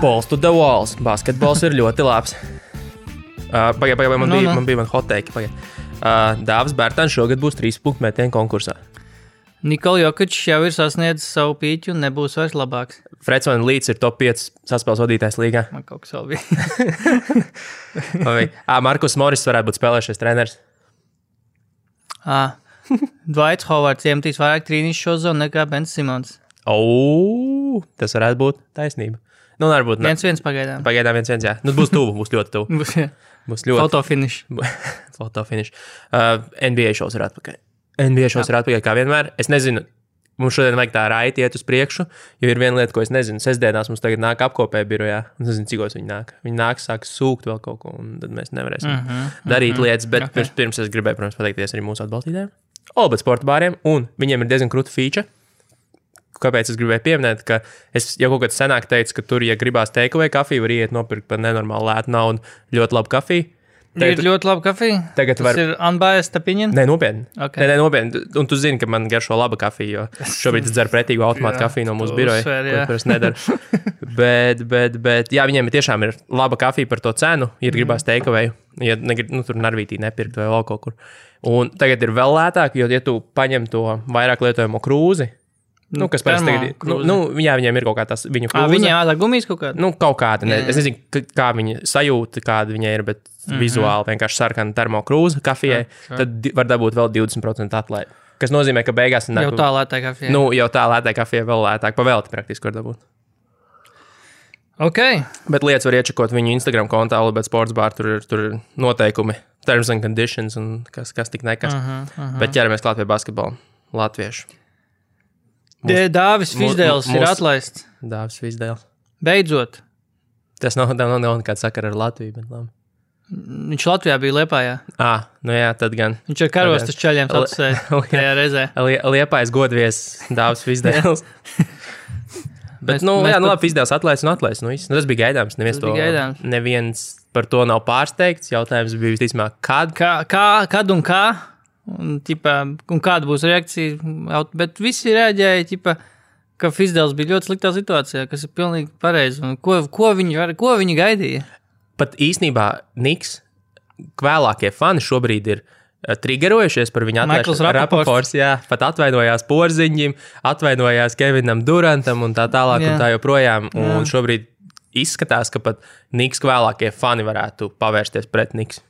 balls to the walls. Basketbols ir ļoti labs. Uh, pagaid, pagaid, man, Nu, no, bija, nu. no. man bija man hot take. pagaid. Uh, Dāvis Bērtāns šogad būs trīs punktu metienu konkursā. Nikola Jokic jau ir sasniedzis savu pīķu un nebūs vairs labāks. Freds un Līts ir top 5 saspēles vadītājs līgā. Man kaut kas vēl bija. Vai- Ā, Markus Morris varētu būt spēlējušais treneris. Ah. Dvaits Hovards iemetīs vairāk trīnīšu šo zonu nekā Bens Simons. O, tas varētu būt taisnība. Nu, varbūt ne. Viens viens pagaidām. Pagaidām viens, viens, jā. Nu, būs tuvu, būs ļoti tuvu. Būs jā. Būs ļoti Autofinish. Foto finish. Uh, NBA šovs ir atpakaļ. NBA šovs ir atpakaļ kā vienmēr. Es nezinu, mums šodien vajag tā raiti iet uz priekšu, jo ir viena lieta, ko es nezinu. Sestdienās mums tagad nāk apkopē birojā. Es nezinu, cik viņi nāk. Viņi nāk, sāk sūkt vēl kaut ko, un tad mēs nevarēsim mm -hmm, darīt mm -hmm. lietas. Bet okay. pirms, pirms es gribēju, protams, pateikties arī mūsu atbalstītājiem, Olbats Sports bāriem, un viņiem ir diezgan krūta feature kāpēc es gribēju pieminēt, ka es jau kaut kad senāk teicu, ka tur, ja gribās teikt, vai kafiju, var iet nopirkt par nenormāli lētu naudu, ļoti labu kafiju. Ir Tagad, ļoti labi kafija. tagad Tas var- ir unbiased opinion. Nē, nopietni. Ok. Nē, nē, nopietni. Un tu zini, ka man garšo laba kafija, jo šobrīd es dzeru pretīgu automātu Jā, kafiju no mūsu to biroja. uzsver, jā. ko es nedaru. bet, bet, bet, jā, viņiem ir tiešām ir laba kafija par to cenu, ja Mm. gribās teikt, vai ja negrib, nu, tur narvītī nepirkt vai vēl kaut kur. Un tagad ir vēl lētāk, jo, ja tu paņem to vairāk lietojamo krūzi, nu, kas parasti termo tagad ir. Nu, krūzi. nu, jā, viņiem ir kaut kā tas viņu Ah, krūze. Viņai ātrāk gumijas kaut kāda. Nu, kaut kāda. Ne, es nezinu, k- kā viņa sajūta, kāda viņa ir, bet mm Mhm. -hmm. vizuāli vienkārši sarkana termokrūze kafijai. Tad di- var dabūt vēl 20% atlaidi. Kas nozīmē, ka beigās nāk, Jau tā lētā kafija. nu, jau tā lētā kafija vēl lētāk, pavēlti praktiski var dabūt. Ok. Bet lietas var iečakot viņu Instagram kontā, bet sports bārā tur, ir- tur ir noteikumi, terms and conditions un kas, kas tik nekas. Uh -huh, uh -huh. Bet ķeramies klāt pie basketbola. Latviešu Dē- Dāvis mūs- Fizdēls ir mūs- atlaists. dāvis visdēļ. Beidzot. Tas nav, nav, nav nekāds sakara ar Latviju. Bet, labi. Viņš Latvijā bija Lietpājā. à, nu jā, tad gan. Viņš ar karostas čaļiem Li- apsēja Oh, tajā reizē. Liepais godvies, dāvāts izdevums. Bet, Mēs- nu, mēs jā, nu, pat- labi, izdevās atlaists un atlaists. Nu, viss. nu, tas bija gaidāms. Neviens, Tas bija gaidāms. To, neviens par to nav pārsteigts. Jautājums bija visticamāk, kad. Kā, kā, kad un kā? Un, ķipā, un kāda būs reakcija? Aut- Bet visi reaģēja, ķipā, ka Fizdēls bija ļoti sliktā situācijā, kas ir pilnīgi pareizi. Un Ko, ko, viņi var- ko viņi gaidīja? Pat īstenībā Niks, vēlākie fani šobrīd ir. eh, Triggerojušies par viņu Maikls Rapaports. Rapaports, Jā, pat atvainojās porziņģim, atvainojās Kevinam Durantam un tā tālāk. Jā. Un tā joprojām. Un šobrīd izskatās, ka pat Niks vēlākie fani varētu pavērsties pret Niks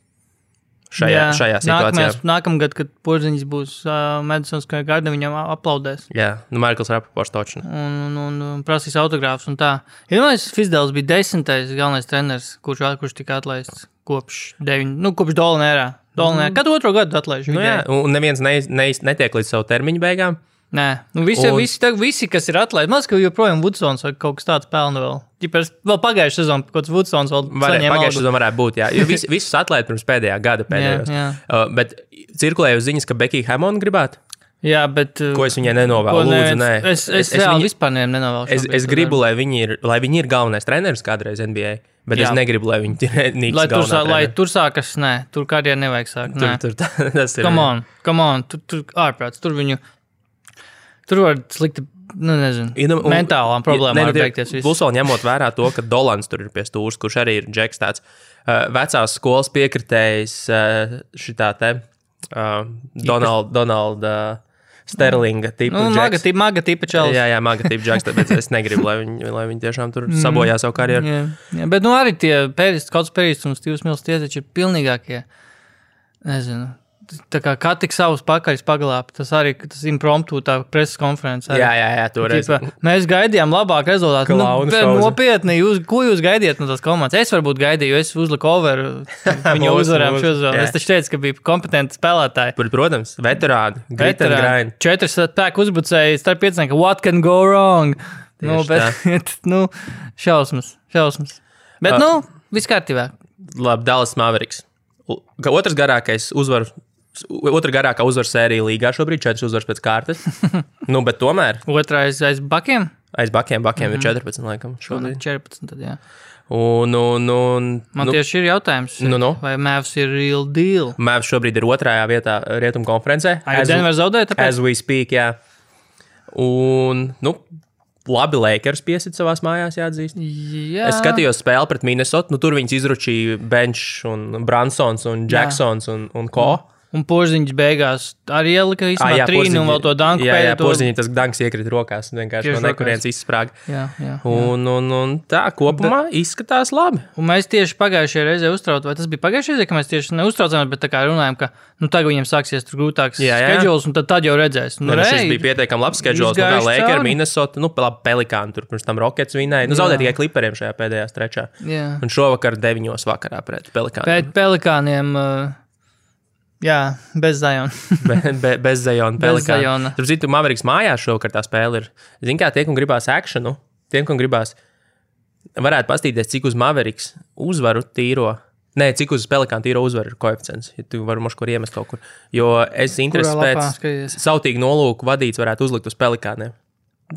šajā, šajā situācijā. Nākamajās, nākamgad, kad porziņš būs uh, Madisons Garda, viņam a- aplaudēs. Jā, nu, Maikls Rapaports točina. Un, un, un, un prasīs autogrāfus. un tā. Iedomājieties, Fizdēls bija desmitais galvenais treneris, kurš, at- kurš tika atlaists kopš, deviņ, nu, kopš Dolanērā. Dolanērā. Katru otro gadu atlaiž. Mhm. Nu, jā, un neviens neiz, neiz, netiek līdz savu termiņu beigām. Nē, nu, visi, Un- un... visi, tag, visi, kas ir atlaisti, man liekas, ka joprojām Woodsons vai kaut kas tāds pelna vēl. Ģipers, vēl pagājušā sezonā kaut kāds Woodsons vēl Varē- saņēma Pagājušā algu. sezonā varētu būt. Jā, jo vis, visus atlaid pirms pēdējā gada pēdējos. jā. Uh, bet cirkulēja ziņas, ka Bekija Hamona gribētu. Jā, bet. uh, Ko es viņai nenovēlu? ko Lūdzu, neviens- nē. Es, es, es reāli viņu- viņu... vispār nevienam nenovēlu. es, šobrīd es to gribu, darbu. lai viņi, ir, lai viņi ir galvenais treneris kādreiz NBA, bet jā. Jā. es negribu, lai viņi ir nīks. Lai tur, sā, lai tur sākas, nē, tur karjerā nevajag sākt. tur, Nē. tur tā, tas ir. Come on, come on, tur, tur ārprāts, tur viņu. Tur var slikti, nu, nezinu, Ja, nu, un- mentālām Ja- problēmām nē, var nu, tie- beigties. viss. Plus, vēl ņemot vērā to, ka Dolans tur ir pie stūra, kurš arī ir džeks, tāds uh, vecās skolas piekritējs uh, šitā te uh, Donalda Donald, uh, Sterlinga tipa. Nu, džeks. maga, tip, maga tipa čels. Jā, jā, maga tipa džeks, bet es negribu, lai viņi, lai viņi tiešām tur sabojā savu karjeru. jā, jā, bet nu arī tie pēris, kaut kāds pēris un stīvs mils tie taču ir pilnīgākie. Nezinu. Tā kā katrs savus pakaļus paglāp, tas arī tas impromptu tā preses konferences. Jā, jā, jā, toreiz. Tipa, mēs gaidījām labāku rezultātu. Nu, Klauna bet šauza. nopietni, jūs, ko jūs gaidījāt no tās komandas? Es varbūt gaidīju, jo es uzliku overu. Viņu Mūsu, uzvarējām mūsu, šo zonu. jā. Es taču teicu, ka bija kompetenti spēlētāji. Pr- Protams, veterāni, grit and grind. Četras spēku uzbrucēji starp pieciem, ka what can go wrong? Nu, Tieši bet, nu, šausmas, šausmas. Ah. Bet, nu, viss kārtībā. Labi, Dallas Mavericks. U- ga- Otrs garākais uzvaru. Otra garākā uzvaru sērija līgā šobrīd - 4 uzvaras pēc kārtas. nu, bet tomēr Otrais aiz bakiem. aiz bakiem, bakiem mm -hmm. ir 14, laikam, šobrīd. 14. Tad, jā. Un, un, un Man nu, nu, tieši ir jautājums, nu, nu. vai Mēvs ir real deal? Mavs šobrīd ir otrajā vietā rietumu konferencē. Ai, Denver zaudēja, tāpēc as we speak, jā. Un, nu, labi Lakers piesit savās mājās, jāatzīst. Jā, Es skatījos spēli pret Minnesota. Nu, tur viņi izručīja Benčs, un Bransons, un Jacksons un, un Ko. Un porziņš beigās arī ielika Ā, īstenībā trīnu Mm. un vēl to danku Ah, jā, jā pēdējo. porziņš, tas danks iekrita rokās. un Vienkārši Tieši no nekurienes izsprāga. Jā, jā. Un, un, un tā kopumā izskatās labi. Un mēs tieši pagājušajā reizē uztraucamies, vai tas bija pagājušajā reizē, ka mēs tieši neuztraucāmies, bet tā kā runājam, ka nu, tagad viņiem sāksies tur grūtāks Jā, jā. schedules, un tad, tad jau redzēs. Nu, Nu, re, šis bija pietiekami labs schedules. Nu, kā izgājuši Lakers, cauri. Minnesota, nu, labi, Pelikāna tur pirms tam Rockets vinēja. Nu, zaudēja Jā. tikai kliperiem šajā pēdējā strečā. jā. Un šovakar 9 vakarā pret Pelikānu. Pēc pelikāniem, uh, jā, bez zajona. Be, be, bez Zajona, Pelikāna. Zajona. Tur zinu, Maveriks mājās šovakar tā spēle ir. Zini, kā tiem, kam gribās akciju, tiem, kam gribās, varētu paskatīties, cik uz Maveriks uzvaru tīro. Nē, cik uz pelikāna tīra uzvaru ir koeficients. Ja tu vari mums kaut kur iemest kaut kur. Jo es interesēju lapā pēc skaties? sautīgu nolūku vadīts varētu uzlikt uz pelikāniem.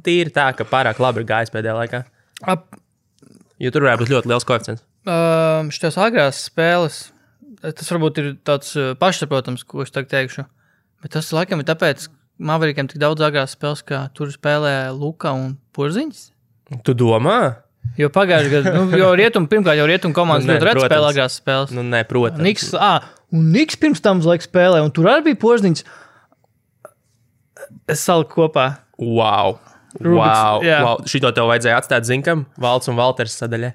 Tīri tā, ka pārāk labi ir gājis pēdējā laikā. Ap Jo tur varētu būt ļoti liels koeficients. um, šīs agrās spēles, eh, tas varbūt ir tāds uh, pašsaprotams, ko es tagad teikšu. Bet tas laikam ir tāpēc, ka Maverickiem tik daudz agrās spēles, kā tur spēlē Luka un Porziņš. Tu domā? Jo pagājušajā gadā, nu, jau rietumu, pirmkārt, jau rietumu komandas Nu, nē, ļoti reti spēlē protams. agrās spēles. Nu, nē, protams. Niks, à, un Niks pirms tam laikam spēlēja, un tur arī bija porziņš. Es saliku kopā. Wow! Rubiks, Wow, jā. wow. Šito tev vajadzēja atstāt zinkam, Valts un Valters sadaļai.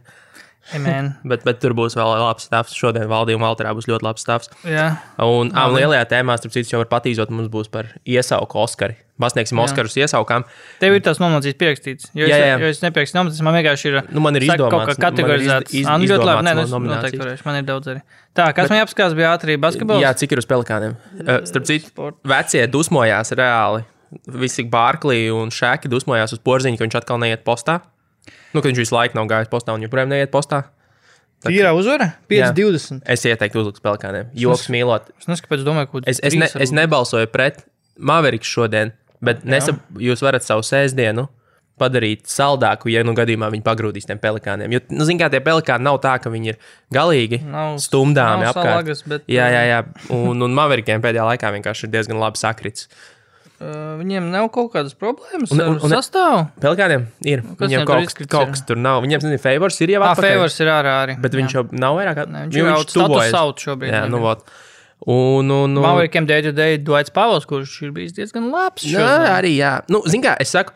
Hey, man. Bet, bet tur būs vēl labs stāvs. Šodien valdījuma Valterā būs ļoti labs stāvs. Jā, Un abām lielajā tēmā, starp citu, jau var patīzot, mums būs par iesauku Oskari. Pasniegsim Oskarus iesaukām. tev ir tas nomocīts pierakstīts. Jo es, Jā, jā, jā. jā. Jo es nepierakstīju nomocīts, man vienkārši ir. Nu, man ir saka izdomāts, Kaut kā man ir kategorizēts. iz- iz- Ā, nu, ļoti labi. izdomāts Nē, no es nominācijas. noteikti varēšu. Man ir daudz arī. Tā, kas man jāapskatās, bija ātrī basketbols. Jā, cik ir uz pelikāniem? Uh, Starp citu, Sport. vecie dusmojās reāli. Visi Bārklī un Šēki dusmojās uz porziņu, ka viņš atkal neiet postā. Nu, ka viņš visu laiku nav gājis postā un joprojām neiet postā. Tīrā uzvara Jā. 5-20. Es ieteiktu uzlikt pelikāniem. Joks mīlot, Es nezinu, kāpēc domāju, ka Es, es, ne, es nebalsoju pret Maveriku šodien, bet nesap, jūs varat savu sēdiņu padarīt saldāku, ja nu gadījumā viņi pagrūdīs tiem pelikāniem. Jo, nu, zinām, kā tie pelikāni nav tā, ka viņi ir galīgi Nav- stumdāmi nav apkārt. salagas, bet- eh, Jā, jā, jā. Un, un Maverikiem pēdējā laikā vienkārši ir diezgan labi sakrits. Uh, viņiem nav kaut kādas problēmas Un- un, un, un- un- ar sastāvu. Pelikāniem ir. Nu, kas Viņiem kaut, viņiem tur kas- izkrits ir? kaut kas tur nav. Viņiem, zini, favors ir jau Ā, atpakaļ. Favors ir ārā arī. Bet viņš jau nav vairāk Nē, viņš jau status out šobrīd. Jā, tagad. nu, vot. Un, un, un, Maverikiem day to day Dvaits Pavels, kurš ir bijis diezgan labs. Jā, šodien. arī jā. Nu, Ziniet, kā es saku,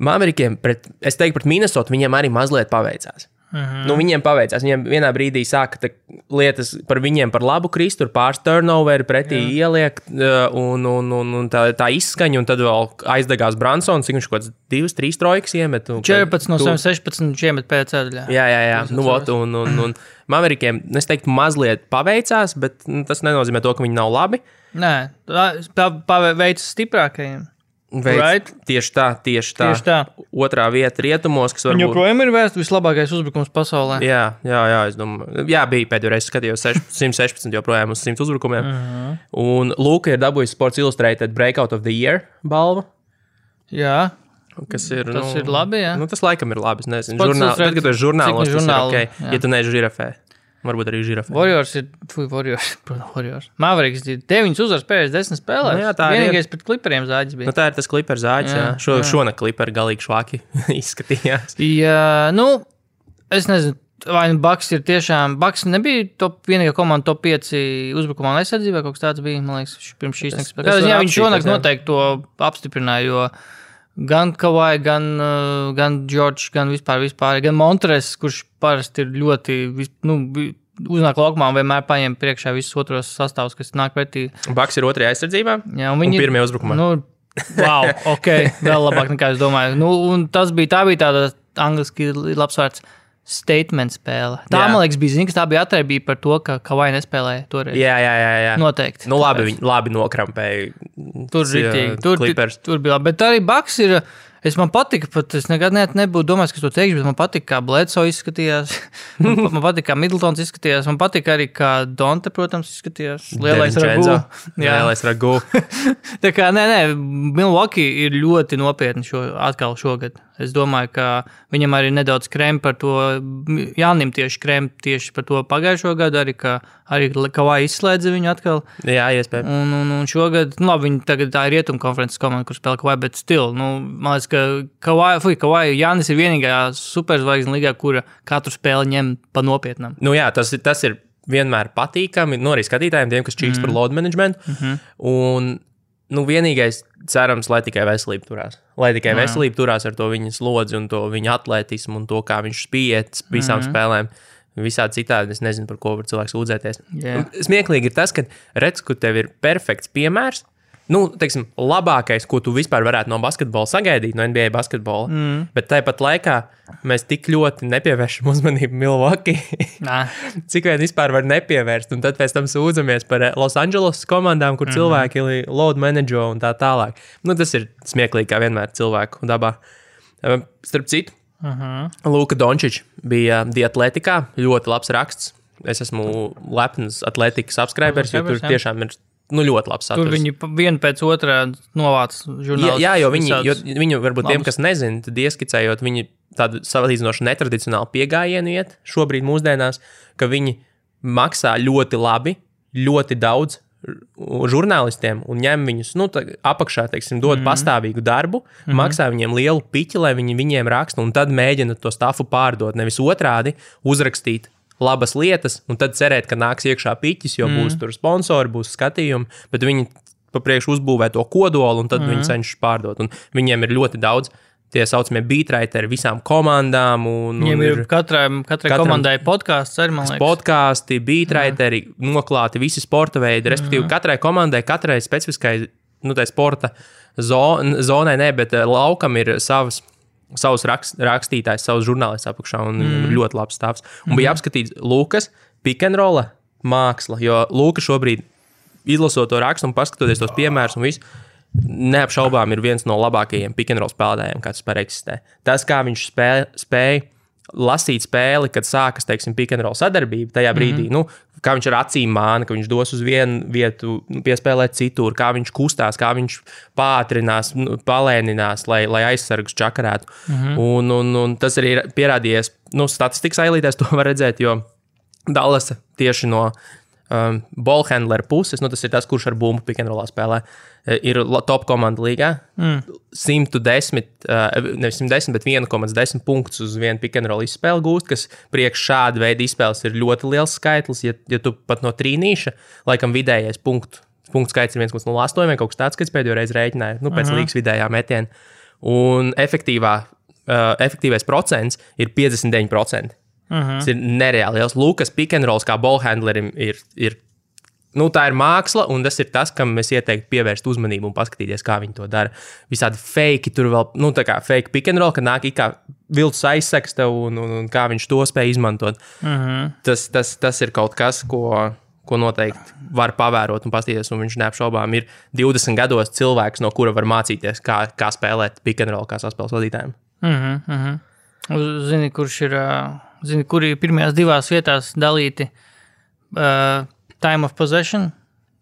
Māmerikiem, pret, es teiktu, pret Minnesota viņiem arī mazliet paveicās. Mm Mhm. -hmm. nu, viņiem paveicās. Viņiem vienā brīdī sāka tā lietas par viņiem par labu krist, tur pāris turnoveri pretī Jā. ieliek, eh, un, un, un, un tā, tā izskaņa, un tad vēl aizdegās Bransons, cik viņš kaut kāds divas, trīs trojkas iemet. un- 14 no Tu- 116 čempionu pēc ceļā. Jā, jā, jā. Nu, ot, un, un, un Māmerikiem, es teiktu, mazliet paveicās, bet nu, tas nenozīmē to, ka viņi nav labi. Nē, paveicis stiprākajiem. Veids, Right. Tieši tā, tieši tā. Tieši tā. Otrā vieta rietumos, kas Viņa varbūt joprojām ir vēsts vislabākais uzbrukums pasaulē. Jā, jā, jā, es domāju, jā, bija pēdējā reize, kad skatījos 16 116, joprojām uz 100 uzbrukumiem. Uh -huh. Un Lūks ir dabūjis Sports Illustrated Breakout of the Year balvu. Jā, Kas ir, tas nu, ir labi. Jā. Nu, tas laikam ir labi. Es nezinu, žurnāl, Sports tad, Illustrated, kad tu esi žurnālists, cik nu tas ir žurnāli, ok. jā. Ja tu neesi žirafē, varbūt arī žirafē. Warriors ir. Fui, Warriors. Protams, Warriors. Mavericks ir 9 uzvaras pēdējās 10 spēlēs. Nu jā, tā arī ir. Vienīgais pret klipriem zāģis bija. Nu, tā ir tas klipa zāģis. Jā, Jā, Šo, šonakt klipa ir galīgi švaki izskatījās. Jā, nu, es nezinu, vai nu Baks ir tiešām. Baks nebija top, vienīgā komanda top 5 uzbrukumā un aizsardzībā. Kaut kas tāds bija, man liekas, š- pirms šīs naktas tas spēles. var Jā, viņš šonakt apstīties, jā. noteikti to apstiprināja. Jo... Gan Kavai, gan, uh, gan Džordžs, gan vispār, vispār, gan Montres, kurš parasti ir ļoti, vis- nu, vi- uznāk laukumā un vienmēr paņem priekšā visus otros sastāvus, kas nāk pretī. Baks ir otrajā aizsardzībā. Jā, Un un viņi ir pirmie uzbrukumā. Nu, wow, ok, vēl labāk nekā es domāju. Nu, un tas bija tā, bija tāda angļuiski labs vārds. Statement spēle. Tā, Jā. man liekas, bija zināms, tā bija atribīta par to, ka Kavai nespēlēja toreiz. Jā, jā, jā. jā. Noteikti. Nu, labi, viņi labi nokrampēja. Tur Jā, bija rītīgi. Tur, Clippers. ti- tur bija labi. Bet arī Baks ir. Es man patika, pat es nekad ne, nebūtu domājis, ka to teikšu, bet man patika, kā Blēso izskatījās. man pa- man patika, kā Midltons izskatījās. Man patika arī, kā Donte, protams, izskatījās. Lielais Devincenzo. ragu. Jā, Jā, lielais ragu. tā kā, nē, nē, Milwaukee ir ļoti nopietni šo, atkal šogad. Es domāju, ka viņam arī nedaudz krēma par to, Jānis tieši krēma tieši par to pagājušo gadu, arī ka arī Kavai izslēdza viņu atkal. Jā, iespējams. Un, un, un šogad, nu, labi, viņi tagad tā ir rietumkonferences komanda, kur spēlē Kavai, bet stila. Nu, man liekas, ka Kavai, fuj, Kavai, Jānis ir vienīgā superzvaigznes līgā, kura katru spēli ņem pa nopietnam. Nu, jā, tas, ir- tas ir vienmēr patīkami. Nu, arī skatītājiem, tiem, kas čīkst mm. par load management. Mm -hmm. Un nu, vienīgais cerams, lai tikai veselība turās. Lai tikai no, veselība turās ar to viņa slodzi un to viņa atletismu un to, kā viņš spiedz visām mm -hmm. spēlēm. Visādi citādi es nezinu, par ko var cilvēks lūdzēties. Jā. Un Smieklīgi ir tas, ka redz, ka tev ir perfekts piemērs. Nu, teiksim, labākais, ko tu vispār varētu no basketbola sagaidīt, no NBA basketbola. Mm. Bet tāpat laikā mēs tik ļoti nepievēršam uzmanību Milvokijai. Nā. cik vien vispār var nepievērst. Un tad pēc tam sūdzamies par eh, Los Angeles komandām, Mhm. kur mm -hmm. cilvēki li- load manageo un tā tālāk. Nu, tas ir smieklīgi, kā vienmēr cilvēku dabā. Eh, Starp citu, Uh -huh. Luka Dončičs bija Dietletikā. Ļoti labs raksts. Es esmu lepns atletikas subscribers, jo tur Subscribers, jā. tiešām ir nu, ļoti labs Tur saturs. viņi pa- vienu pēc otrā novāca Jā, žurnālistu. jā, jo viņi, jo viņu, varbūt tiem, labus. kas nezina, tad ieskicējot, viņi tādu salīdzinoši netradicionālu pieejamību iet šobrīd mūsdienās, ka viņi maksā ļoti labi, ļoti daudz ž- žurnālistiem un ņem viņus nu, tā, apakšā, teiksim, dod mm. pastāvīgu darbu, mm. maksā viņiem lielu piķi, lai viņi viņiem raksta, un tad mēģina to stafu pārdot. Nevis otrādi uzrakstīt labas lietas, un tad cerēt, ka nāks iekšā piķis, jo mm. būs tur sponsori, būs skatījumi, bet viņi pa priekšu uzbūvē to kodolu, un tad mm. Mhm. viņi cenšas pārdot. Un viņiem ir ļoti daudz tie saucamie beatraiteri visām komandām. Un, un Viņiem ir katrai, Nu, katrai katram- komandai podkāsts arī, man liekas. podkāsti, beatraiteri, Mhm. noklāti visi sporta veidi. Respektīvi, katrai komandai, katrai specifiskai nu, tai sporta zon, zonai, ne, bet eh, laukam ir savs. Savs rakst, rakstītājs, savs žurnālists apakšā, un mm. Mhm. ļoti labs stāvs. Un bija apskatīts Lukas, pikantrola māksla, jo Lukas šobrīd, izlasot to rakstu un paskatoties tos piemērus, un viss, neapšaubām ir viens no labākajiem pikantrola spēlētājiem, kāds vispār eksistē. Tas, kā viņš spē, spēja lasīt spēli, kad sākas, teiksim, pikantrola sadarbība, tajā brīdī, mm -hmm. nu, kā viņš ar acīm māna, ka viņš dos uz vienu vietu, nu, piespēlē citur, kā viņš kustās, kā viņš pātrinās, nu, palēninās, lai, lai aizsargs čakarētu. Mm -hmm. un, un, un tas arī ir pierādījies, nu, statistikas ailītēs to var redzēt, jo Dallasa tieši no um, Bolhandlera puses, nu, tas ir tas, kurš ar bumbu pikantrolā spēlē, e, ir la- top komanda līgā. Mm. 110, uh, nevis 110, bet 1,10 punktus uz vienu pikantrola izspēli gūst, kas priekš šāda veida izspēles ir ļoti liels skaitlis. Ja, ja tu pat no trīnīša, laikam vidējais punktu, punktu skaits ir 1,08 vai kaut kas tāds, kas pēdējo reizi rēķināja, nu, pēc mm -hmm. līgas vidējā metiena. Un efektīvā, uh, efektīvais procents ir 59%. Tas ir nereāli. liels. Lukas Pikantrols kā bolhandlerim ir. ir Nu, tā ir māksla, un tas ir tas, kam es ieteiktu pievērst uzmanību un paskatīties, kā viņi to dara. Visādi fake, tur vēl, nu, tā kā fake pick and roll, ka nāk it kā vilcis aizsaks tev, un, un, un kā viņš to spēj izmantot. Mm -hmm. tas, tas, tas ir kaut kas, ko, ko noteikti var pavērot un paskatīties, un viņš neapšaubām ir 20 gados cilvēks, no kura var mācīties, kā, kā spēlēt pick and roll, kā saspēles vadītājiem. Mhm, mhm. Uz- Zini, kurš ir, ā, zini, kur ir pirmajās divās vietās dalīti uh, time of possession?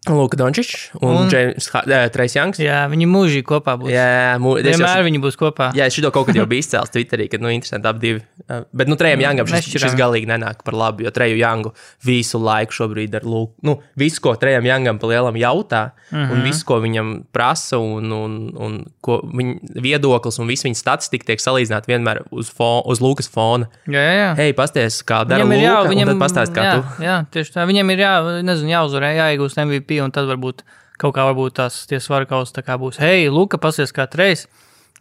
Lūk, Dončičs un, un... James Trīs Janks. Jā, viņi mūžīgi kopā būs. Jā, mū, es jau, Vienmēr viņi būs kopā. jā, es šito kaut kad jau biju izcēlis Twitterī, kad, nu, interesanti, abi divi. uh, Bet, nu, Trejam Jāngam šis, nešķiram. šis galīgi nenāk par labu, jo Treju Jāngu visu laiku šobrīd ar Lūku, nu, visu, ko Trejam Jāngam pa lielam jautā, mm -hmm. Mhm. un visu, ko viņam prasa, un, un, un ko viņa viedoklis un viss viņa statistika tiek salīdzināta vienmēr uz, fo, uz Lūkas fona. jā, jā. jā. Hei, pasties, kā dara Viņam ir Lūka, jā- un tad pastāst, kā jā, tu. Jā, tieši tā. Viņam ir jā, nezinu, jāuzvarē, jāiegūst MVP, un tad varbūt kaut kā varbūt tās tie svarkaus tā kā būs. Hei, Luka, pasies kā treis.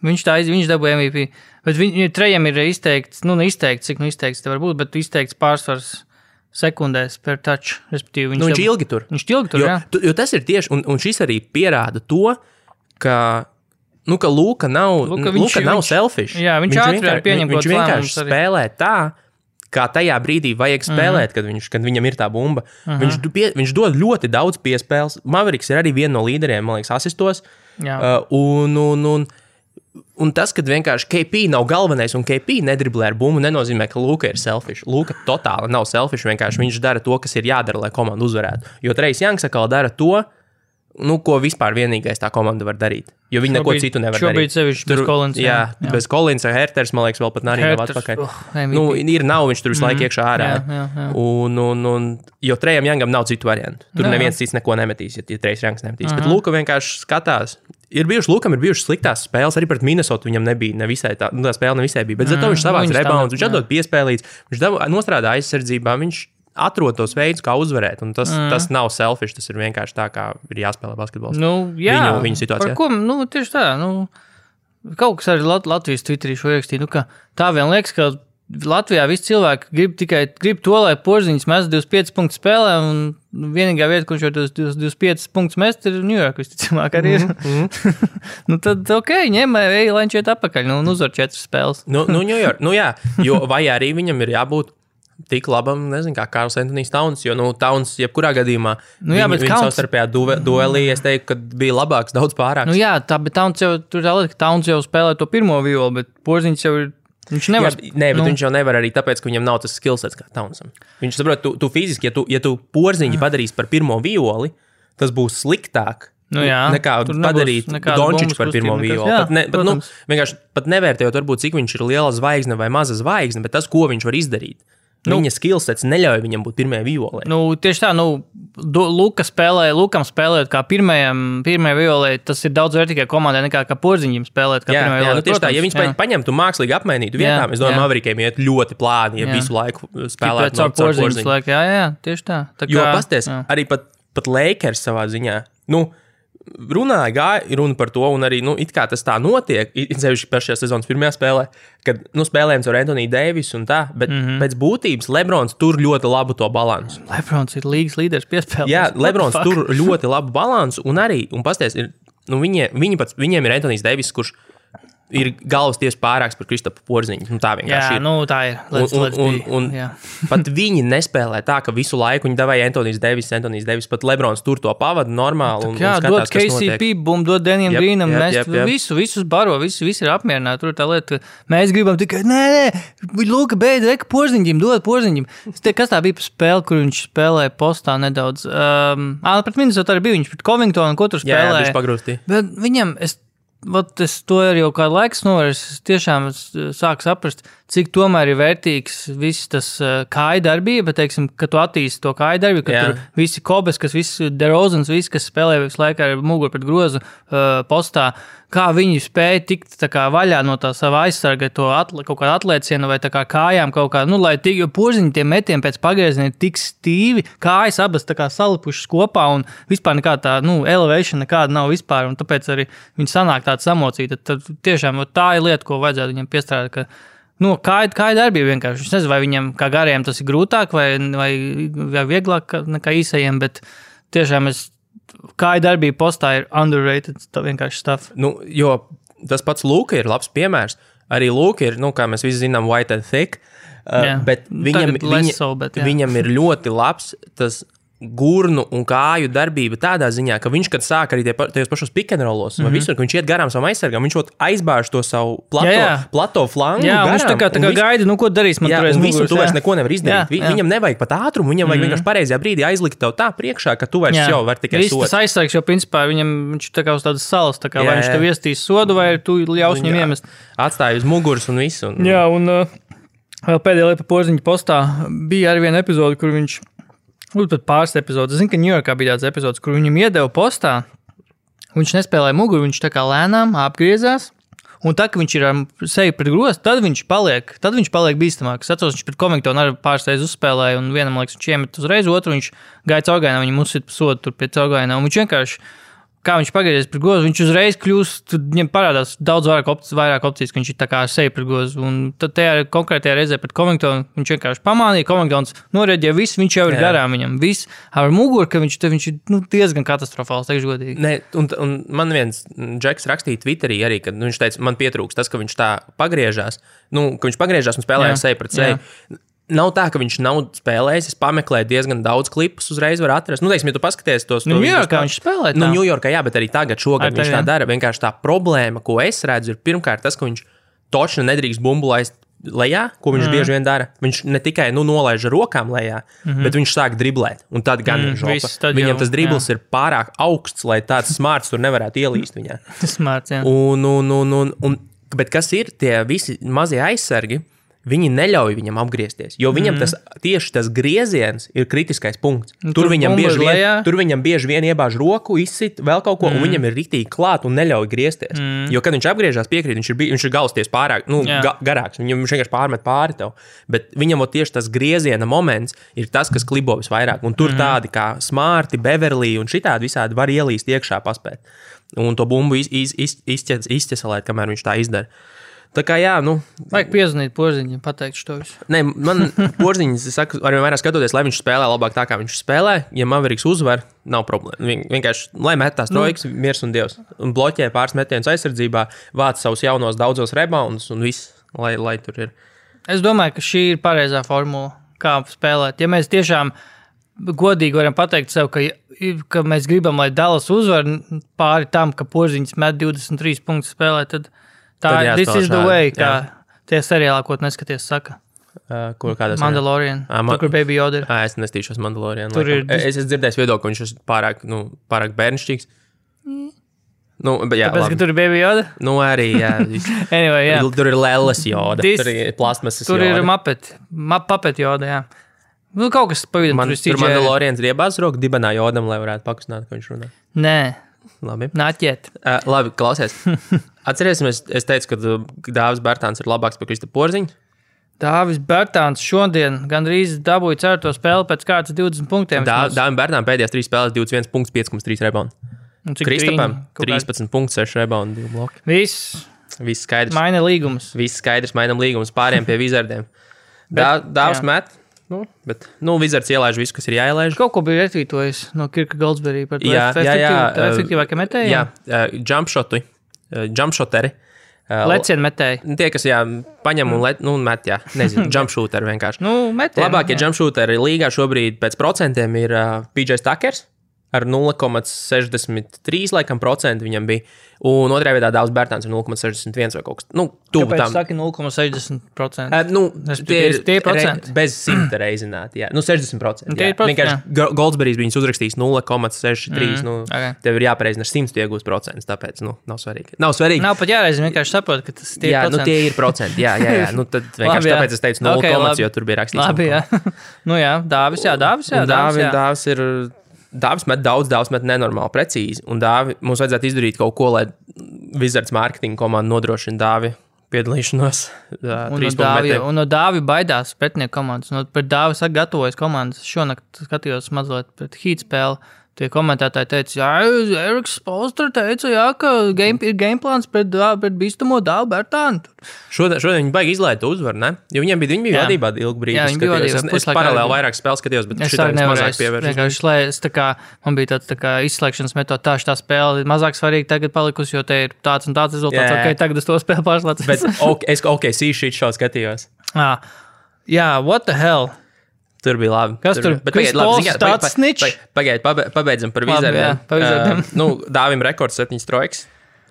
Viņš tā aiz, viņš dabūja MVP. Bet viņam trejam ir izteikts, nu, ne izteikts, cik nu izteikts te var būt, bet izteikts pārsvars sekundēs per touch. Respektīvi, viņš, Nu, viņš dabū- ilgi tur. Viņš ilgi tur, Jo, jā. tu, jo tas ir tieši, un, un šis arī pierāda to, ka, nu, ka Lūka nav, Luka, Luka, viņš- viņš, Luka nav viņš- selfish. jā, viņš ātri var vienkār- pieņemt vi- Viņš kaut kādus vienkārši lēmumus arī. Mhm. spēlē tā, kā tajā brīdī vajag spēlēt, mm. kad, viņš, kad viņam ir tā bumba. Mm. Viņš, du- pie, viņš dod ļoti daudz piespēles. Maveriks ir arī viena no līderiem, man liekas, asistos. jā. Uh, un, un, un, Un tas, ka vienkārši KP nav galvenais un KP nedriblē ar bumbu, nenozīmē, ka Luka ir selfish. Luka totāli nav selfish. Vienkārši viņš dara to, kas ir jādara, lai komanda uzvarētu. Jo Trejs Janks atkal dara to, nu, ko vispār vienīgais tā komanda var darīt. Jo viņi neko citu nevar šobrīd darīt. sevišķi bez Collinsa, jā, jā, jā. jā, bez Kolinsa, Herters, man liekas, vēl pat nav arī nav Herters, atpakaļ. oh, MVP. Mhm. nu, ir nav, viņš tur visu laiku iekšā ārā. jā, jā, jā. Nu, Un, un, un, jo Trejam Jangam nav citu variantu. Tur Jā, Mhm. jā. neviens cits neko nemetīs, ja tie trīs rangs nemetīs. Bet Luka vienkārši skatās. Ir bijuši Lukam, ir bijušas sliktās spēles. Arī pret Minnesotu viņam nebija. Nevisai tā, nu, tā spēle nevisai bija. Bet zato viņš nu, savāca viņš tā rebounds, ne- viņš jā. atdod piespēlīts, viņš deva- nostrādā aizsardzībā. Viņš atrod tos veidus, kā uzvarēt. Un Tas, mm. tas nav selfish, tas ir vienkārši tā, kā ir jāspēlē basketbols. Mhm. Nu, jā, Viņu- viņu situācijā. Par Ko, nu, tieši tā. Nu, kaut kas arī Lat Latvijas Twitterī šo rakstīja. Nu, ka tā vien liekas, ka Latvijā viss cilvēks grib tikai grib to, lai porziņš mēs 25 punktus spēlē. Un vienīgā vieta, kur viņš jau 25 punktus mest, ir Ņujorka. Visticamāk, arī Mhm, ir. Mm -hmm. nu, tad ok, ņem, ej, lai viņš iet apakaļ. Nu, un uzvar četras spēles. Nu, nu, New York, nu jā, jo vai arī viņam ir jābūt tik labam, nezinu, kā Kārls Antonius Tauns, jo, nu, Tauns, jebkurā gadījumā, Nu jā, bet viņa Towns- savstarpējā duve- duelī, es teiktu, ka bija labāks, daudz pārāks. Nu, jā, tā, bet Towns jau, tur tā lieta, ka Towns jau spēlē to pirmo violi, bet porziņš jau ir. Viņš nevar. Jā, nē, bet nu. viņš jau nevar arī tāpēc, ka viņam nav tas skillsets kā Taunsam. Viņš saprot, tu, tu fiziski, ja tu, ja tu porziņu padarīsi par pirmo violi, tas būs sliktāk. Nu jā, nekā tur nebūs padarīt nekāda Dončiču bumbas par pirmo kustība, nekas. violu. Jā, Pat ne, bet, nu, protams. vienkārši pat nevērtējot, varbūt, cik viņš ir liela zvaigzne vai maza zvaigzne, bet tas, ko viņš var izdarīt. Nu. Viņa skillsets neļauj viņam būt pirmajai violai. Nu, tieši tā, nu, Do- Luka spēlē, Lukam spēlējot kā pirmajam, pirmajai violē, tas ir daudz vērtīgāk komandai nekā kā porziņam spēlēt. Kā Jā, pirmajai jā, violē, nu tieši tā, ja protams, viņš jā. paņemtu mākslīgi apmainītu vietām, Jā, es domāju, jā. Mavrikiem iet ļoti plāni, ja Jā. visu laiku uh, Pēc spēlētu caur no- caur porziņu porziņu. slēgt, jā, jā, tieši tā. tā Jo kā- pasties, jā. arī pat, pat Lakers savā ziņā. Nu, Runāja, gāja runa par to, un arī nu, it kā tas tā notiek. Ceļš pašā sezonas pirmajā spēlē, kad nu, spēlējām ar Antoniu Deivisu un tā, bet Mhm. mm -hmm. pēc būtības Lebrons tur ļoti labu to balansu. Lebrons ir līgas līderis piespēlē. Jā, Lebrons tur ļoti labu balansu, un arī, un pasties, ir, nu, viņi, viņi pats, viņiem ir Antonius Deivis, kurš ir galvas tiesas pārāks par Kristapu Porziņu. Nu, tā vienkārši ir. Jā, nu tā ir. Let's, Un- un- let's un- be, un- jā. Pat viņi nespēlē tā, ka visu laiku viņi devēja Antonius Devis, Antonius Devis, pat Lebrons tur to pavada normāli. Un, Jā, un Nu, dod skatās, kas notiek. KCP, bum, dod Denijam Jep, Grīnam, jep, mēs jep, jep. visu, visus baro, visi, visi ir apmierināti. Tur ir tā lieta, ka mēs gribam tikai, nē, nē, lūk, beidz, reka porziņģim, dod porziņģim. Es te- Kas tā bija par spēli, kur viņš spēlēja postā nedaudz? Um, ā, pret Minnesota arī bija viņš, pret Covingtonu, ko tur Jā, jā, spēlēja. viņš pagrūstīja. Bet viņam, es, vat, es to ir jau kādu laiku noris, es tiešām es, eh, sāku saprast, cik tomēr ir vērtīgs viss tas eh, kājdarbība, teiksim, ka tu attīsti to kājdarbību, ka Jā. tur visi kobes, kas visi derozans, visi, kas spēlē visu laiku ar muguru pret grozu eh, postā, kā viņi spēja tikt tā kā vaļā no tā sava aizsarga, to atle, kaut kādu atliecienu vai tā kā kājām kaut kā, nu, lai tik, jo porziņi tiem metiem pēc pagrieziena ir tik stīvi, kājas abas tā kā salipušas kopā un vispār nekāda tā, nu, elevation nekāda nav vispār, un tāpēc arī viņi sanāk tāda samocīta. Tad tiešām vat tā ir lieta, ko vajadzētu viņam piestrādāt. ka Nu, kā ir, kā ir darbība vienkārši. Es nezinu, vai viņam kā gariem tas ir grūtāk vai, vai, vai vieglāk ka- nekā īsajiem, bet tiešām es, kā ir darbība postā, ir underrated. Tā vienkārši stāv. Nu, jo tas pats Lūks ir labs piemērs. Arī Lūks ir, nu, kā mēs visi zinām, white and thick. Uh, Jā. bet Nu, viņam, tagad less so, bet jā. viņam ir ļoti labs tas gurnu un kāju darbība tādā ziņā, ka viņš, kad sāk arī tie pa- tajos pašos pikantrolos, mm -hmm. visur, ka viņš iet garām savam aizsargam, viņš ot aizbāž to savu plato, Mhm. Jā, jā, jā. jā. plato flangu. Jā, Nu, garām, viņš tā kā, tā un kā viss- gaida, nu, ko darīs man Jā, tur aiz un visu muguras, tu vairs jā. neko nevar izdarīt. Jā, Vi- jā. Mhm. Viņam nevajag pat ātrumu, viņam vajag vienkārši pareizajā brīdī aizlikt tev tā priekšā, ka tu vairs Jā. jau vari tikai Viss tas sūdzēt. aizsargs, jo principā viņam viņš tā kā uz tādas salas, tā kā Jā, vai viņš jā. tev iestīs sodu, vai tu ļaus viņam iemest. Atstāj uz muguras un visu. Un... Jā, un uh, vēl pēdējā lieta par porziņu postā bija arī viena epizode, kur viņš. Nu, pat pāris epizodes. Zinu, ka Ņujorkā bija tāds epizodes, kur viņam iedeva postā. Viņš nespēlēja muguru, viņš tā kā lēnām apgriezās. Un tā, ka viņš ir ar seju pret grozu, tad viņš paliek, tad viņš paliek bīstamāks. Es atceros, viņš pret komiktonu arī pāris reizes uzspēlēja, un vienam liekas, viņš iemet uzreiz, otru viņš gāja caurgainā, viņam uzsita pa sodu tur pie caurgainā. Un viņš vienkārši, kā viņš pagriezies pret grozu, viņš uzreiz kļūst, tad viņam parādās daudz vairāk, opci, vairāk opcijas, ka viņš ir tā kā ar seju pret grozu. Un tad tajā konkrētajā reizē pret komiktonu viņš vienkārši pamanīja, komiktons norēģēja visu, viņš jau ir Jā. Jā. garām viņam, viss ar muguru, ka viņš, te, viņš ir nu, diezgan katastrofāls, teikšu godīgi. Nē, un, un man viens mm, džeks rakstīja Twitterī arī, ka nu, viņš teica, man pietrūks tas, ka viņš tā pagriežās, nu, ka viņš pagriežās un spēlēja Jā, seju pret seju. Nav tā, ka viņš nav spēlējis. Es pameklēju diezgan daudz klipus, uzreiz var atrast. Nu, teiksim, ja tu paskaties tos Nu, to Ņujorkā video viņš spēlē tā. Nu, Ņujorkā, jā, bet arī tagad, šogad Arī arī viņš tagad, tā jā. dara. Vienkārši tā problēma, ko es redzu, ir pirmkārt tas, ka viņš točni nedrīkst bumbulēt lejā, ko viņš mm. bieži vien dara. Viņš ne tikai nu, nolaiž ar rokām lejā, mm Mhm. -hmm. bet viņš sāk driblēt. Un tad gan Mm, mm, žopa. viss, tad Viņam jau, tas dribbles jā. ir pārāk augsts, lai tāds smārts tur nevarētu ielīst viņā. Tas mācīja. Un, un, un, un, un, bet kas ir tie visi mazie aizsargi? Viņi neļauj viņam apgriezties, jo viņam mm. tas tieši tas grieziens ir kritiskais punkts. Mhm. Nu, Tur, tur tur, viņam bumba bieži ir vien, lejā. tur viņam bieži vien iebāž roku, izsit vēl kaut ko, mm. un viņam ir rītīgi klāt un neļauj griezties. Mm. Jo, kad viņš apgriežas, piekrīt, viņš ir, bij- viņš ir gausties pārāk nu, Jā. ga, garāks. Viņam viņš vienkārši pārmet pāri tev. Bet viņam ot tieši tas grieziena moments ir tas, kas klibo visvairāk. Un tur mm. tādi kā smārti, beverlī un šitādi visādi var ielīst iekšā paspēt. Un to bumbu iz, iz, iz, izķes, izķeselēt, kamēr viņš tā izdara. Tā kā jā, nu, Vajag piezvanīt porziņam, pateikt šo visu. Nē, man porziņš, es saku, arī vairāk skatoties, lai viņš spēlē labāk tā, kā viņš spēlē. Ja Mavericks uzvar, nav problēma. Vien, vienkārši, lai met tās trojkas, nu. miers un dievs. Un bloķē pāris metienus aizsardzībā, vāc savus jaunos daudzos rebounds un viss, lai, lai tur ir. Es domāju, ka šī ir pareizā formula, kā spēlēt. Ja mēs tiešām godīgi varam pateikt sev, ka, ka mēs gribam, lai Dallas uzvar pāri tam, ka porziņš met 23 punktus spēlē, tad tā Tad ir. This jāspēlē is the šādi, way, jā. kā tie seriālā, ko tu neskaties, saka Uh, Kur kādā Mandalorian. Ā, man- Tur, kur Baby Yoda ir. Ā, es nestīšos Mandalorianā. Tur ir dis- Es esmu dzirdējis viedokli, ka viņš ir pārāk, nu, pārāk bērnišķīgs. Nu, bet jā, Mm. Tāpēc, labi. ka tur ir Baby Yoda. Nu, arī, jā. viss. Anyway, jā. Tur ir lēlas joda, Dis- tur ir plasmasas Tur joda. ir mapeti, map, papeti joda, jā. Nu, kaut kas pavisam Man, CGI. tur man ir Lorija Riebāns, roka dibenā jodam, lai varētu pakustināt, ka viņš runā. Nē, Labi, nāķiet. uh, labi klausies. Atcerēsimies, es teicu, ka Dārzs Bērtāns ir labāks par Kristu Porziņu. Dāvis Bērtāns šodien gandrīz dabūja ceturto spēli pēc kārtas 20 punktiem. vismaz. Dārzs Bērtāns pēdējās trīs spēlēs 21 punkts, 5,3 rebounds. Un cik Kristapam trīņi, kaut kādi. 13 punkts, 6 rebounds, 2 bloki. Viss Viss skaidrs. maina līgumus. Viss skaidrs, mainām līgumus pāriem pie vizardiem. Dā- Dārzs jā. met, nu, bet nu, vizards ielaiž visu, kas ir jāielaiž. Kaut ko bija retvītojis no Kirka Goldsberry par to Jā, jā, jā, efektīvākiem efektīvākie metēji. Jā, uh, jumpshoteri. Uh, jumpshoteri. Uh, Lecienu metēji. Tie, kas jā, paņem un, let, nu, un met, jā, nezinu, jumpshooter vienkārši. Mm. Nu, metēji. Labākie jumpshooteri līgā šobrīd pēc procentiem ir uh, PJ Stakers. Ar 0,63 laikam procentu viņam bija. Un otrajā vietā Dārzs Bērtāns ar 0,61 vai kaut kas tāds. Nu, tuvu Tāpēc tam. saka 0,60%. Uh, nu, Es- tie ir tie ir procenti. re- Bez simta reizināti. Jā, nu 60%. Tie Jā. ir procenti, Vienkārši Go- Goldsbergs viņus uzrakstīs 0,63. Mm, nu, ok. Tev ir jāpareizina ar 100 iegūst procentus, tāpēc nu, nav svarīgi. Nav svarīgi. Nav pat jāreizina, vienkārši saprot, ka tas tie jā, ir. nu, tie ir procenti. Jā, jā, jā. Nu, tad vienkārši jā. tāpēc es teicu 0,5, Ok, okay, labi. jo tur bija rakstīts. Labi, jā. nu jā, dāvis, jā, dāvis, jā. Dāvis, Dāvins jā. dāvis ir. Dāvis met daudz, dāvis met nenormāli precīzi. Un dāvi, mums vajadzētu izdarīt kaut ko, lai Vizards mārketinga komanda nodrošina dāvi piedalīšanos. ā, Un no, trīs punktu dāvi, metējiem. un no dāvi baidās pretinieku komandas. No, par dāvi saka, gatavojas komandas. Šonakt skatījos mazliet pret hītu spēli. Tie komentētāji teica, jā, Eriks Polster teica, jā, ka game, ir game plāns pret, dā- pret bīstamo dāvu Bertānu. Šodien, šodien viņi baigi izlaiž to uzvaru, ne? Jo viņiem bija, viņi bija Jā. vadībā ilgu brīdi. Jā, es viņi bija skatījos. vadībā, Es- Es puslaikā paralēli arī. vairāk spēles skatījos, bet Es šitā arī es nevaru. mazāk Es pievērsu. vienkārši, lai es tā kā, man bija tāds tā kā izslēgšanas metode, tā šī spēle ir mazāk svarīga tagad palikusi, jo te ir tāds un tāds Jā. rezultāts. Ok, tagad es to spēlu pārslēdzu. Bet ok, es ok, sīši šī šā skatījos. Ā, Ah. Jā, what the hell? Tur bija labi. Kas tur? bet Chris pagaid, labi, Pauls zini kā, tāds pagaid, snitch? pagaid, Pagaid, pabe- pabeidzam par Labi, jā, vizardiem. par vizardiem. Uh, nu, dāvim rekords 7 trojks.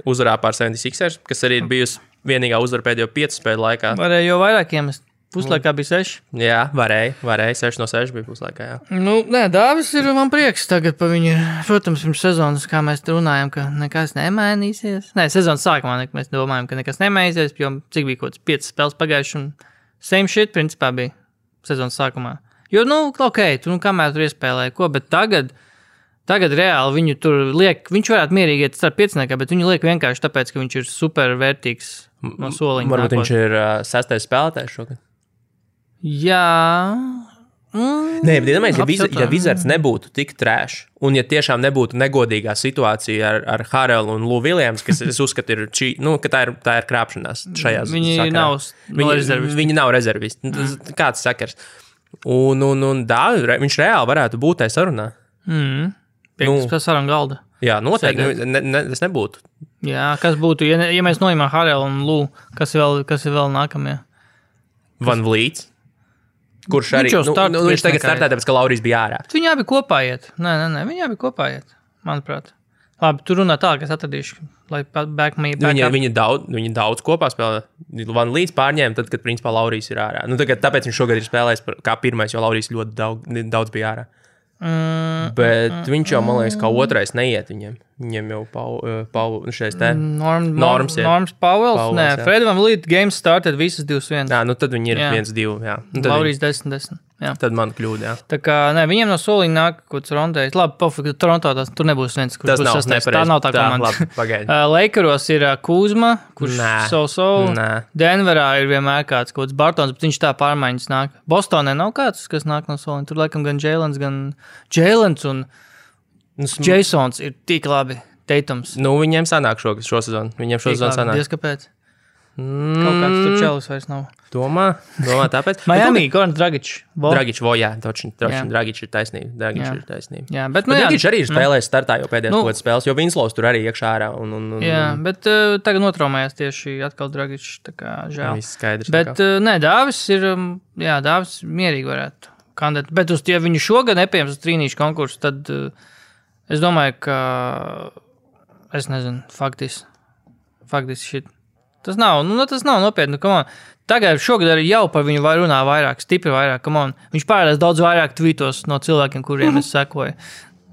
Uzvarā pār 76ers, kas arī ir bijusi vienīgā uzvara pēdējo 5 spēļu laikā. Varēja jau vairāk iemest. Mm. Puslaikā bija seši. Jā, varēja, varēja. 6 no 6 bija puslaikā. Jā. Nu, nē, Dāvis ir man prieks tagad par viņu. Protams, pirms sezonas, kā mēs te runājam, ka nekas nemainīsies. Nē, sezonas sākumā ne- mēs domājam, ka nekas nemainīsies, jo cik bija kaut kāds piecas spēles pagājuši un same shit principā bija sezonas sākumā. Jo, nu, ok, tu nu, kamēr tur iespēlēji ko, bet tagad. Tagad reāli viņu tur liek, viņš varētu mierīgi iet starp pieciniekā, bet viņu liek vienkārši tāpēc, ka viņš ir supervērtīgs no soliņa. Varbūt nākotnē. viņš ir 6 uh, spēlētājs šogad. Jā, mm, Nē, bet iedomājieties, ja, Labi viz, ja saprotu. Vizards nebūtu tik trēš, un ja tiešām nebūtu negodīgā situācija ar, ar Harelu un Lūku Viljams, kas es uzskatu, ir šī, nu, ka tā ir, tā ir krāpšanās šajā Viņi sakarā. nav s- no Viņi, rezervisti. viņi nav rezervisti. Nu, tas- Kāds sakars? Un, un, un dā, re- viņš reāli varētu būt tajā sarunā. mm, Nu. piekts pēc sarunu galda. Jā, noteikti. Nu, Ne, ne, tas nebūtu. Jā, kas būtu, ja, ne- ja mēs noņemam Harelu un Lūku, kas, vēl- kas ir vēl nākamie? Van Vlīts. Kurš arī Viņš jau nu, starta nu, viņš tagad pieciniekā startē, tāpēc ka Laurijas bija ārā. Viņi abi kopā iet. Nē, nē, nē viņi abi kopā iet, manuprāt. Labi, tur runā tālāk, es atradīšu, lai backmīte. Viņa, viņa, daudz, viņa daudz kopā spēlē. Van Līdz pārņēma, tad, kad principā Laurijas ir ārā. Nu, tagad, tāpēc viņš šogad ir spēlējis par- kā pirmais, jo Laurijas ļoti daudz, daudz bija ārā. Mm, Bet viņš jau, man liekas, kā otrais neiet viņam. Viņam jau pau, nu, šeit te. norm, norms, Norms, jā. norms Pavels. Powells, Nē, jā. Fredam līdz game started visas 2-1. Jā, nu tad viņi ir Jā. viens, divi. Jā, nu, tad, viņi, Laurijas 10-10. Jā. tad man kļūda. Jā. Tā kā nē, viņiem no soliņa nāk kaut kāds rondējs. Labi, pofīgi, Toronto tas tur nebūs viens, kurš Tas būs nav sastais. nepareizi. Tā nav tā Tā, komanda. labi, pagaidi. Uh, Lakeros ir uh, Kuzma, kurš Nē. so-so. Nē. Denverā ir vienmēr kāds, kaut kāds Bartons, bet viņš tā pārmaiņas nāk. Bostonē nav kāds, kas nāk no soliņa. Tur laikam gan Jēlens, gan Jēlens un Nu, sm- Jasons ir tik labi. Teitums. Nu, viņiem sanāk šo, šo sezonu. Viņiem šo sezonu sanāk. Diez kāpēc. Kaut kāds Mm, tur čelis vairs nav. domā, domā, tāpēc. Miami, Goran Dragičs. Vol- Dragičs, vo, jā, točin, Jā. točin, Dragičs ir taisnība. Dragičs Jā. ir taisnība. Jā, bet, nu, Nu, jā, Dragičs arī ir spēlējis startā jau pēdējās Nu. nu, spēles, jo Vinslovs tur arī iekšā ārā. Un, un, un, jā, bet uh, tagad notraumējās tieši atkal Dragičs. Tā kā un žēl. viss skaidrs. Bet, uh, nē, Dāvis ir. um, Jā, Dāvis mierīgi varētu kandidēt. Bet, uz, ja viņi šogad nepieņems uz trīnīšu konkursu, tad uh, es domāju, ka. Es nezinu, faktiski. Faktiski šit. Tas nav, nu, nu, tas nav nopietni. come on. Tagad, šogad arī jau par viņu vai- runā vairāk, stipri vairāk. come on. Viņš pārādās daudz vairāk tvītos no cilvēkiem, kuriem es sekoju.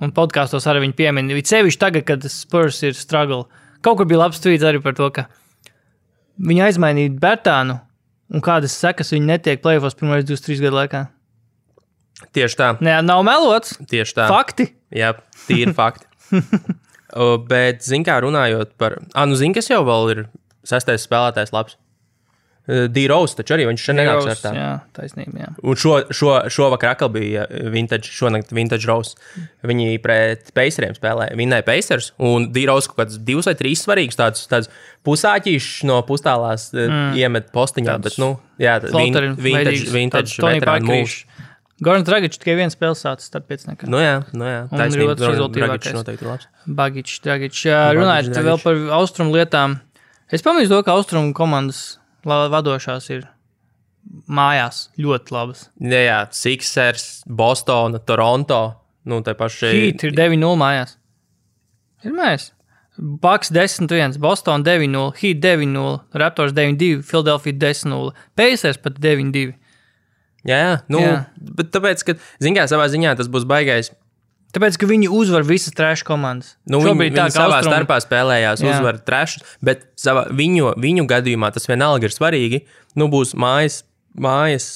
Un podkāstos arī viņi piemin. It sevišķi tagad, kad Spurs ir struggle. Kaut kur bija labs tvīts arī par to, ka viņi aizmainīja Bertānu. Un kādas sekas viņi netiek plēvos pirmajos 23 gadu laikā? Tieši tā, Nē, nav melots. tieši tā. Fakti. Jā, tīri fakti. O, Bet, zin kā runājot par. Ah, nu, zin, kas jau vēl ir sastais spēlētājs labs. Dīraus, taču arī viņš šeit nenāk startā. Jā, taisnība. Jā. Un šo, šo, šovakar atkal bija eh, vintage, šonakt vintage rose. Viņi pret Paceriem spēlēja. Vinēja Pacers un Dīraus kaut kāds divs vai trīs svarīgs tāds, tāds pusāķīšs no pustālās mm. iemet postiņā. Bet, nu, jā, tā vin, Flauterim vintage, veidīgs, tāds vintage, Tony veterānu Parker mūžs. īšs. Goran Dragičs tikai viens spēles sācis starp piecniekiem. Nu jā, nu jā. Un Taisnība, ļoti Dra- rezultīvākais. Dragičs noteikti ir labs. Bagičs, Dragičs. Jā, Runājot Dragičs. vēl par austrumu lietām, es pamanīju to, ka austrumu komandas la- vadošās ir mājās ļoti labas. Jā, jā, Sixers, Bostona, Toronto. Nu, tā paša Heat ir 9-0 mājās. Ir mājās. Baks 10-1, Boston 9-0, Heat 9-0, Raptors 9-2, Philadelphia 10-0, Pacers pat 9-2. Jā, jā, nu, jā. Jā. bet tāpēc, ka, zināmā savā ziņā, tas būs baigais. Tāpēc, ka viņi uzvar visas trešās komandas. Nu, viņi Šobrīd viņi savā Austrum- starpā spēlējās, Jā. uzvarēja trešus, bet savā, viņu, viņu gadījumā tas vienalga ir svarīgi. Nu, būs mājas, mājas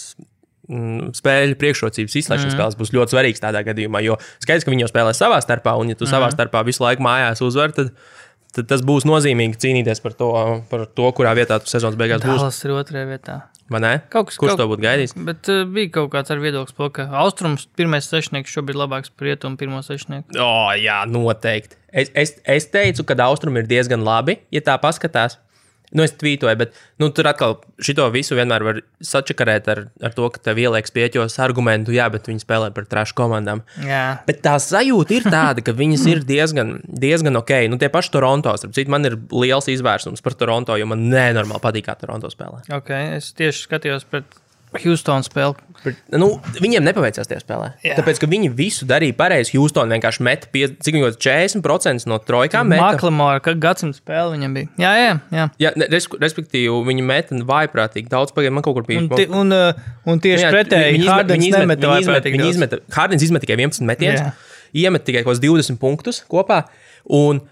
mm, spēļu priekšrocības Mhm. izslēgšanas mm. spēles, būs ļoti svarīgs tādā gadījumā. Jo skaidrs, ka viņi jau spēlē savā starpā, un ja tu mm. Mhm. savā starpā visu laiku mājās uzvari, tad, tad tas būs nozīmīgi cīnīties par to, par to kurā vietā tu sezonas beigās būsi. Dallas ir otrajā vietā. Vai ne? Kaut kas- Kurš kaut- to būtu gaidījis? Bet uh, bija kaut kāds ar viedokli, par to, ka austrums pirmais sešnieks šobrīd ir labāks par rietumu pirmo sešnieku. O, oh, jā, noteikti. Es, es, es teicu, ka austrumi ir diezgan labi, ja tā paskatās. Nu, es tvītoju, bet nu, tur atkal šito visu vienmēr var sačakarēt ar, ar to, ka tev ieliks pieķos argumentu, jā, bet viņi spēlē par trašu komandām. Jā, Bet tā sajūta ir tāda, ka viņas ir diezgan, diezgan ok. Nu, tie paši Toronto. Starp citu, man ir liels izvērsums par Toronto, jo man nenormāli patīk, kā Toronto spēlē. ok. Es tieši skatījos pret Houston spēli. Bet, Nu, viņiem nepaveicās tie spēlē. Jā. Jā. Tāpēc, ka viņi visu darīja pareizi. Houston vienkārši met pie, cik viņi kaut kāds 40% no trojkām. meta. Maklamāra, ka gadsimta spēle viņam bija. Jā, jā, jā. Jā, ne, res, respektīvi, viņi meta vaiprātīgi daudz, pagaidām, man kaut kur bija. Un, ti, un, uh, un tieši Nu Jā, pretēji viņi izmet- viņa izmet, viņi izmet- nemeta viņi vairs izmet- tik Viņi daudz. izmet, Hardens izmet tikai 11 metienus, Jā. iemet tikai kaut kādus 20 punktus kopā. Un,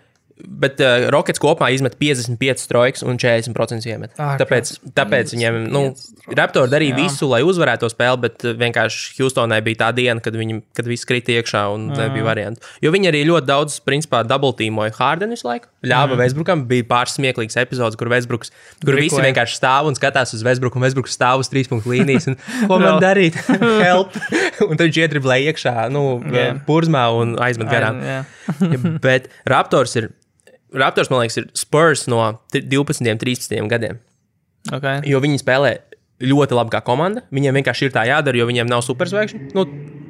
Bet uh, Rockets kopumā izmet 55 strokes un 40% iemet. Ārprāts. Tāpēc, tāpēc viņiem, nu, Raptori darīja jā. visu, lai uzvarētu to spēli, bet uh, vienkārši Houstonai bija tā diena, kad, viņi, kad viss krita iekšā un nebija variantu. Jo viņi arī ļoti daudz, principā, dubultīmoja Hardenu visu laiku. Ļāva Vēsbrukam, bija pāris smieklīgs epizodes, kur Vēsbruks, kur visi Brikoja. vienkārši stāv un skatās uz Vēsbruku, un Vēsbruks stāv uz trīs punktu līnijas. Un, ko man darīt? Help! Un tad viņš ietriblē iekšā, nu, Jā. yeah. purzmā un aizmet garām. Jā. Bet Raptors ir, Raptors, man liekas, ir spurs no tri- 12, 13 gadiem. Okay. Jo viņi spēlē ļoti labi kā komanda. Viņiem vienkārši ir tā jādara, jo viņiem nav superzvaigžņu. Nu,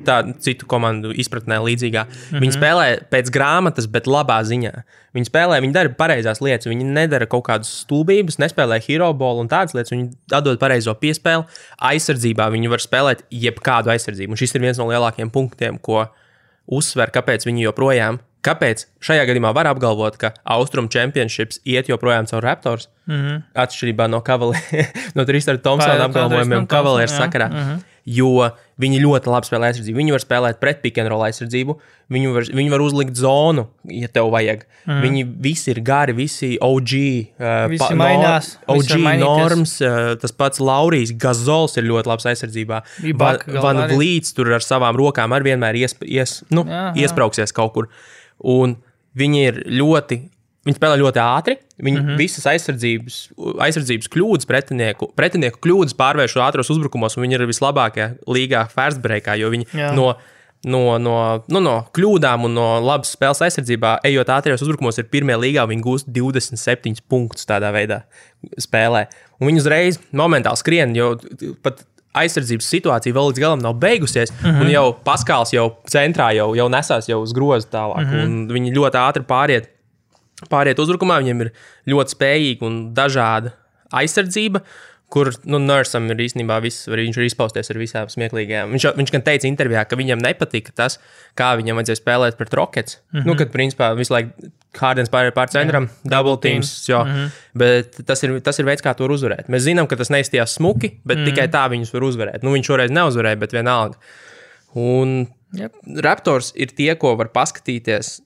tā citu komandu izpratnē līdzīgā. Mm -hmm. Viņi spēlē pēc grāmatas, bet labā ziņā. Viņi spēlē, viņi dara pareizās lietas. Viņi nedara kaut kādas stulbības, nespēlē hero bolu un tādas lietas. Viņi dod pareizo piespēli. Aizsardzībā viņi var spēlēt jebkādu aizsardzību. Un šis ir viens no lielākajiem punktiem, ko uzsver, kāpēc viņi joprojām Kāpēc šajā gadījumā var apgalvot, ka Austrum Championships iet joprojām caur Raptors? Mm Mhm. -hmm. Atšķirībā no, Cavalier- no Trīsdārta Thompsona Kādreiz apgalvojumiem, Thompsona, Cavaliers jā. Mhm. sakarā. Mm -hmm. Jo viņi ļoti labi spēlē aizsardzību. Viņi var spēlēt pret pick and roll aizsardzību, viņi var, viņi var uzlikt zonu, ja tev vajag. Mm. Viņi visi ir gari, visi OG, uh, Mhm. Visi pa- mainās, no, visi var OG mainīties. norms, uh, tas pats Laurijas Gazols ir ļoti labs aizsardzībā. Ibaka Va- galvā Van arī. Vlīts tur ar savām rokām arī vienmēr ies, ies, nu, Jā, jā. iesprāgsies kaut kur. Un viņi ir ļoti. Viņi spēlē ļoti ātri. Viņi mm -hmm. visas aizsardzības, aizsardzības kļūdas, pretinieku, pretinieku kļūdas pārvērš ātros uzbrukumos, un viņi ir vislabākie līgā, first breakā, jo viņi Jā. no, no, no, nu, no kļūdām un no labas spēles aizsardzībā, ejot ātros uzbrukumos, ir pirmie līgā, un viņi gūst 27 punktus tādā veidā spēlē. Un viņi uzreiz momentāli skrien, jo pat aizsardzības situācija vēl līdz galam nav beigusies. Mm -hmm. Un jau Paskāls jau centrā jau, jau nesās jau uz groza tālāk. Mm -hmm. Viņi ļoti ātri pāriet, pāriet uzbrukumā. Viņiem ir ļoti spējīga un dažāda aizsardzība. Kur nu, Nursam ir īstenībā viss, var- viņš var izpausties ar visām smieklīgajām. Viņš, viņš gan teica intervijā, ka viņam nepatika tas, kā viņam vajadzēja spēlēt pret Rockets. Mm -hmm. Nu, kad principā visu laiku Hārdens pārējai pār centram, double teams. Jo, mm -hmm. Bet tas ir, tas ir veids, kā to uzvarēt. Mēs zinām, ka tas neizstījās smuki, bet mm -hmm. tikai tā viņus var uzvarēt. Nu, viņš šoreiz neuzvarēja, bet vienalga. Un Jep. Raptors ir tie, ko var paskatīties,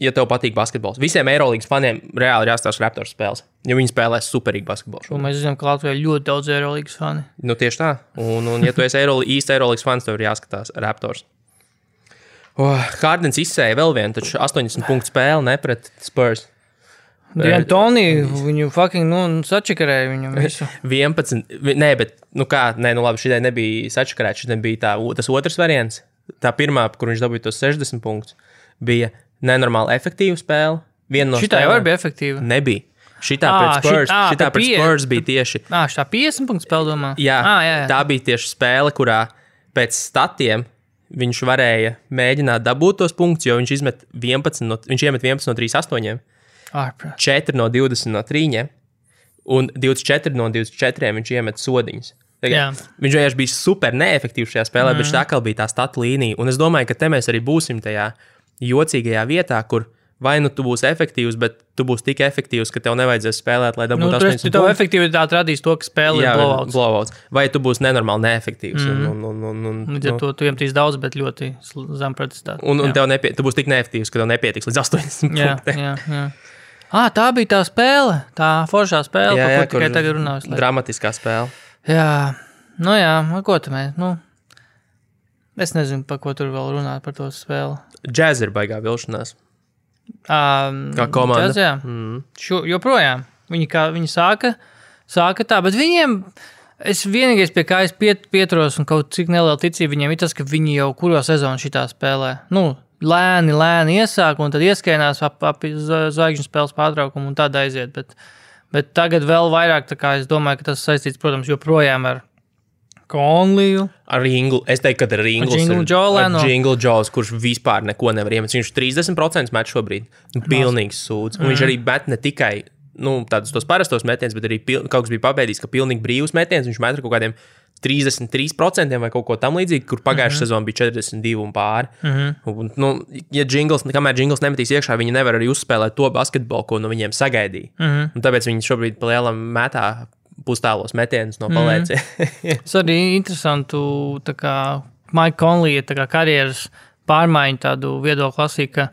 ja tev patīk basketbols. Visiem Eirolandes faniem reāli ir jāstāsta Raptors spēles, jo viņi spēlēs superīgu basketbolu. Un šobrīd. mēs zinām, ka Latvijā ir ļoti daudz aerolīgas fani. Nu, tieši tā. Un, un ja tu esi Eiroli, īsts Eirolandes fans, tev ir jāskatās Raptors. Oh, Hardens izsēja vēl vienu, taču 80 punktu spēli ne pret Spurs. Dienu Toni, viņu fucking, nu, sačakarēja viņu visu. 11, vi- nē, bet, nu kā, nē, nu labi, šī ideja nebija sačakarēta, šī bija tā, o- tas otrs variants. Tā pirmā, kur viņš dabūja tos 60 punktus, bija nenormāli efektīva spēle. Viena no Šitā jau spēlēm var būt efektīva. Nebija. Šitā Ā, pret Spurs, šit- ā, šitā pret pret pie- Spurs bija tieši. Ā, šitā 50 punktu spēle, domā. Jā, Ā, jā, jā. tā bija tieši spēle, kurā pēc statiem viņš varēja mēģināt dabūt tos punktus, jo viņš, izmet 11 no, viņš iemet 11 no 38, Ārprāt. 4 no 20 no 3 un 24 no 24 viņš iemet sodiņus. Tā kā Jā. Mhm. Viņš vienkārši bija super neefektīvs šajā spēlē, mm. bet tā kā bija tā statu līnija. Un es domāju, ka te mēs arī būsim tajā jocīgajā vietā, kur vai nu tu būsi efektīvs, bet tu būsi tik efektīvs, ka tev nevajadzēs spēlēt, lai Nu, dabūtu tu esi 80 tev punktus. efektivitāte radīs to, ka spēle ir Jā, blowouts. Mhm. blowouts. Vai tu būsi nenormāli neefektīvs? Mm. Un, un, un, un, un, Līdz ar to tu iemetīs daudz, bet ļoti sl- zem pretestāvā. nu. un, un tev nepie... tu būsi tik neefektīvs, ka tev nepietiks līdz 80. jā, punktiem. jā, jā. À, tā bija tā spēle, tā foršā spēle, jā, jā, par ko tikai tagad runāju. Lai... Dramatiskā spēle. Jā, nu jā, nu ko tu mēs? Nu, es nezinu, par ko tur vēl runāt par to spēli. Džēz ir baigā vilšanās. Um, Kā komanda. Tas, jā, Mm. Šo, joprojām viņi, kā, viņi sāka, sāka tā, bet viņiem. Es vienīgais, pie kā es piet, pieturos, un kaut cik neliela ticība viņiem ir tas, ka viņi jau kuro sezonu šitā spēlē. Nu, lēni, lēni iesāk, un tad ieskainās ap, ap z- zvaigžņu spēles pārtraukumu un tādā aiziet. Bet, bet tagad vēl vairāk, tā kā es domāju, ka tas saistīts, protams, joprojām ar Konliju. Ar Inglu, es teiktu, ka ar Inglu Jingle Joe Leno. Jingle Jones, kurš vispār neko nevar iemest. Viņš 30% met šobrīd. Nu, pilnīgs sūds. Mm. Viņš arī met ne tikai nu, tādus tos parastos metienus, bet arī pil... kaut kas bija pabeigts, ka pilnīgi brīvs metiens. Viņš met ar kaut kādiem 33% vai kaut ko tamlīdzīgu, kur pagājušā mm -hmm. sezonā bija 42 un pāri. Mm -hmm. un, nu, ja jingls, kamēr jingls nemetīs iekšā, viņi nevar arī uzspēlēt to basketbolu, ko no viņiem sagaidīja. Mm -hmm. Un tāpēc viņi šobrīd pa lielam metā pustālos metienus no palēcēm. Mm -hmm. Tas arī interesantu, tā kā Maika Konlija tā kā karjeras pārmaiņu tādu viedokli lasīju, ka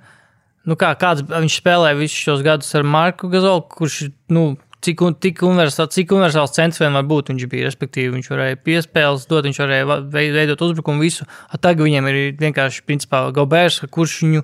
nu kā, kāds, viņš spēlēja visus šos gadus ar Marku Gazolu, kurš ir, nu, cik, un, cik, universāls, cik universāls centrs vien var būt viņš bija. Respektīvi, viņš varēja piespēles dot, viņš varēja va- vei- veidot uzbrukumu visu. A tagad viņam ir vienkārši principā Gaubērs, kurš viņu.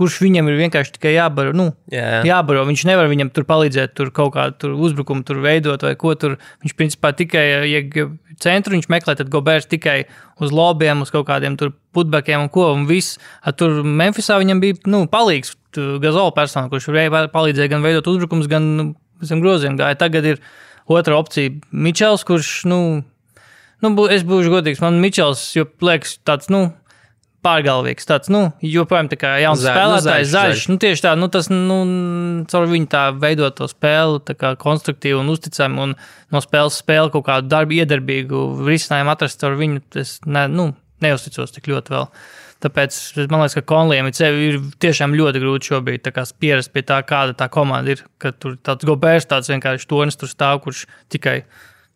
Kurš viņam ir vienkārši tikai jābaro. Nu, Jā. jābaro. Viņš nevar viņam tur palīdzēt, tur kaut kādu tur uzbrukumu tur veidot vai ko tur. Viņš principā tikai, ja g- centru viņš meklē, tad gobērs tikai uz lobiem, uz kaut kādiem tur putbekiem un ko. Un viss, A, tur Memphisā viņam bija nu, palīgs gazola persona, kurš varēja pa- palīdzēt gan veidot uzbrukumus, gan nu, zem groziem gāja. Tagad ir otra opcija - Mičels, kurš, nu, nu, bū- es būšu godīgs, man Mičels jo liekas tāds, nu, pārgalvīgs, tāds, nu, joprojām tā kā Zaļ- jauns Zai, nu, spēlētājs, zaļš, nu, zaļš, Nu, tieši tā, nu, tas nu, caur viņu tā veidot to spēli, tā kā konstruktīvi un uzticami, un no spēles spēle kaut kādu darbu, iedarbīgu risinājumu atrast caur viņu. Es ne, nu, neusticos tik ļoti vēl. Tāpēc man liekas, ka Konlijam ir, sevi ir tiešām ļoti grūti šobrīd tā kā pierast pie tā, kāda tā komanda ir. Kad tur tāds gobērs, tāds vienkārši tonis tur stāv, kurš tikai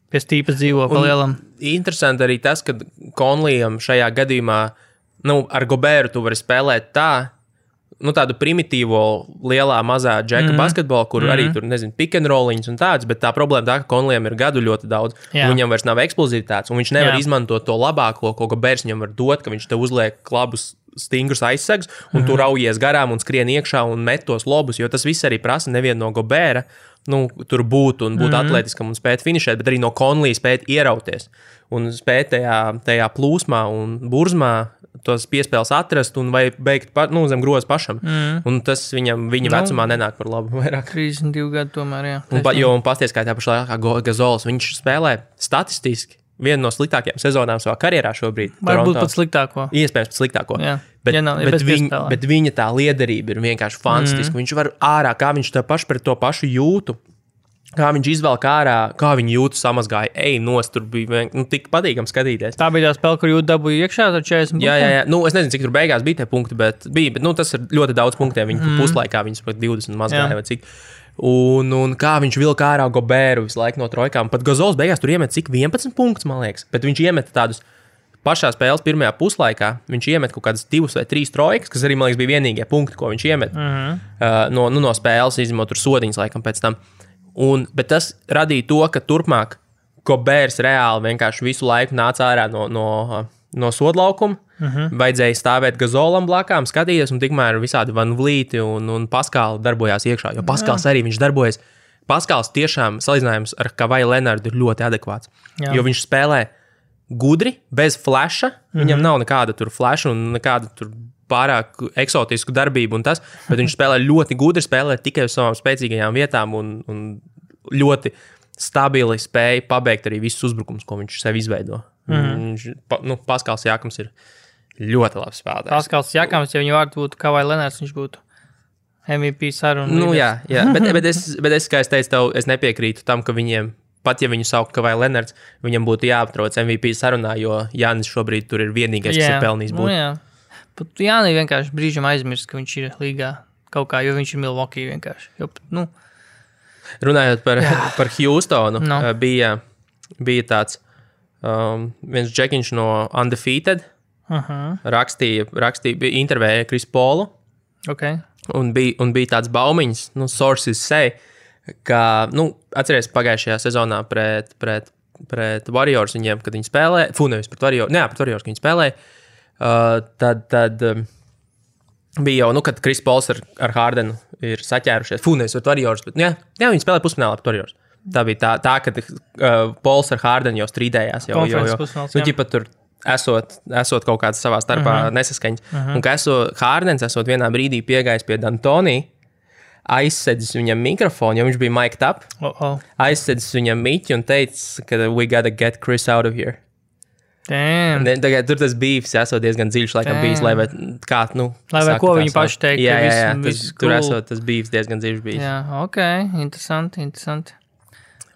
pie stīpas dzīvo pa Un- lielam. Interesanti arī tas, ka Konlijam šajā gadījumā nu, ar Gobēru tu vari spēlēt tā. Nu, tādu primitīvo, lielā, mazā džeka mm Mhm. -hmm. basketbolu, kur mm -hmm. arī tur, nezinu, pikantroliņš un tāds, bet tā problēma tā, ka Konlijam ir gadu ļoti daudz, Jā. un viņam vairs nav eksplozivitātes, un viņš nevar Jā. Jā. izmantot to labāko, ko Gabērs viņam var dot, ka viņš te uzliek labus, stingrus aizsegus, un mm -hmm. tu raujies garām un skrien iekšā un met tos lobus, jo tas viss arī prasa nevienu no Gabēra, nu, tur būt un būt mm -hmm. atletiskam un spēt finšēt, bet arī no Konlija spēt ierauties un spēt tajā, tajā plūsmā un burzmā tos piespēles atrast un vai beigt pa, nu, zem grozas pašam. Mm. Un tas viņam viņa Nu. vecumā nenāk par labu vairāk. 32 gadi tomēr, jā. Un, pa, jo, un pasties, kā tā pašā laikā Go- Gazols, viņš spēlē statistiski vienu no sliktākajām sezonām savā karjerā šobrīd. Varbūt Torontā. pat sliktāko. Iespējams, pat sliktāko. Jā. Bet, Ja nav- ja bet, bez viņa, piespēlēm. bet viņa tā liederība ir vienkārši fantastiska. Mm. Viņš var ārā, kā viņš to pašu pret to pašu jūtu. Kā viņš izvelk ārā, kā viņa jūtas, samazgāja, ej, nos tur bija vien- nu, tik patīkami skatīties. Tā bija tā spēle, kur jūs dabūjāt iekšā ar 40 Jā, jā, jā. Nu, es nezinu, cik tur beigās bija tie punkti, bet, bija, bet nu, tas ir ļoti daudz punktiem. Viņa mm. puslaikā viņas pat 20 Jā. mazgāja vai cik. Un, un kā viņš vilka ārā gobēru visu laiku no trojkām. Pat Gazols beigās tur iemet cik 11 punktus, man liekas. Bet viņš iemet tādus pašā spēles pirmajā puslaikā. Viņš iemet kaut kādas divas vai trīs trojkas, kas arī, man liekas, bija vienīgie punkti, ko viņš iemet mm -hmm. uh, no, nu, no spēles, izņemot tur sodiņas laikam pēc tam. Un, bet tas radīja to, ka turpmāk Gobērs reāli vienkārši visu laiku nāca ārā no, no, uh, no soda laukuma. Uh -huh. Vajadzēja stāvēt gazolam blakām, skatīties, un tikmēr visādi vanvlīti un, un paskāli darbojās iekšā. Jo paskāls arī viņš darbojas. Paskāls tiešām salīdzinājums ar Kavaju Lenārdu ir ļoti adekvāts. Jā. Jā. Jo viņš spēlē gudri, bez flasha. Mhm. Viņam nav nekāda tur flasha un nekāda tur pārāk eksotisku darbību, un tas, bet viņš spēlē ļoti gudri, spēlē tikai uz savām spēcīgajām vietām un, un ļoti stabili spēja pabeigt arī visus uzbrukumus, ko viņš sev izveido. Mhm. Mm. Viņš, pa, nu, Paskals Jākams ir ļoti labs spēlētājs. Paskals Jakams, ja viņu vārds būtu Kavai Lenārs, viņš būtu MVP saruna. Nu, līderis. jā, jā. Bet, bet, es, bet es, kā es teicu, tev, es nepiekrītu tam, ka viņiem, pat ja viņu sauc par Lenards, viņam būtu jāaptrauc MVP sarunā, jo Jānis šobrīd tur ir vienīgais, kas jā. ir pelnījis Nu, būt. jā. Pat Jānis vienkārši brīžam aizmirst, ka viņš ir līgā kaut kā, jo viņš ir Milwaukee vienkārši. Jo, nu, Runājot par, par Houstonu, Nu. no. bija, bija tāds um, viens džekiņš no Undefeated, uh -huh. rakstīja, rakstīja bija intervēja Kris Polu. okay. Un bija, un bija tāds baumiņš, nu, sources say, ka, nu, atcerieties, pagājušajā sezonā pret, pret, pret Warriors viņiem, kad viņi spēlēja, fu, nevis pret Warriors, ne, pret Warriors, kad viņi spēlēja, uh, tad, tad um, bija jau, nu, kad Kris Pols ar, ar Hārdenu ir saķērušies, fu, nevis pret Warriors, bet, nu, jā, jā viņi spēlēja pusfinālā pret Warriors. Tā bija tā, tā kad uh, Pols ar Hārdenu jau strīdējās, jau, jau, Konferences jau, pusfināls, nu, jā. Mhm. ķipa tur esot, esot kaut kādas savā starpā uh -huh. nesaskaņas. Uh -huh. Un ka esot Hārdens, esot vienā brīdī piegājis pie Dantonija, aizsēdzis viņam mikrofonu, jo viņš bija miked up, oh, oh. aizsēdzis viņam miķi un teica, ka we gotta get Chris out of here. Damn. Ne, nu, tagad, tur tas bija diezgan dziļš, laikam, bijis. Lai vai, kā, nu, Lai vai saka ko tā viņi savu- paši teikt, Jā, jā, ka jā viss- tas, viss tur cool. esot, tas bija diezgan dziļš. Bijis. Jā, ok, interesanti. interesanti.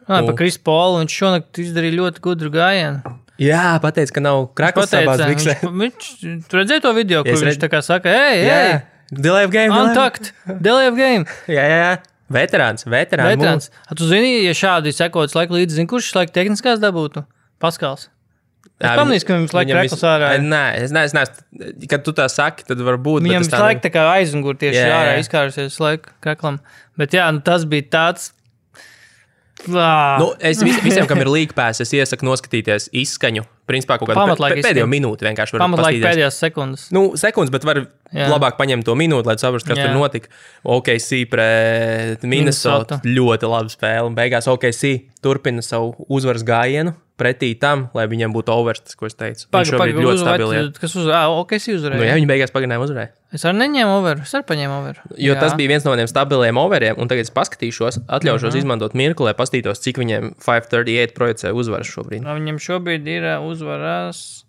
Nē, Un- par Krisu Polu viņš šonakt izdarīja ļoti gudru gājienu. jā pateica, ka nav krāklas abās Pateica, viņš, biksēs. viņš tur redzēja to video, kur Es yes, viņš redz- tā kā saka, ej, ej, Jā, delay of game. delay of- Antakt, Delay of Game. Jā, jā, jā. Veterāns, veterāns. veterāns. Veterans. A, Tu zini, ja šādi sekots laika līdzi, zini, kurš laika tehniskās dabūtu? Paskals. Es Jā, pamanīju, ka viņš laikam viņam reklis visu- ārā ir. Nē, es nezinu, kad tu tā saki, tad varbūt. bet Viņam es visu tā laiku tā kā aizmugurē tieši Jā, jā, ārā jā. izkārusies laika kaklam. Bet jā, nu, tas bija tāds. Lā. Nu, es vis, visiem, kam ir līnijas, es iesaku noskatīties izskaņu. Principā, kaut kāda Pamatlaika pē- pē- pēdējo izskaņa. minūti vienkārši var Pamatlaik paskatīties. pēdējās sekundes. Nu, sekundes, bet var Jā. Jā. labāk paņemt to minūti, lai saprastu, kas Jā. Jā. tur notika. OKC pret Minnesota. Minnesota. Ļoti laba spēle. Un beigās OKC turpina savu uzvaras gājienu pretī tam, lai viņam būtu overstats, ko es teicu. Viņš Pagaidām, šobrīd pagaidām, ļoti uzvar, stabili. iet. kas uzvarēja? Ok, es Nu, jā, uzvarēju. viņi beigās pagarināja uzvarēju. Es arī neņēmu overu, es arī paņēmu overu. Jo Jā. jā. tas bija viens no tiem stabiliem overiem, un tagad es paskatīšos, atļaušos mm -hmm. izmantot mirkli, lai paskatītos, cik viņiem 538 projicē uzvaras šobrīd. Nu, Viņam šobrīd ir ā, uzvarās.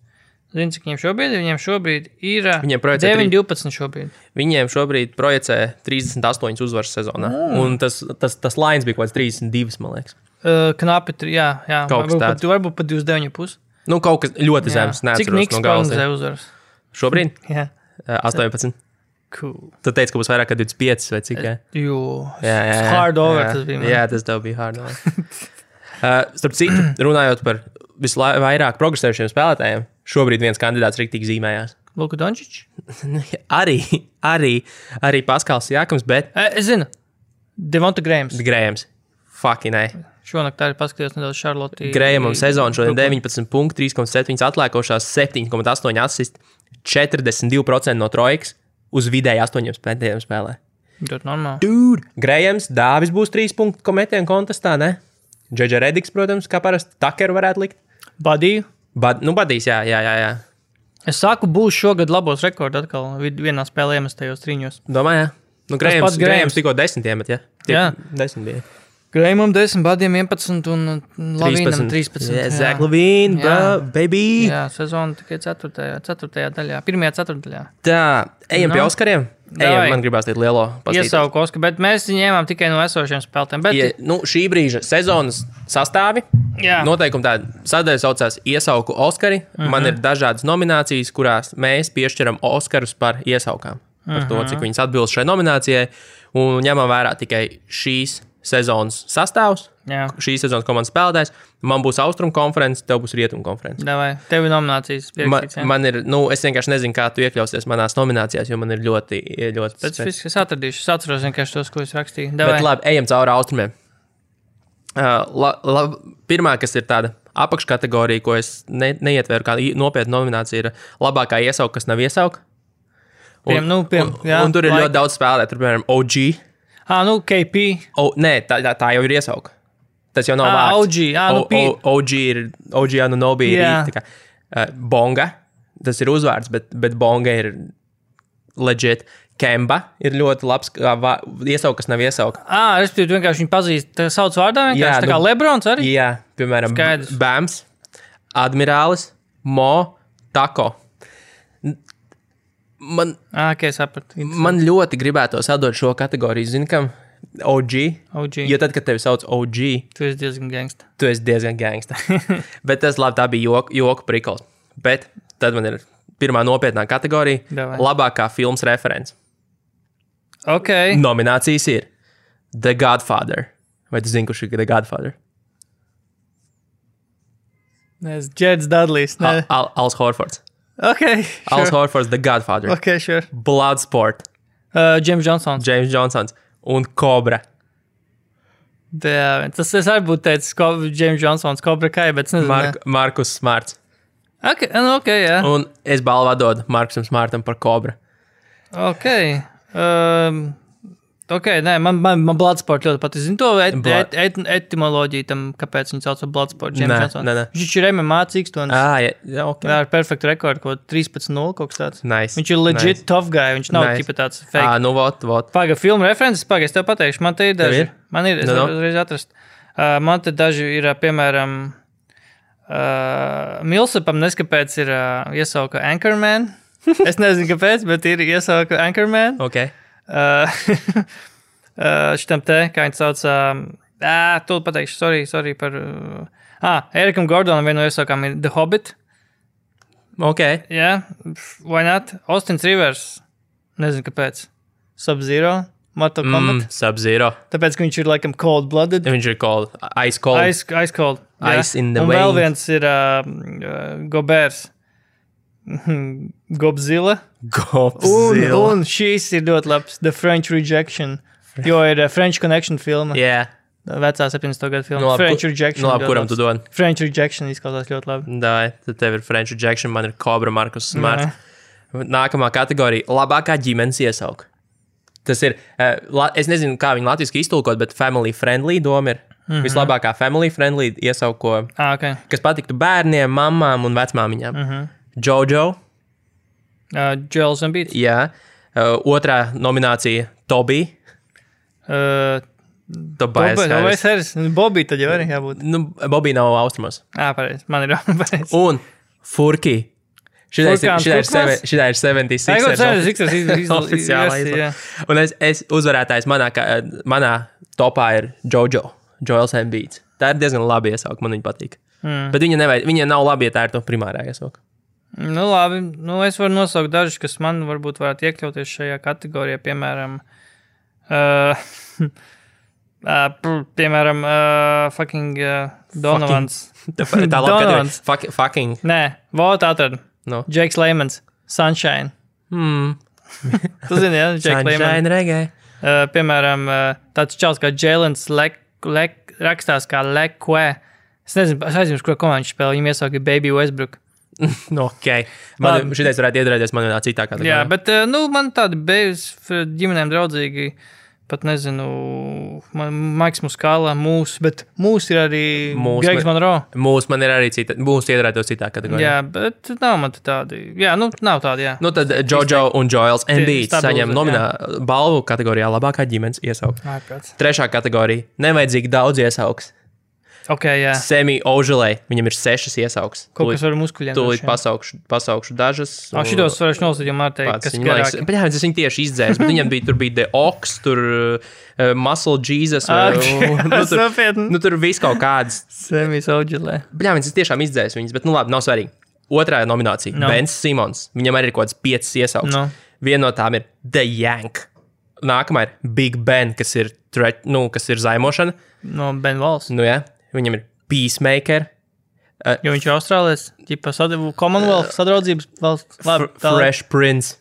Zini, cik viņam šobrīd ir? Viņam šobrīd ir ā, Viņiem projicē 9-12 šobrīd. Viņiem šobrīd projicē 38 uzvaras sezonā, mm. un tas, tas, tas lines bija kaut kāds 32, man liekas. Uh, knapi, tri- jā, jā. Kaut kas varbūt tāds. pat- varbūt pat 29,5. Nu, kaut kas ļoti zems, Cik neatceros Niks no no gala. prognozē uzvaras? Šobrīd Jā, eh, 18. cool. Tu teici, ka būs vairāk kā 25 vai cik? Jā, Jo, jā, jā, jā. hard over jā. tas bija. man. Jā, tas tev bija hard over. uh, starp citu, runājot par visvairāk progresējušiem spēlētājiem, šobrīd viens kandidāts riktīgi zīmējās. Luka Dončič. Nu, jā, arī, arī, arī Paskals Jākams, bet E, Es zinu, Devonta Grēms. Grējams. Fucking nē. Šonakt arī paskatījos nedaudz Šarlotī. Grējamam sezonā šodien Brooklyn. 19 punkti, 3,7 atliekošās, 7,8 assist, 42% no trojkas uz vidēji 8 spēlēm spēlē. Ļoti normāli. Dude. Grējams, Dāvis būs 3 punktu kometienu kontestā, ne? Džeģa Rediks, protams, kā parasti Tucker varētu likt. Badīju. Bad, nu, badīs, jā, jā, jā. jā. Es saku, būs šogad labos rekordos atkal vid- vienā spēlē iemestajos trīņos. Domāju, jā. Nu, pats Grējams, Grējams. Grējams tikko 10 iemet, jā. Tik- Jā. 10 bija. Grēmam 10, Badiem 11 un Lavīnam 13. Jā, jā. Zach Levine, bro, baby. Jā, sezona tikai 4. 4. daļā, 1. 4. daļā. Tā, ejam Nu. pie Oskariem. Ejam, Davai. man gribās teikt, lielo pasaules. Iesauku Oskaru, bet mēs viņu ņēmām tikai no esošiem spēlētājiem. Bet, Ja, nu, šī brīža sezonas sastāvi. jā, no... Noteikumi tāda sadaļa saucās Iesauku Oskari. Uh -huh. Man Mhm. ir dažādas nominācijas, kurās mēs piešķiram Oskarus par iesaukām. Par uh -huh. Mhm. to, cik viņas atbilst šai nominācijai. Un ņemam vērā tikai šīs sezonas sastāvs, jā. šīs sezonas komandas spēlētājs. Man būs austrumu konference, tev būs rietumu konference. Davai, tev ir nominācijas Man, pierakstīts. Man... man ir, nu, es vienkārši nezinu, kā tu iekļausies manās nominācijās, jo man ir ļoti, ļoti Pēc speci- fizikas atradīšu, es atceros vienkārši tos, ko es rakstīju. Bet Davai. labi, ejam cauri austrumiem. Uh, la, la, pirmā, kas ir tāda apakškategorija, ko es ne, neietveru kā i- nopietnu nomināciju, ir labākā iesauka, kas nav iesauka. Piem- nu, piem- un, jā, un tur ir laika. ļoti daudz spēlētāju, tur, piemēram, OG. Ā, nu, KP. O, nē, tā, tā- tā jau ir iesauka. Tas jau nav Ā, vārds. OG, ā, nu, O- pi- o, OG ir OG, jā, nu, Nobi ir Jā. tā kā, uh, Bonga. Tas ir uzvārds, bet, bet Bonga ir leģit. Kemba ir ļoti labs, kā vā- iesauka, kas nav iesauka. Ah, es tur vienkārši viņu pazīstu. Tā sauc vārdā vienkārši. Jā, Jā, tā kā nu- Lebrons arī. Jā, piemēram, Skaidrs. Bēns, Admirālis, Mo, Tako. N- Man, Ā, ok, sapratu. man ļoti gribētos atdot šo kategoriju, zinām, kam OG. OG. Jo tad, kad tevi sauc OG, Tu esi diezgan gangsta. tu esi diezgan gangsta. Bet tas labi, tā bija joku, joku prikals. Bet tad man ir pirmā nopietnā kategorija Davai. - labākā filmas referents. Ok. Nominācijas ir The Godfather. Vai tu zini, kurš ir The Godfather? Nē, Jeds Dudlīs. Al Nē, Al Als Horfords. ok. Als sure. Horfords, The Godfather. Ok, sure. Bloodsport, Uh, James Johnsons. James Johnsons un Cobra. Jā, tas es arī būtu teicis, ko James Johnsons, Cobra Kai, bet es nezinu. Mark, Markus Smarts. Ok, nu, ok, jā. Un es balvu dodu Markusam Smartam par Cobra. Ok. Um, ok, nē, man, man, man Bloodsport ļoti patīk. Zinu to et, Bla- et, et, etimoloģiju tam, kāpēc viņi sauc par Bloodsport. James Nē, Johnson. nē, nē. Viņš ir MMA cīkstons. Ah, jā, jā, ok. Jā, ar perfektu rekordu, ko 13-0 kaut kas tāds. Nice, Viņš ir legit nice. tough guy, viņš nav Nice. nice. tāds fake. Ah, nu, vot, vot. Paga, filmu references, paga, es tev pateikšu, man te ir daži. ir? Man ir, es Nu, nu. varu uzreiz atrast. Uh, man te daži ir, uh, piemēram, uh, Milsapam neskapēc ir uh, iesauka Anchorman. Es nezinu, kāpēc, bet ir iesauka Anchorman. Ok. Uh, uh, šitam te, kā viņš sauc, um, ā, tu pateikšu, sorry, sorry par... Uh, ah, Erikam Gordonam vienu iesaukām ir The Hobbit. Ok. Jā, pff, why not? Austins Rivers. Nezinu, kāpēc. Sub-Zero. Mortal Kombat. Mm, Sub-Zero. Tāpēc, ka viņš ir laikam cold blooded. Viņš ir called Ice Cold. Ice, ice cold. jā. Ice in the Un vēl veins. viens ir uh, uh, Gobers. Mhm, Gobzilla. Un, Gobzilla. un šīs ir ļoti labs. The French Rejection. Jo ir uh, French Connection filma. Yeah. Jā. Vecā 70. gada filma. Nu, No, labi, French ku- Rejection. Nu, labi, ļoti kuram labs. tu Mm. dod? French Rejection izklausās ļoti labi. Dai, tad tev ir French Rejection, man ir Cobra, Markus Smarts. Nākamā kategorija - labākā ģimenes iesauka. Tas ir, eh, la- es nezinu, kā viņi latviešu iztulkot, bet family friendly doma ir. Mm -hmm. Vislabākā family friendly iesauko, Ah, ok. kas patiktu bērniem, mamām un vecmāmiņām. Mm -hmm. Jojo, Uh, Joel Zambīts. jā. Eh, Otrā nominācija - Tobi. Uh, Tobais Bobby, Harris. Harris. Nu, Bobby tad jau arī jābūt. Nu, Bobija nav austrumos. Ah, pareizi. Man ir pareizi. Un Furki. Šitais ir, Furkan šitais ir, Turkmans? seven- šitais ir 76. Tā ir ofi- oficiāla oficiālā izlase. izlase. Un es, es uzvarētājs manā, ka- manā topā ir Jojo, Joels Hmm. Mbīts. Tā ir diezgan laba iesauka, man viņa patīk. Mm. Bet viņa, nevajag, viņa nav labi, ja tā ir to primārā iesauka. Nu, labi, nu, es varu nosaukt dažus, kas man varbūt varētu iekļauties šajā kategorijā. Piemēram, uh, Uh, pr- piemēram, uh, fucking uh, Donovans. Tā ir tā līnija. Donovans. Fuck, fucking. Nē, Vot atrada. No. Jakes Lemons, Sunshine. Mm, Tu zini, jā, Jakes Lemons. Sunshine reggae. Uh, piemēram, uh, tāds čels kā Jēlens rakstās kā Lekwe. Es nezinu, es aizmirsu, ko komandu spēlē. Viņam iesauka Baby Westbrook. Nu, ok. Man šī ideja varētu iedarboties manā citā Um, Jā, kategorijā. bet uh, nu, man tādi beigas ģimenēm draudzīgi. Pat nezinu, man Maiks Muskālā mūsu, bet mūsu ir arī Mūsu, Gregs bet- Monroe. Mūsu man ir arī cita, mūsu iedarboties citā kategorijā. Jā, bet nav man te tādi. Jā, nu, nav tādi. Jā. Nu, tad eh, Jojo un Joels Embiids Stabilizē, saņem jā. nominālu balvu kategorijā labākā ģimenes iesauka. Ārprāts. Trešā kategorija - nevajadzīgi daudz iesauks. Ok, jā. Semi Oželē, viņam ir sešas iesauks. Kaut kas var muskuļiem. Tūlīt pasaukšu, pasaukšu dažas. O, šitos varēšu nolasīt, jo Martai pats. kas Viņam liekas, garāk. jā, tas viņa tieši izdzēs. bet Viņam bija tur bija The Ox, tur uh, Muscle Jesus. vai- Ak, nu, tur, Ah, Nopietni. nu, tur viss kaut kāds. Semis audžilē. Jā, viņš tiešām izdzēs viņas, bet nu labi, nav svarīgi. Otrā nominācija No. no. - Bens Simons. Viņam arī ir kaut kāds piecas iesauks. No. Viena no tām ir The Yank. Nākamā ir Big Ben, kas ir, tre, nu, kas ir zaimošana. No Ben Valls. Nu, jā, viņam ir Peacemaker, Jo viņš ir Austrālijas, tipa sadavu Commonwealth sadraudzības valsts. Labi, Uh, Fr- tālāk. Fresh Prince.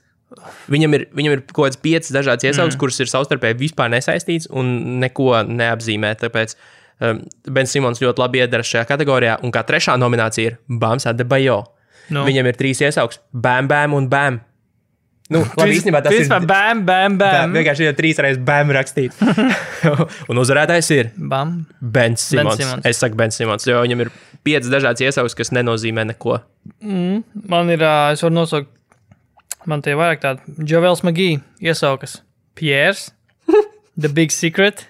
Viņam ir, viņam ir kaut kāds piecas dažādas iesaukas, mm. kuras ir savstarpēji vispār nesaistīts un neko neapzīmē. Tāpēc um, Bens Simons ļoti labi iedarbojas šajā kategorijā. Un kā trešā nominācija ir Bāns Adebajo. Nu. No. Viņam ir trīs iesauks - Bam, Bam un Bam. Nu, labi, īstenībā tas Principā ir. bam, bam, Tā, bam. vienkārši ir trīs reizes bam rakstīt. un uzvarētājs ir Bam. Bens Simons. Simons. Simons. Es saku Bens Simons, jo viņam ir piecas dažādas iesaukas, kas nenozīmē neko. Man ir, ā, es varu nosaukt, man tie vairāk tādi. Džavels Magī iesaukas. Piers. The Big Secret.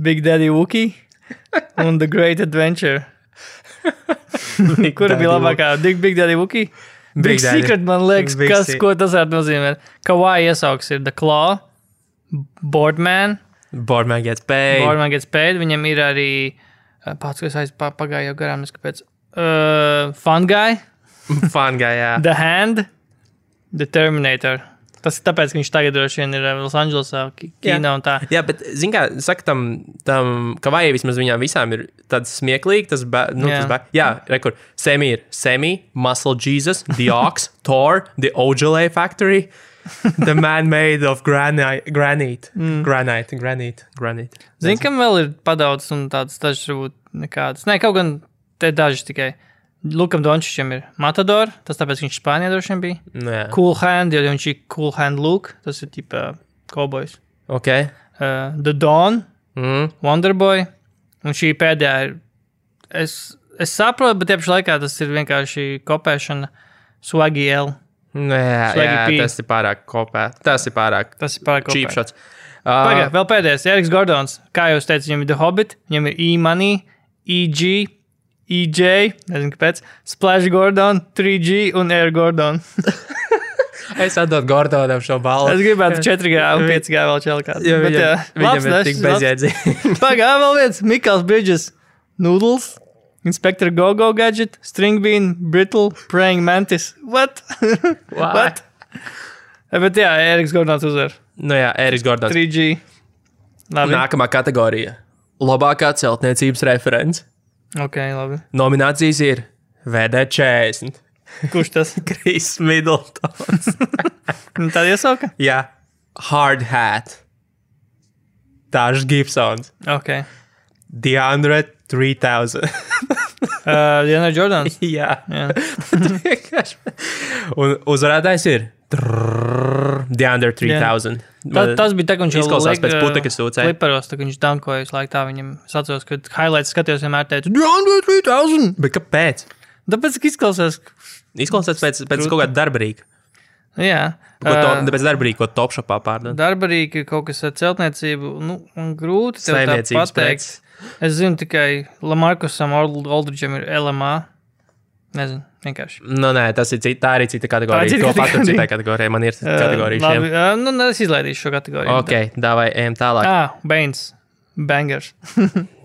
Big Daddy Wookie. Un The Great Adventure. Kur bija labākā? Big, Big Daddy Wookie. Big, Big Daddy. Secret, man liekas, Big Big kas, Se- ko tas varētu nozīmēt. Kawaii iesauks ir The Claw, Boardman, Bormēn gets paid. Boardman gets paid, viņam ir arī uh, pats, kas aiz pa- pagāja jau garām, es kāpēc. Uh, fun guy, Fangajā. The Hand, The Terminator. Tas ir tāpēc, ka viņš tagad droši vien ir uh, Losandželosā, Ki- Jā. Ķīnā un tā. Jā, bet, zināmā mērā, saka, tam, tam ka vai vismaz viņām visām ir tāds smieklīgs, tas, ba, nu, Jā. tas ba, jā, rekur, semi ir semi, muscle Jesus, the ox, Thor, the Ogilvy factory, the man made of granite, granite, mm. granite, granite, granite. Zini, kam vēl ir padaudz un tādas dažas varbūt nekādas. Nē, kaut gan te daži tikai. Lukam Dončičam ir Matador, tas tāpēc, ka viņš Spānijā droši vien bija. Nu, jā. Cool Hand, jo viņš ir Cool Hand Luke, tas ir tipā Cowboys. Ok. Uh, The Dawn, Mm. Wonderboy, un šī pēdējā ir. Es, es saprotu, bet tieši laikā tas ir vienkārši kopēšana Swaggy L. Nu, jā, jā, Swaggy P. tas ir pārāk kopē. Tas ir pārāk Tas ir pārāk cheap kopēšana. shots. Uh, Pagaid, vēl pēdējais, Eriks Gordons. Kā jau es teicu, viņam ir The Hobbit, viņam ir E-Money, E EG, EJ, nezinu kāpēc, Splash Gordon, 3G un Air Gordon. Ah, es atdodu Gordonam šo Es balvu. gribētu 4G un 5G vēl čelkāt. Jo bet, jā, Viņam, labs, viņam ir nes- tik labs. bezjēdzīgi. Pagaid, vēl viens, Mikls Bridges, Noodles. Inspector GoGo gadget, string bean, brittle, praying mantis. What? What? Eh, Bet jā, Eriks Gordons uzvar. Nu, jā, Eriks Gordons. 3G. Labi. Nākamā kategorija - labākā celtniecības referents. Ok, labi. Nominācijas ir VD40. Kurš tas? Kris Middletons. Nu, Tad iesauka? Jā, Hard Hat. Tāžs Gibsons. Ok. Deandre 3000. Uh, Diana Jordans. Jā, Jā. vienkārši. Un uzvarētājs ir Deandre 3000. Tā, tas bija tā, ka viņš jau izklausās lig- pēc putekas sūcēja. Kliparos, tā, ka viņš dankoja visu laiku tā viņam. Es atceros, ka highlights skatījos vienmēr teicu, "Download 3000! Bet kāpēc? Tāpēc, ka izklausās, Izklausās pēc, pēc kaut kāda darba rīka. nu jā. Ko Uh, to- Pēc darba rīka, ko topšapā pārdod. Darba rīka kaut kas ar celtniecību, nu, un grūti tev tā Saimniecības pateikt. Es zinu tikai Lamarkusam Ald- Aldridgeam ir LMA. Nezinu, vienkārši. Nu, nē, tas ir cita, tā arī cita Tā ir kategorija. cita To patur kategorija. citai kategorijai. Man ir Ā, kategorija šiem. labi, ā, nu, ne, es izlaidīšu šo kategoriju. Ok, dāvai, ejam tālāk. Ah, Bains. Bangers.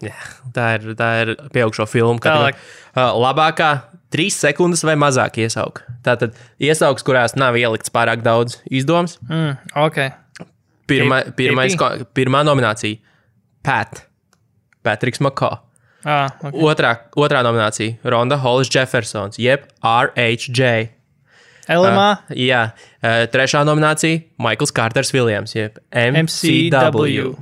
Jā, tā ir, tā ir pieaugšo filmu. Tālāk. kategorija. Uh, labākā trīs sekundes vai mazāk iesaukt. Tātad iesauks, kurās nav ielikts pārāk daudz izdomas. Mm, ok. Pirma, Tip- pirmais, tipi? ko- pirmā nominācija - Pat. Patriks Makā. Ah, okay. Otrā, otrā nominācija - Ronda Hollis Jeffersons, jeb RHJ. LMA. Uh, jā, uh, trešā nominācija - Maikls Kārters Viljams, jeb MCW. MCW.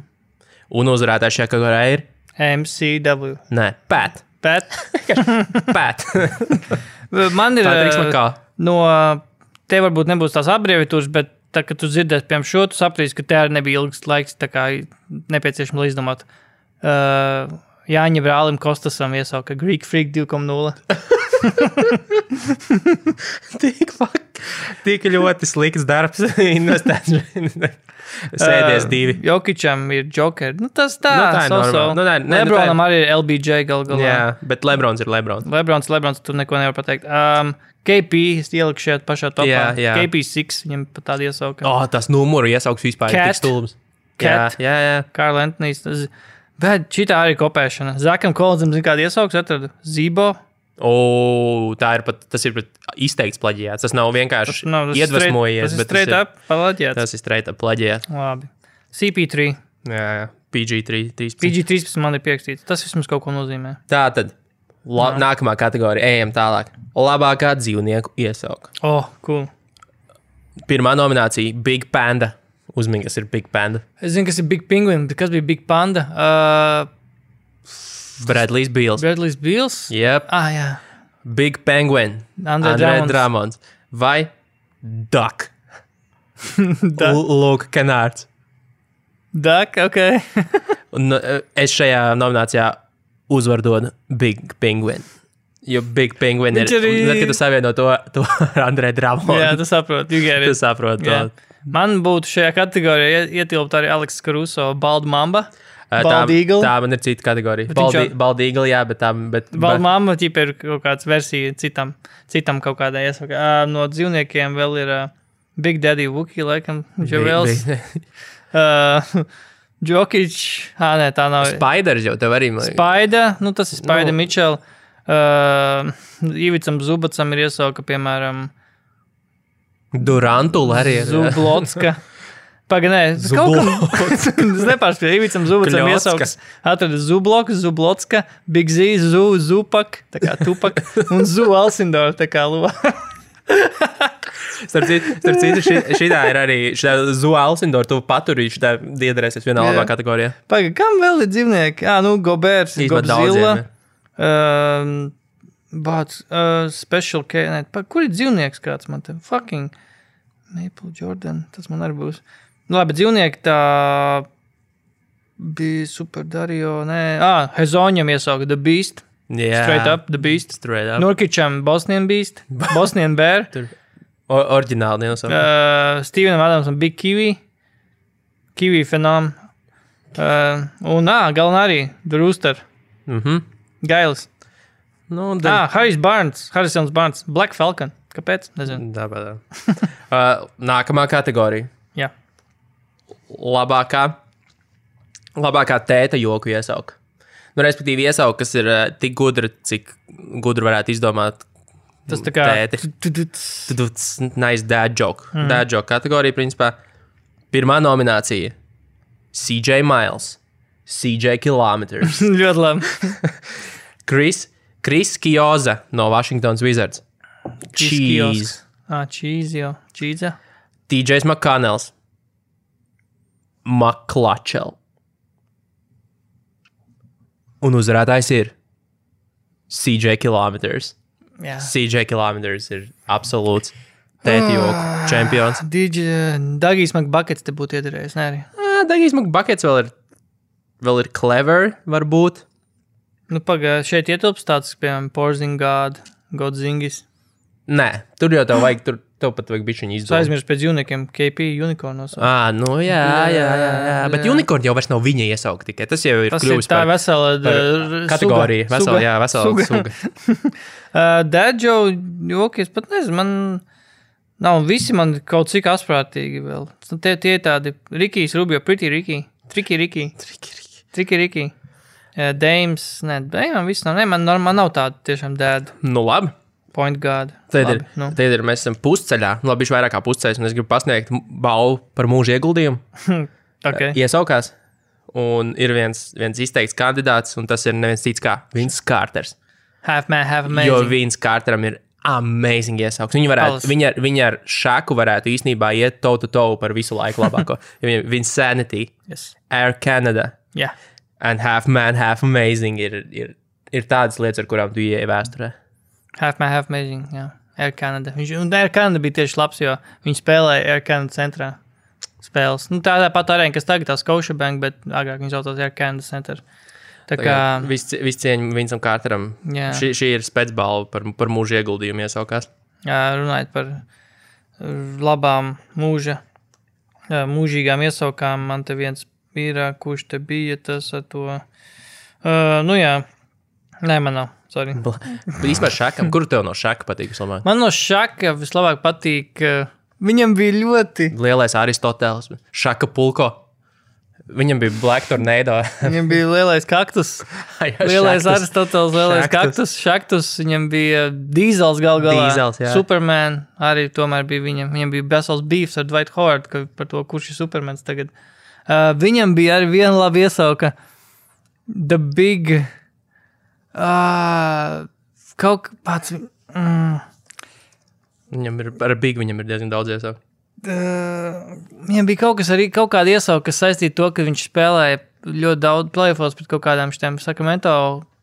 Un uzvarētājs šajā kategorijā ir MCW. Nē, Pat. Bet Pat. man ir Patriks eh, Makā. no te varbūt nebūs tās abrevitūras, bet tā, kad tu dzirdēsi, piemēram, šo, tu saprīsi, ka te arī nebija ilgs laiks, tā kā nepieciešams, lai izdomātu. Uh, Jāņa brālim Kostasam iesauka Greek Freak 2.0. Tik, fak- tik ļoti slikts darbs. Investēts. Sēdies divi. Uh, Jokičam ir Joker. Nu, tas tā, Nu, tā ir so, so. normāli. Nu, nē, nē, nu, tā ir- Lebronam arī ir LBJ gal galā. Jā, bet Lebrons ir Lebrons. Lebrons, Lebrons, tu neko nevar pateikt. Um, KP es ieliku šeit pašā topā. Jā, jā. KP6 viņam pat tādu iesauka. Oh, tas numuru iesauks vispār. ir Cat. Tik stulbs. Cat. Jā, jā, jā. Karla Antnīs. tas- Bet šī tā arī kopēšana. Zakam Koldzam, zinu, kādu iesauks atradu. Zībo. O, tā ir pat, tas ir pat izteikts plaģijāts. Tas nav vienkārši Nav tas iedvesmojies, bet straight- Tas ir straight tas ir, up palādījāts. tas ir straight up plaģijāts. Labi. CP3. Jā, jā. PG3, 13. PG13 man ir pierakstīts. Tas vismaz kaut ko nozīmē. Tā tad la, nākamā kategorija, ejam tālāk. Labākā dzīvnieku iesauka. Oh, cool. Pirmā nominācija - Big Panda. Uzmini, kas ir Big Panda. Es zinu, kas ir Big Penguin, bet kas bija Big Panda. Bradley's Uh, Bills. Bradley's Bills. Yep. Ah, jā. Big Penguin. Andre Dramons. Dramons. Vai Duck. L- Lūk, Kenārds. Duck, ok. Un eh, es šajā nominācijā uzvaru dodu Big Penguin. Jo Big Penguin ir. Viņš arī- Tad, kad tu savieno to, to ar Andrei Dramonu, jā, Oh. tas saprot. You get tu it. saproti to. Jā. Man būtu šajā kategorijā ie- ietilpt arī Aleks Karuso, Bald Mamba. Eh, Bald Eagle. tā man ir cita kategorija. viņš Baldi- jau- Baldīga, jā, bet tā. Bet, Vēl māma ķipa ir kaut kāda versija citam, citam kaut kādai iesaka. Ā, No dzīvniekiem vēl ir ā, Big Daddy Wookie, laikam, Javels. Džokič, ā, nē, tā nav. Spiders jau tev arī man Spaida, nu tas ir Spaida Nu. no. Mičela. Uh, Ivicam Zubacam ir iesauka, piemēram, Durantula arī ir. Zublotska. Pagaidām, tas kaut kam tāds nepārspēj. Ivicam Zubacam Kļocka. iesauks. Atrada Zubloka, Zublotska, Big Z, Zu, Zupak, tā kā Tupak un Zu Alsindor, tā kā Luva. Starp citu, starp citu šī, šī ir arī Zuāls un Dārtu paturīšu. Tā diederēsies vienā Jā. labā kategorijā. Pagaidām, kam vēl ir dzīvnieki? Jā, nu, Gobērs, Īstenībā Gobzilla. daudziem, Um, Bāts, uh, special K. Nē, pa, kur ir dzīvnieks kāds man te? Fucking Maple Jordan. Tas man arī būs. Nu, labi, dzīvnieki tā bija Super Dario. Nē, ah, Hezoņam iesauka The Beast. Jā, Straight up, The Beast. Nu. Straight up. Norkičam Bosnian Beast. Bosnian Bear. Tur o- Oriģināli nu, nenosaukt. Uh, Stevenam Adamsam bija Kiwi. Kiwi fenom. Uh, un, ah, galvenā arī The Rooster. Mhm. Gailis. Nu, da- Ah, Harijs Barnes, Harisons Barnes, Black Falcon. Kāpēc? Nezinu. tā, bet, uh, nākamā kategorija. Jā, Labākā, labākā tēta joku iesauka. Nu, respektīvi, iesauka, kas ir uh, tik gudra, cik gudra varētu izdomāt tas tā kā. Tēti. Tad tas nice dad joke. Mm. Dad joke kategorija, principā. Pirmā nominācija - CJ Miles, CJ Kilometers, Ļoti labi. Chris, Chris Kioza no Washington's Wizards, Cheese, Cheese. Ah, cheese jau. Cheese. TJs McConnells, McClatchell. Un uzrādājs ir CJ Kilometers. Jā. CJ Kilometers ir absolūts Ah. tētijoku čempions. Digi, Dagijs McBuckets te būtu iedarējis, nē, arī. Ah, Dagijs Makbakets vēl ir, vēl ir clever, varbūt. Nu, pagā, šeit ietilps tāds, piemēram, Porzingāda, Godzingis. Nē, tur jau tev vajag, tur tev pat vajag bišķiņu Tu izdomāt. aizmirsti pēc dzīvniekiem, KP, unikornos. Ah, nu jā, jā, jā, jā. Bet Jā. unikorni jau vairs nav viņa iesaukt tikai. Tas jau ir Tas ir kļuvis tā par vesela par d- kategoriju. suga- Vesela, suga- jā, vesela suga. Uh, Dēļģo joki, es pat nezinu, man nav visi man kaut cik asprātīgi vēl. Nu, Tie, tie ir tādi Rikijs, Rubio, Pretty Rikī, Triki Rikī, Triki Rikī. Eh, Dēms, nē, Dēmam viss nav, nē, man, nor- man nav tāda tiešām dēļa. Nu labi, point guard. Tad Labi, ir, nu. tad ir, mēs esam pusceļā. Nu, Labi, viņš vairāk kā pusceļš, un es gribu pasniegt m- balvu par mūža ieguldījumu. Okay. Iesaukās, un ir viens, viens izteikts kandidāts, un tas ir neviens cits kā Vins Kārters. Half man, half man. Jo Vins Kārteram ir amazing iesauks. Viņa, varētu, Palas. viņa, ar- viņa ar šāku varētu īstenībā iet to to to par visu laiku labāko. Viņa Insanity, Yes. Air Canada Jā, un Half Man, Half Amazing ir, ir, ir tādas lietas, ar kurām tu ieej vēsturē. half man, half amazing. Jā. Air Canada. Viņš, un Air Canada bija tieši labs, jo viņš spēlēja Air Canada centrā spēles. Nu, tādā pat arēna, kas tagad ir Scotia Bank, bet agrāk viņš saucās Air Canada centra. Tā kā Tagad Viss viss cieņa Vinsam Kārteram. Jā. Šī, šī ir spēcbalva par, par mūža ieguldījumu iesaukās. jā, runājot par uh, labām mūža, uh, mūžīgām iesaukām, man te viens ir, uh, kurš te bija tas ar to. Uh, nu jā, nē, man nav. Sorry. Bla- Bet īstenībā šākam, kur tev no šāka patīk vislabāk? Man no šaka vislabāk patīk. uh, Viņam bija ļoti. Lielais Aristotelis, šāka pulko. Viņam bija Black Tornado. Viņam bija lielais kaktus. Jā, Lielais šaktus. Aristotelis, lielais Šaktus. kaktus, šaktus. Viņam bija dīzels gal galā. Dīzels, jā. Superman arī tomēr bija viņam. Viņam bija vesels beefs ar Dwight Howard ka- par to, kurš ir Supermans tagad. Uh, viņam bija arī viena laba iesauka. The Big. Uh, kaut kā pats. Mm, Viņam ir ar Big, viņam ir diezgan daudz iesauku. Uh, Viņam bija kaut kas arī, kaut kāda iesauka, kas saistīta ar to, ka viņš spēlēja ļoti daudz playoffs pret kaut kādām šīm sakramento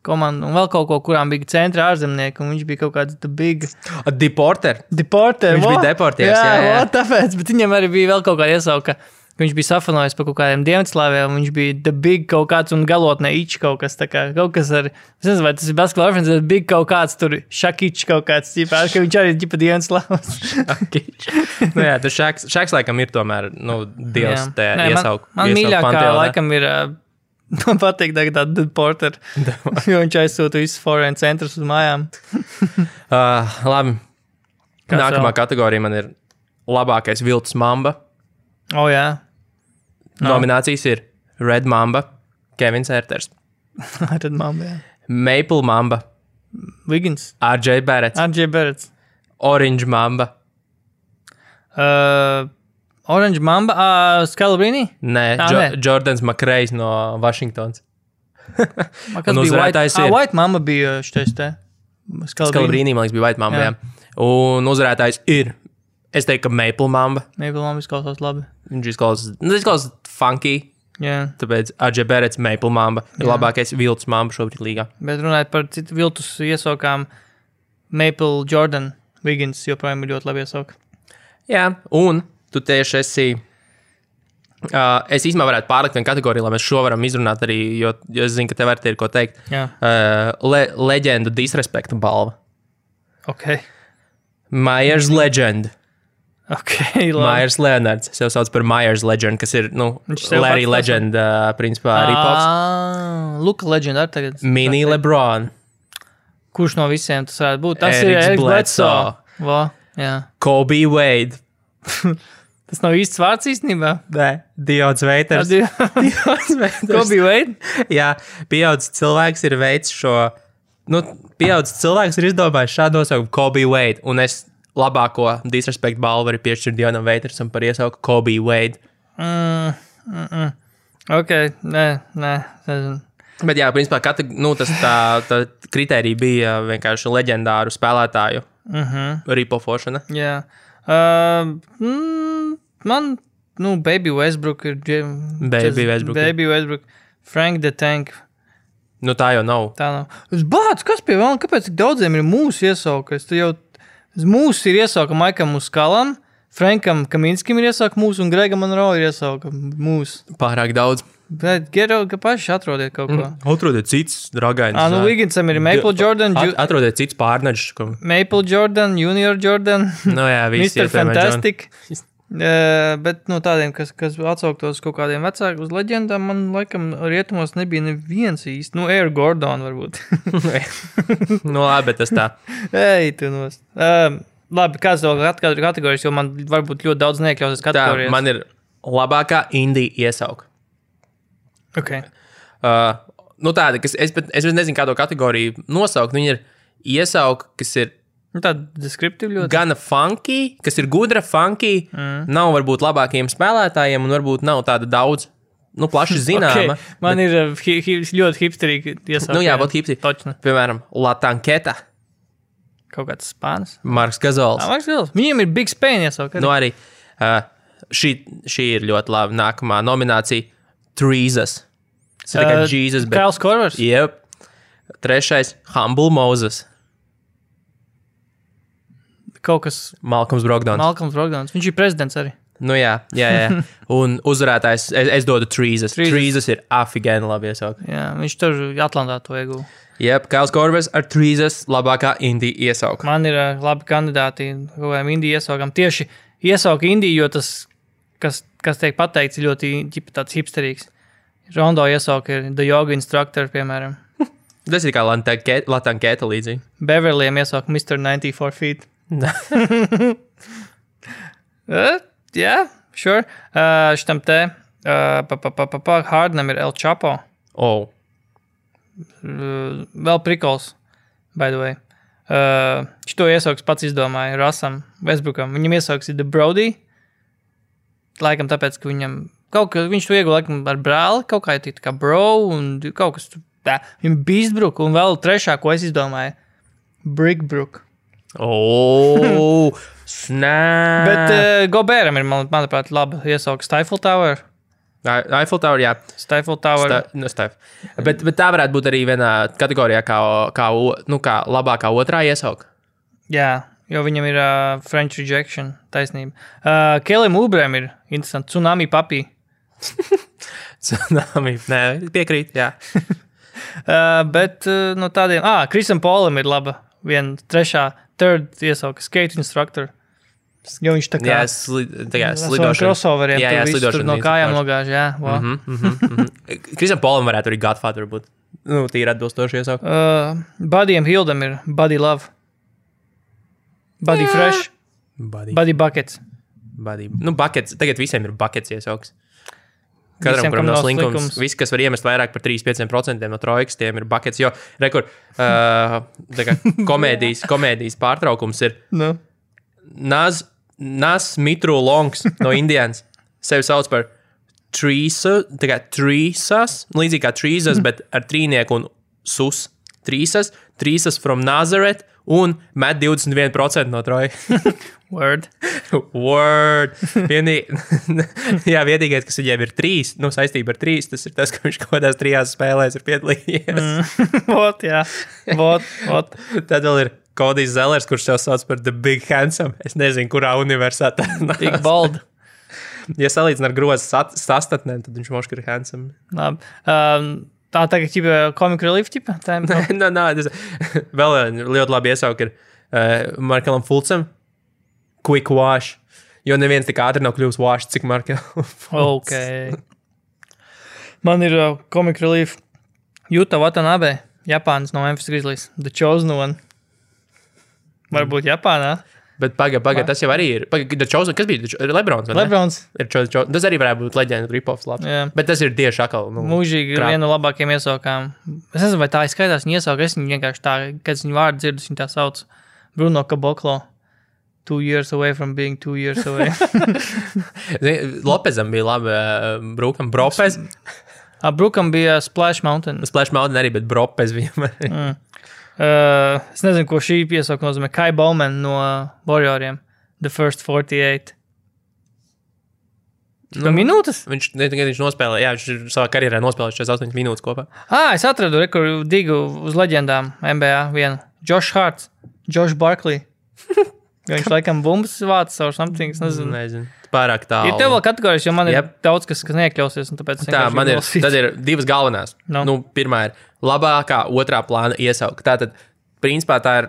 komandām, un vēl kaut ko, kurām bija centra ārzemnieki, un viņš bija kaut kāds the big Deporter. deporter. Viņš what? bija deportieris, jā, jā. what, tāpēc, bet viņam arī bija vēl kaut kāda iesauka. ka Viņš bija safanojis par kaut kādiem Dienvidslāviem, un viņš bija the big kaut kāds, un galotnē īčs kaut kas tāds, kā kaut kas ar, es nezinu, vai tas ir basketbola referents, bet big kaut kāds tur, šakičs kaut kāds, ķipā, ka viņš arī ir ģipa Dienvidslāvs. nu, jā, tas šāks, šāks laikam ir tomēr nu, dievs. Jā. tajā Nē, man- iesauku- Man iesauku mīļākā panteonā. laikam ir. ā, Man patīk, tagad tāda deporter. jo viņš aizsūta visus foreign centrus uz mājām. Uh, labi. Kas Nākamā vēl? kategorija man ir labākais viltus mamba. O, jā. No. Nominācijas ir Red Mamba, Kevins Erters, Tad mamma, jā. Maple Mamba, Ligins. RJ Barrett, Andrzej Berets. Orange Mamba, Uh, Orange Mamba. Uh, Skalabrini. nē, Tā, jo nē. Jordans Makrejs no Vašingtons. Vai Kas Un bija White? uzvarētājs Ā, ir- White Mamba bija šis te. Skalabrini. Skalabrīnī, man liekas, bija White Mamba. Jā. Jā. Jā. Un uzvarētājs ir, es teiktu, ka Maple Mamba. Maple Mamba izklausās labi. Viņš izklausās, nu, izklausās funky, Jā. tāpēc RJ Barretts, Maple Mamba ir labākais viltus mamba šobrīd līgā. Bet runājot par citu viltus iesaukām, Maple Jordan. Vigins joprojām ir ļoti labi iesaukt. Jā, un tu tieši esi. Uh, es īstenībā varētu pārlikt vienu kategoriju, lai mēs šo varam izrunāt arī, jo, jo es zinu, ka tev arī ir ko teikt. Jā. Uh, le, leģendu disrespekta balva. Ok. Myers Legend. Ok. Labi. Myers Leonards. Es jau saucu par Myers Legend, kas ir, nu, Viņš sev Larry pats tā Legend, uh, principā, arī pops. Ah, Luka leģenda arī tagad. Mini LeBron, Kurš no visiem tas varētu būt? Tas ir Eriks Eriks Bledsoe. Bledsoe. Va, jā. Kobe Wade. Tas nav īsts vārds īstenībā. Nē, Diods Veiters. Ko Diods Veiters. bija Veid? Jā, pieaugušs cilvēks ir veids šo. Nu, pieaugušs cilvēks ir izdomājis šādu nosaukumu, Kobe Wade. Un es labāko disrespektu balvu arī piešķiru Dionam Veitersam par iesauku Kobe Wade. Ok, nē, nē. nezinu. Bet, jā, principā kata, nu, tas tā, tā kriterija bija vienkārši leģendāru spēlētāju uh Mhm. -huh. ripofošana. Jā. Ā, mm, Man, nu, Baby Westbrook ir. Jam- Baby Jaz- Westbrook ir. Baby Westbrook. Frank the Tank. Nu, tā jau nav. Tā nav. Bācis, kas pie vēl, kāpēc tik daudziem ir mūsu iesaukas? Tur jau mūsu ir iesauka Maikam Muskalam, Frankam Kaminskim ir iesauka mūsu un Gregam Monroe ir iesauka mūsu. Pārāk daudz. Bet Gero, ka paši atrodiet kaut ko. Mm. Atrodiet cits, dragains. Ah, nu, ā, Viginsam ir Maple Jordan, at- Ju Atrodiet cits pārneģis. Ko... Maple Jordan, Junior Jordan, Nu, jā, viss Mr. ir Fantastic. Uh, bet no tādiem, kas, kas atsauktos kaut kādiem vecākiem, uz leģendām, man laikam rietumos nebija neviens īsti. Nu, Air Gordon varbūt. nu, labi, bet tas tā. Ei, tu nos. Um, labi, kāds vēl katru kategoriju, jo man varbūt ļoti daudz neiekļausies tā kategorijās. man ir labākā indija iesauka. Okay. Uh, nu, tāda, kas es pat es pat nezinu, kādu kategoriju nosaukt. Viņi ir iesauki, kas ir Nu, Tāda deskriptīva ļoti. Gana funky, kas ir gudra, funky, mm. nav varbūt labākajiem spēlētājiem, un varbūt nav tāda daudz, nu, plaši zināma. okay. Man bet... ir uh, hi, hi, ļoti hipsterīgi iesaistīts. Nu, jā, būt hipsi. Točna. Piemēram, Latanketa, Kaut kāds spānis. Marks Gazols. Aleks Gils. Viņam ir Big Spain iesaukt. Nu, arī uh, šī, šī ir ļoti laba nākamā nominācija - Trīzas. Tas ir eh, tikai Jēzus, bet. Kails Korvers. Yep. Trešais - Humble Moses, Kaut kas. Malcolms Brogdons. Mal Malcolms Brogdons. Viņš ir prezidents arī. nu, jā, jā, jā. Un uzvarētājs, es, es dodu Trīzas. Trīzes. Trīzas ir afigēni labi iesaukt. Jā, viņš tur Atlantā to ieguva. Jep, Kails Korvers ar Trīzas labākā indija iesauka. Man ir ā, labi kandidāti kaut kādam Indiju iesaukam. Tieši iesauka Indiju, jo tas, kas, kas tiek pateikts, ir ļoti ģipa, tāds hipsterīgs. Rondo iesauka ir The Yoga Instructor, piemēram. Tas ir kā Latanketa līdzīgi. Beverlijam iesauka Mr. 94 feet. Uh, Jā, sure. Uh, šitam te, uh, pa, pa, pa, pa, pa, Hardnam ir El Chapo. Oh. Uh, vēl prikols, by the way. Uh, Šo iesauks pats izdomāja Rasam Vesbrukam. Viņam iesauks ir The Brody. Laikam tāpēc, ka viņam kaut kas, viņš to ieguva laikam ar brāli, kaut kā tā kā bro un kaut kas tāds. Viņam bija Beastbrook un vēl trešā, ko es izdomāju, Brickbrook. Oh, Bet snap! uh, Goberam ir, man, manuprāt, laba iesauka Stifle Tower. Bet, uh, Eiffel Tower, jā, Stifle Tower. tā, nu, stāv. Bet, bet tā varētu būt arī vienā kategorijā, kā, kā, o- nu, kā labākā otrā iesauka. Jā, jo viņam ir uh, French rejection, taisnība. Uh, Kelim Ubrēm ir interesanti, tsunami papī. Tsunami. Nē, piekrīt, jā. Uh, bet uh, no tādiem, ah, Krisam Polam ir laba viena trešā, third iesauka, skate instructor. Jo viņš tā kā Jā, sli, tā kā ar saviem slidošana. crossoveriem, Jā, jā, jā, jā, tur slidošana no viņš kājām vienkārši. nogāž. Jā, wow. Mhm. mm -hmm. Krisam Polam varētu arī Godfather būt. Nu, tīri atbilstoši iesaukt. uh, Buddyam Hildam ir Buddy Love. Buddy Fresh, Buddy. Buddy Buckets. Buddy. Nu, buckets. Tagad visiem ir buckets iesaugs. Katram, Visiem, kuram kam nav nav slinkums, slinkums. slinkums, viss, kas var iemest vairāk par 3-5% no trojkas, tiem ir buckets. Jo, rekur, uh, tā kā komēdijas, komēdijas pārtraukums ir Nu. Naz, Naz Mitru Longs no Indijas. Sevi sauc par trīsu, tā kā trīsas, līdzīgi kā trīsas, bet ar trīnieku un sus. Trīsas, trīsas from Nazareth un met 21% no trojkas. Word. Word. Vienī... Jā, vienīgais, kas viņiem ir trīs, nu, saistība ar trīs, tas ir tas, ka viņš kaut kādās trijās spēlēs ir piedalījies. Mm. Vot, jā. Vot, vot. Tad vēl ir Kodijs Zelers, kurš jau sauc par The Big Handsome. Es nezinu, kurā universitātē. Tik bald. ja salīdzinām ar grozu sat- sastatnēm, tad viņš moškā ir handsome. Labi. Um, tā tagad ir komika relief, tipa. Tā ir nē, nē, Nu, tas vēl viena ļoti labi iesauka ir uh, Markelam Fulcam. Quick wash. Jo neviens tik ātri nav kļuvis wash, cik Markelam. ok. Man ir uh, komika relief. Jūta Watanabe, Japāns no Memphis Grizzlies. The Chosen One. Varbūt Japānā. Bet pagaidi, pagaidi, tas jau arī ir. Pagaidi, Chosen, kas bija? Cho- Lebrons. vai ne? Lebrons. Ir Cho- Cho- tas arī varētu būt leģenda, ripoffs. Jā. Bet tas ir tieši atkal. Nu, Mūžīgi ir krāp. viena no labākajām iesaukām. Es nezinu, vai tā izskaidrs viņa iesauka. Es viņu vienkārši tā, kad es viņu vārdu dzirdu, viņa tā sauc. Bruno Kaboklo. Two years away from being two years away. Zini, Lopezam bija labi, uh, Brūkam, Bropez. Ah, Brukam bija Splash Mountain. Splash Mountain arī, bet Bropez viņam arī. Uh, es nezinu, ko šī piesauka nozīmē. Kai Bauman no Warrioriem. The First 48. Nu, minūtes? Viņš, ne, tikai viņš nospēlēja, jā, viņš ir savā karjerā nospēlējis 48 minūtes kopā. Ah, es atradu rekordu digu uz leģendām MBA. Vienu. Josh Harts, Josh Barkley. Jo viņš laikam bumbas vācis or something. Es nezinu. Nezinu, pārāk tālu. Mm. Ir tev vēl kategorijas, jo man ir Jep. yep. daudz kas, kas neiekļausies. un Tāpēc es Tā, vienkārši man ir, nolasīšu. tad ir divas galvenās. No. Nu, Nu. pirmā ir labākā, otrā plāna iesauka. Tā tad, principā, tā ir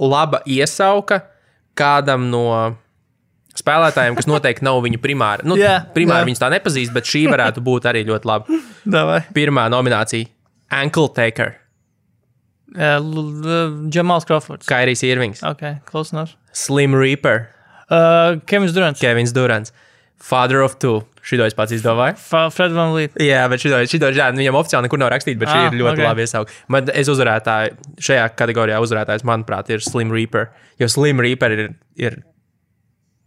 laba iesauka kādam no spēlētājiem, kas noteikti nav viņa primāra. Nu, Jā, primāri jā. viņas tā nepazīst, bet šī varētu būt arī ļoti laba. Davai. Pirmā nominācija - Ankle Taker, Uh, L- L- Jamals Crawfords. Kairijs Irvings, Ok, close enough. Slim Reaper, Uh, Kevins Durants. Kevins Durants, Father of Two. Šito es pats izdomāju. Fred Van Līta. Jā, bet šito, šito žādu, viņam oficiāli nekur nav rakstīts, bet šī Ah, ir ļoti ok. okay. labi iesaukta. Man es uzvarētāju, šajā kategorijā uzvarētājs, manuprāt, ir Slim Reaper. Jo Slim Reaper ir, ir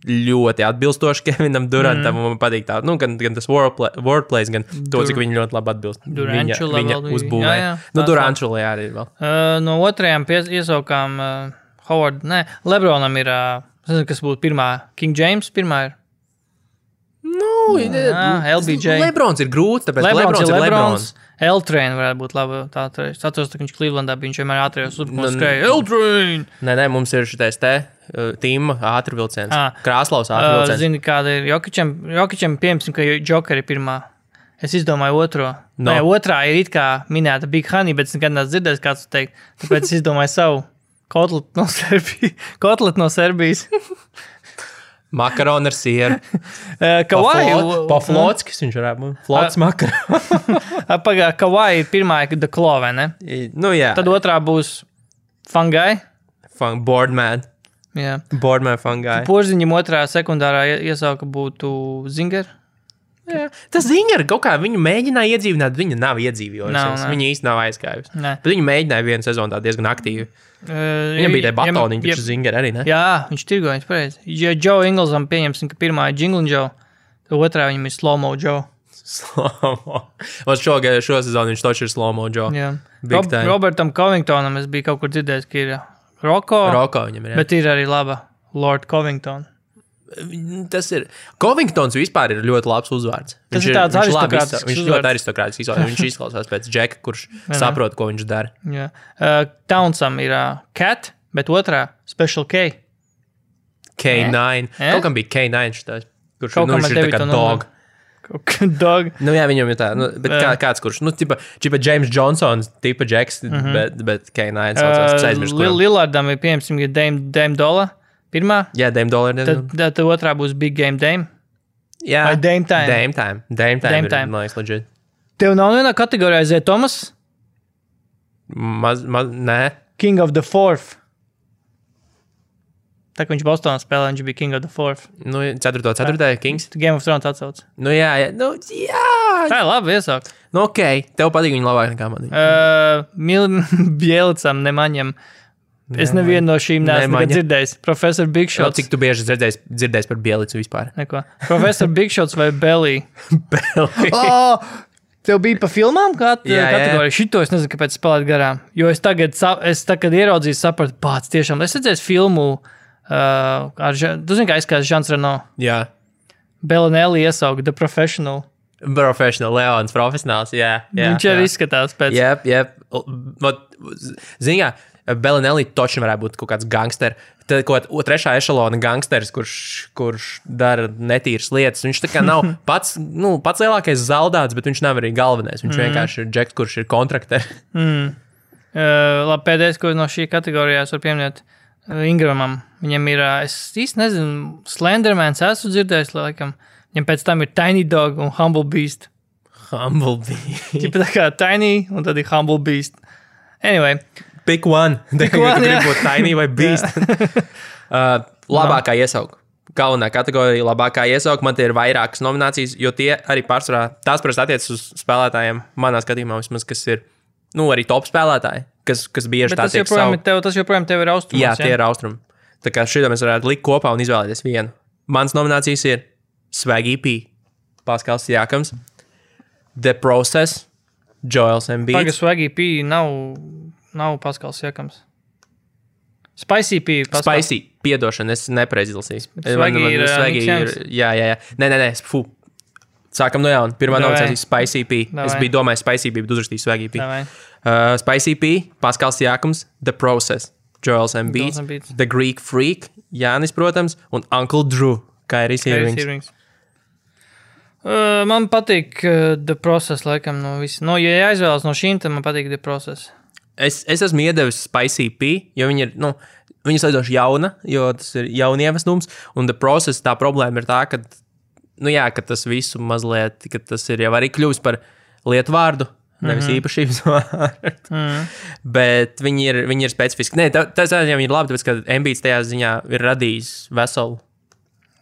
ļoti atbilstoši Kevinam Durantam. Mm. Man patīk tā, nu, gan, gan tas wordplay, wordplays, gan to, Dur- cik viņi ļoti labi atbilst. Viņa, Durantula viņa vēl bija. uzbūvēja. Jā, jā, nu, tā- Durančulē arī ir vēl. Uh, no otrajām pies- iesaukām uh, Howard, nē, Lebronam ir, uh, es nezinu, kas būtu pirmā, King James pirmā ir. Nu, jā, LBJ. Lebrons ir grūts, tāpēc Lebrons, Lebrons, Lebrons ir Lebrons. Eltrēn varētu būt laba tā atreiz. Atceros, tā, ka viņš Clevelandā bija, viņš vienmēr atrējos uzbrukumā Nu, skrēja. Eltrēn! Nē, nē, mums ir šis te uh, tīma ātrvilciens. Ah. Krāslaus Uh, ātrvilciens. zini, kāda ir Jokičam, Jokičam piemēram, ka Joker ir pirmā. Es izdomāju otro. No. No. Nē, otrā ir it kā minēta Big Honey, bet es nekad neesmu dzirdējis, kāds to teikt. Tāpēc es izdomāju savu. Kotlet no Serbijas. Kotlet no Serbijas. Makaronu ar sieru. Uh, Kawaii. Paflots, kas viņš varētu Ah. būt. Flots makaronu. Pagaidām, Kawaii ir pirmā, kad ir klovene. nu, jā. Tad otrā būs Fangai. Fun, boardman. Jā. Boardman fungi. Porziņam otrā sekundārā ie- iesauka būtu Zinger. Jā. Tas ziņa ir kaut kā, viņu mēģināja iedzīvināt, viņa nav Nav, iedzīvojusies. nav. Viņa īsti nav aizgājusi. Nē. Bet viņa mēģināja vienu sezonu tā diezgan aktīvi. Uh, Viņam bija tie ja- batoniņi, ja- kurš ziņa arī, ne? Jā, viņš tirgo, viņš pareizi. Ja Joe Inglesam pieņemsim, ka pirmā ir Jingle Joe, tad otrā viņam ir Slow-Mo Joe. Slomo. Man šogad, šo sezonu viņš taču ir slomo, Džo. Jā. Oh, Big Rob, time. Robertam Covingtonam es biju kaut kur dzirdējis, ka ir Roko, Rob, Roko viņam ir. jā. bet ir arī laba Lord Covington. Tas ir. Covingtons vispār ir ļoti labs uzvārds. Tas Viņš ir tāds viņš labi aristokrātisks izsta- Viņš uzvārds. ļoti aristokrātisks. izvārds. Viņš izklausās pēc džeka, kurš saprot, ko viņš dara. Jā. Uh, Townsam ir uh, Cat, bet otrā Special K. K9. Eh? Kaut kam bija K9 šitās, kurš Kaut nu, kam viņš ar ir tā kā Davidu dog. Kaut kā Dog. Nu, jā, viņam ir tā, nu, bet kā, kāds, kurš, nu, tipa, tipa James Johnsons, tipa Jacks, mm -hmm. bet, bet K9 saucās, es aizmirsu. Mhm. Lil- kuram. Lillardam ir pieņemsim, ka Dame, Dame Dola pirmā, Jā, Dame Dollar. tad, diezgan- tad otrā būs Big Game Dame. Jā, vai Dame Time? Dame Time. Dame Time. Dame ir, Time. Man liekas, legit. Tev nav vienā kategorijā Zē Tomas, Maz, maz, nē. King of the Fourth. Tā kā viņš Bostonā spēlēja, viņš bija King of the Fourth. Nu, 4. 4. Kings. Tu Game of Thrones atsauc. Nu, jā, jā. Nu, jā. Tā ir labi iesaukt. Nu, ok, tev patīk viņa labāk nekā man. Uh, Mielicam, nemaņam. Es nevienu no šīm neesmu Nemaņa. nekad dzirdējis. Profesor Big Jau, Shots. cik tu bieži dzirdēji dzirdēs par bielicu vispār? Neko. Profesor Big Shots vai Belly? Belici. Oh, tev bija pa filmām kāda Jā, jā. kategorija. Šito es nezinu, kāpēc spēlēt garām. Jo es tagad, sa- es tagad ieraudzīju, sapratu, pats tiešām. Es redzēju filmu uh, ar Ža- Tu zini, kā aizskās Žants Reno. jā. Belinelli iesauga The Professional. Profesionāls, Leons, profesionāls. Jā, jā Jā, Viņš arī jā. izskatās pēc. Jā, jā. Zinām, Belinelli točs varētu būt kaut kāds gangsters. Tad, ko o, trešā ešalona gangsters, kurš, kurš dara netīras lietas. Viņš tā kā nav pats, nu, pats lielākais zaldāts, bet viņš nav arī galvenais. Viņš Mhm. mm. vienkārši ir džeks, kurš ir kontrakteris. Uh, labi, pēdējais, ko no šī kategorijas var pieminēt, uh, Ingramam. Viņam ir, uh, es īsti nezinu, Slendermans esmu dzirdējis, laikam. Viņam pēc tam ir Tiny Dog un Humble Beast. Humblebee. Tipa tā kā Tiny un tad ir Humble Beast. Anyway, Pick one. Tā kā one, tu gribi jā. būt tiny vai beast. uh, labākā iesauka. Galvenā kategorija, labākā iesauka. Man te ir vairākas nominācijas, jo tie arī pārsvarā tās parasti attiecas uz spēlētājiem, manā skatījumā, vismaz, kas ir nu, arī top spēlētāji, kas, kas bieži bet tā tas tiek joprojām, saukti. ir tev, tas joprojām tev ir austrumos. Jā, tie ir austrumi. Tā kā šī mēs varētu likt kopā un izvēlēties vienu. Mans nominācijas ir Swaggy P. Paskals Jākams, The Process, Joels Paga Embiid, Swaggy P nav, nav Paskals Jekams. Spicy P. Paskals. Spicy, piedošana, es nepareizi izlasīju. Svagi Man- man- ir, uh, svagi Niks ir. Jans. Jā, jā, jā. Nē, nē, nē. Fū. Sākam no jauna. Pirmā Davai. nominācija - Spicy P. Es Davai. biju domājis, Spicy P, bet uzrakstīju Svagi P. Davai. Uh, Spicy P, Paskals Jākums, The Process, Joels Joels Embiids. Embiid, The Greek Freak, Jānis, protams, un Uncle Drew. Kā arī Kairis Sīrvings. Irvings. Uh, man patīk uh, The Process, laikam, no visiem. No, ja aizvēlas no šīm, tad man patīk The Process. Es, es esmu iedevis Spicy P, jo viņi ir. Nu, Viņa ir salīdzinoši jauna, jo tas ir jaunievesnums. Un the process, tā problēma ir tā, ka, nu jā, ka tas visu mazliet, ka tas ir jau arī kļuvis par lietu vārdu, nevis mm -hmm. īpašības vārdu. Mm -hmm. Bet viņi ir, viņi ir specifiski. Nē, tā- tas jau ir labi, tāpēc, ka Mbīts tajā ziņā ir radījis veselu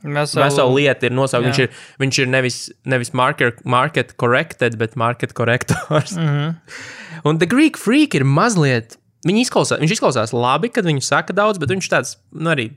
Veselu- Vesela lieta ir nosaukta. Jā. Viņš ir, viņš ir nevis, nevis marker, market corrected, bet market correctors. Mm Mhm. -hmm. Un The Greek Freak ir mazliet. Viņi izklausās, viņš izklausās labi, kad viņš saka daudz, bet viņš tāds nu, arī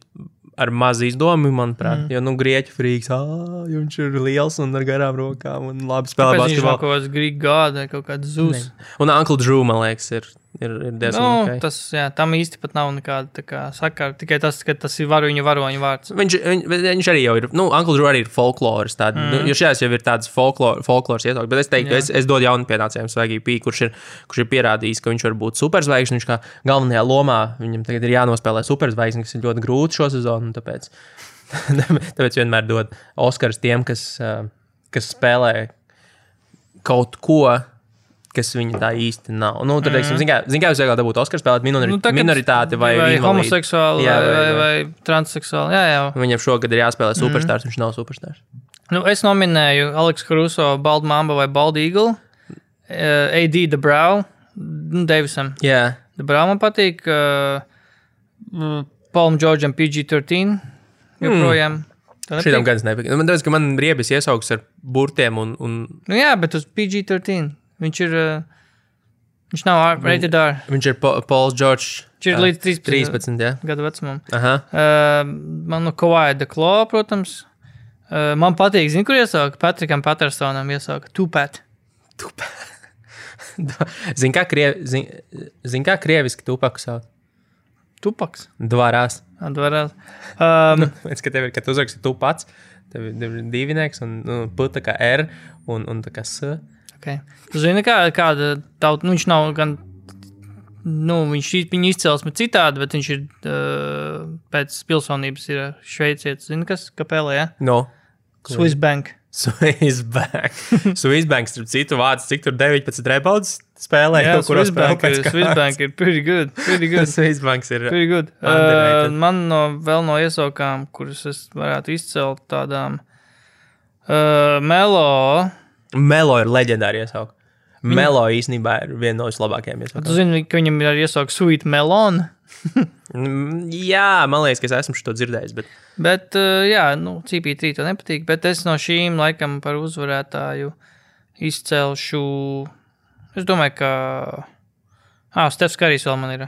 ar mazu izdomu, Mhm. manuprāt. Mm. Jo, nu, grieķu frīks, ah, viņš ir liels un ar garām rokām un labi spēlē Kāpēc viņš nav basketbolu. kaut kāds grīgs gāda, kaut kāds zūs. Un Uncle Drew, man liekas, ir, ir, ir diezgan. Nu, okay. tas, jā, tam īsti pat nav nekāda tā kā sakara. Tikai tas, ka tas ir varoņa varoņa vārds. Viņš, viņ, bet viņš arī jau ir. Nu, Uncle Drew arī ir folkloras. Tāda, mm. nu, jo šajās jau ir tādas folklor, folkloras iesauktas. Bet es teiktu, ka Mhm. Jā. es, es dodu jaunpienācējiem Svaigiju Pī, kurš ir, kurš ir pierādījis, ka viņš var būt superzvaigznes. Viņš kā galvenajā lomā viņam tagad ir jānospēlē superzvaigznes, kas ir ļoti grūti šo sezonu. un Tāpēc, tāpēc vienmēr dod Oskars tiem, kas, ā, kas spēlē kaut ko. Kas viņa tā īsti nav. Nu, tur, teiksim, zin kā, zin kā jūs veikalā dabūtu Oskar spēlēt minori, Mhm. Nu, nu, tagad- minoritāti vai, vai invalīdi? homoseksuāli, Jā, jā, vai, vai, vai, vai transseksuāli. Jā, jā. Viņam šogad ir jāspēlē Mhm. superstars, mm. viņš nav superstars. Nu, es nominēju Aleksu Kruso, Baldu Mamba vai Baldu Eagle, uh, AD Dabrau, Nu, Davisam. Jā, Dabrau man patīk, uh, Palm Georgeam PG-13 joprojām. Mm. šī tam gan es nepiekrītu. nu, Man liekas, ka man riebis iesaugs ar burtiem un, un Nu, jā, bet uz PG-13 viņš ir. Uh, viņš nav ar- rated R viņš ir Pa- Pauls Džordžs. Viņš ir tā, līdz 13. 13. Jā, gadu vecumam. Aha. Uh, man no Kovaja Deklo, protams. Uh, man patīk, zinu, kur iesaukt. Patrikam Patersonam iesaukt. Tupēt. Zini, kā, krievi, zin, zin, kā krieviski tupaku sauc? Tupaks. Dvarās. Atvarās. Um, Es ka tev ir, kad uzraksti tu pats, tev ir tev ir divinieks un nu, puta kā R un, un tā kā S. okay. Tu Zini, kā, kāda tauta. Nu, viņš nav gan. Nu, viņš ir viņa izcelsme citādi, bet viņš ir uh, pēc pilsonības ir šveicietis. Zini, kas kapelē? Ja? No. Swiss Bank. Swissbank. Swissbank, starp citu, vārds, cik tur 19 rebaudas spēlē, Jā, kaut kuros Swiss Bank spēlē. ir, Swiss Bank ir pretty good. Pretty good. Swissbank ir. Pretty good. Uh, Underrated. man no, vēl no iesaukām, kuras es varētu izcelt, tādām uh, melo. Melo ir leģendāra iesauka. Melo īstenībā ir viena no vislabākajām Tu iesaukām. zini, ka viņam ir arī iesaukt sweet melon. Mm, Jā, man liekas, ka es esmu šo dzirdējis, bet Bet, uh, jā, nu, cīpītī to nepatīk. Bet es no šīm laikam par uzvarētāju izcelšu. Es domāju, ka. Ah, Stefs Karijs vēl man ir.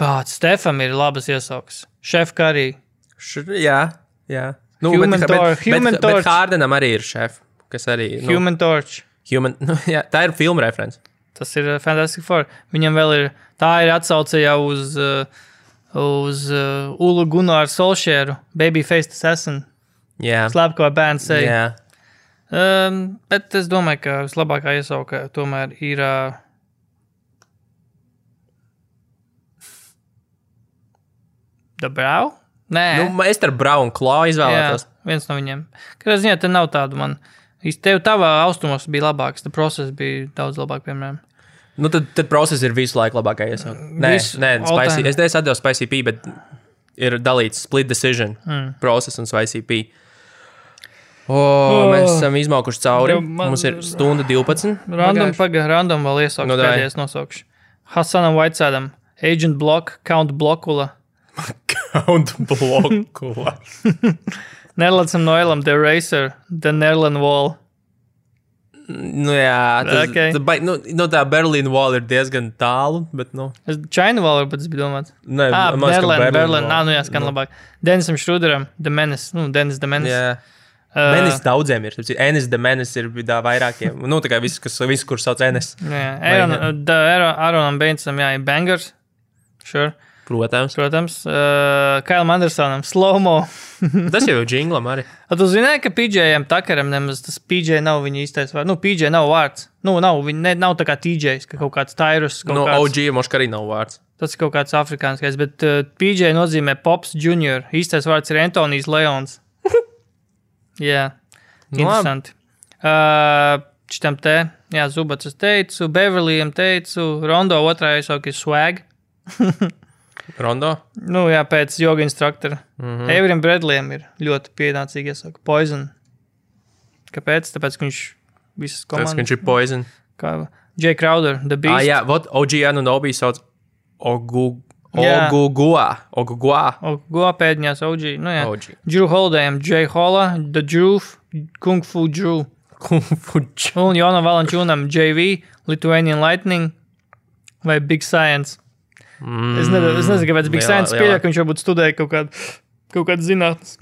Bāc, Stefam ir labas iesaukas. Šef Karijs. š, jā, jā. Nu, Human bet, Torch, bet, Human bet, bet Torch. Hārdenam arī ir šefs, kas arī nu, human. Human Torch. Human, nu, jā, tā ir filma reference. Tas ir uh, Fantastic Four. Viņam vēl ir tā ir atsauce jau uz, uh, uz uh, Ulu Gunāru Solšēru, Babyface Assassin, Jā, Slapko Bands. jā. Um, bet es domāju, ka vislabākā iesauka tomēr ir. Uh, Dabrau? Nē, Nu, ma- es ar Braunu Klau Eh. jā, izvēlētos. viens no viņiem. Kādā ziņā te nav tādu man. Īsti Tev tavā austumos bija labāks, tad process bija daudz labāk, piemēram. Nu, tad, tad process ir visu laiku labākais iesauka. Nē, Visu- nē all spicy, time. es neesmu atdevis Spicy P, bet ir dalīts split decision mm. process un Spicy P. O, oh. Mēs esam izmaukuši cauri. Tev man- Man... Mums ir stunda 12. Random, pagājuši. paga, random vēl iesaukšu. Nu, No, dai. pēdējais nosaukšu. Hasanam Vaitsādam, Agent Block, Count Blockula, Count Blokula. Nerlancam Noilam, The Racer, The Nerlan Wall. nu, jā, tas, Okay. okay. tā, bai- nu, nu, tā Berlīna vala ir diezgan tālu, bet, nu, Es China Wall, bet es biju domāts. nē, Ah, man liekas, ka Berlin, Berlin. Wall. Ah, nu jā, skan labāk. Denisam Šruderam, The Menace, nu, Denis The Menace. Jā, Uh, Menis daudziem ir. Enis de Menis ir vidā vairākiem. Nu, tā kā viss, kas, viss kur sauc Enis. Jā, Aaron, Vai- uh, The Aaron- Aaronam Bainsam, jā, ir Bangers. Sure, Protams. protams. Uh, Kailam Andersonam, Slowmo. Tas jau ir jinglam arī. A, Tu zināji, ka PJam Takaram nemaz tas PJ nav viņa īstais vārds. Nu, PJ nav vārds. Nu, nav, viņa ne, nav tā kā TJs, ka kaut kāds Tyrus, kaut No kāds, OG mums arī nav vārds. tas ir kaut kāds afrikānskais, bet uh, PJ nozīmē Pops Junior. Īstais vārds ir Antonijs Leons. jā, Nu, Nu interesanti. Uh, šitam te, jā, Zubats es teicu, Beverlijam teicu, Rondo otrā aizsauka ir Swag. Rondo. Nu, jā, pēc joga instruktora. Mm Mhm. -hmm. Eivrim Bredlijam ir ļoti pienācīgi iesaka Poison. Kāpēc? Tāpēc, ka viņš visas Tas, ka komandas. viņš ir poison. Kā Jay Crowder, The Ah, Beast. jā, vot OG Anunobi sauc Ogu. Jā. Ogugua. Ogugua. Go pēdējās OG. Nu, jā. OG. Drew Holdēm, Jay Hola, The Drew, Kung Fu Drew Kumfuģi. un Jona Valančūnam, JV, Lithuanian Lightning vai Big Science. Mm, es, nezinu, es nezinu, kāpēc Big lielā- lielā, Science lielā- pieļāva, ka viņš jau būtu studējis kaut kādu, kaut kādu zinātnes.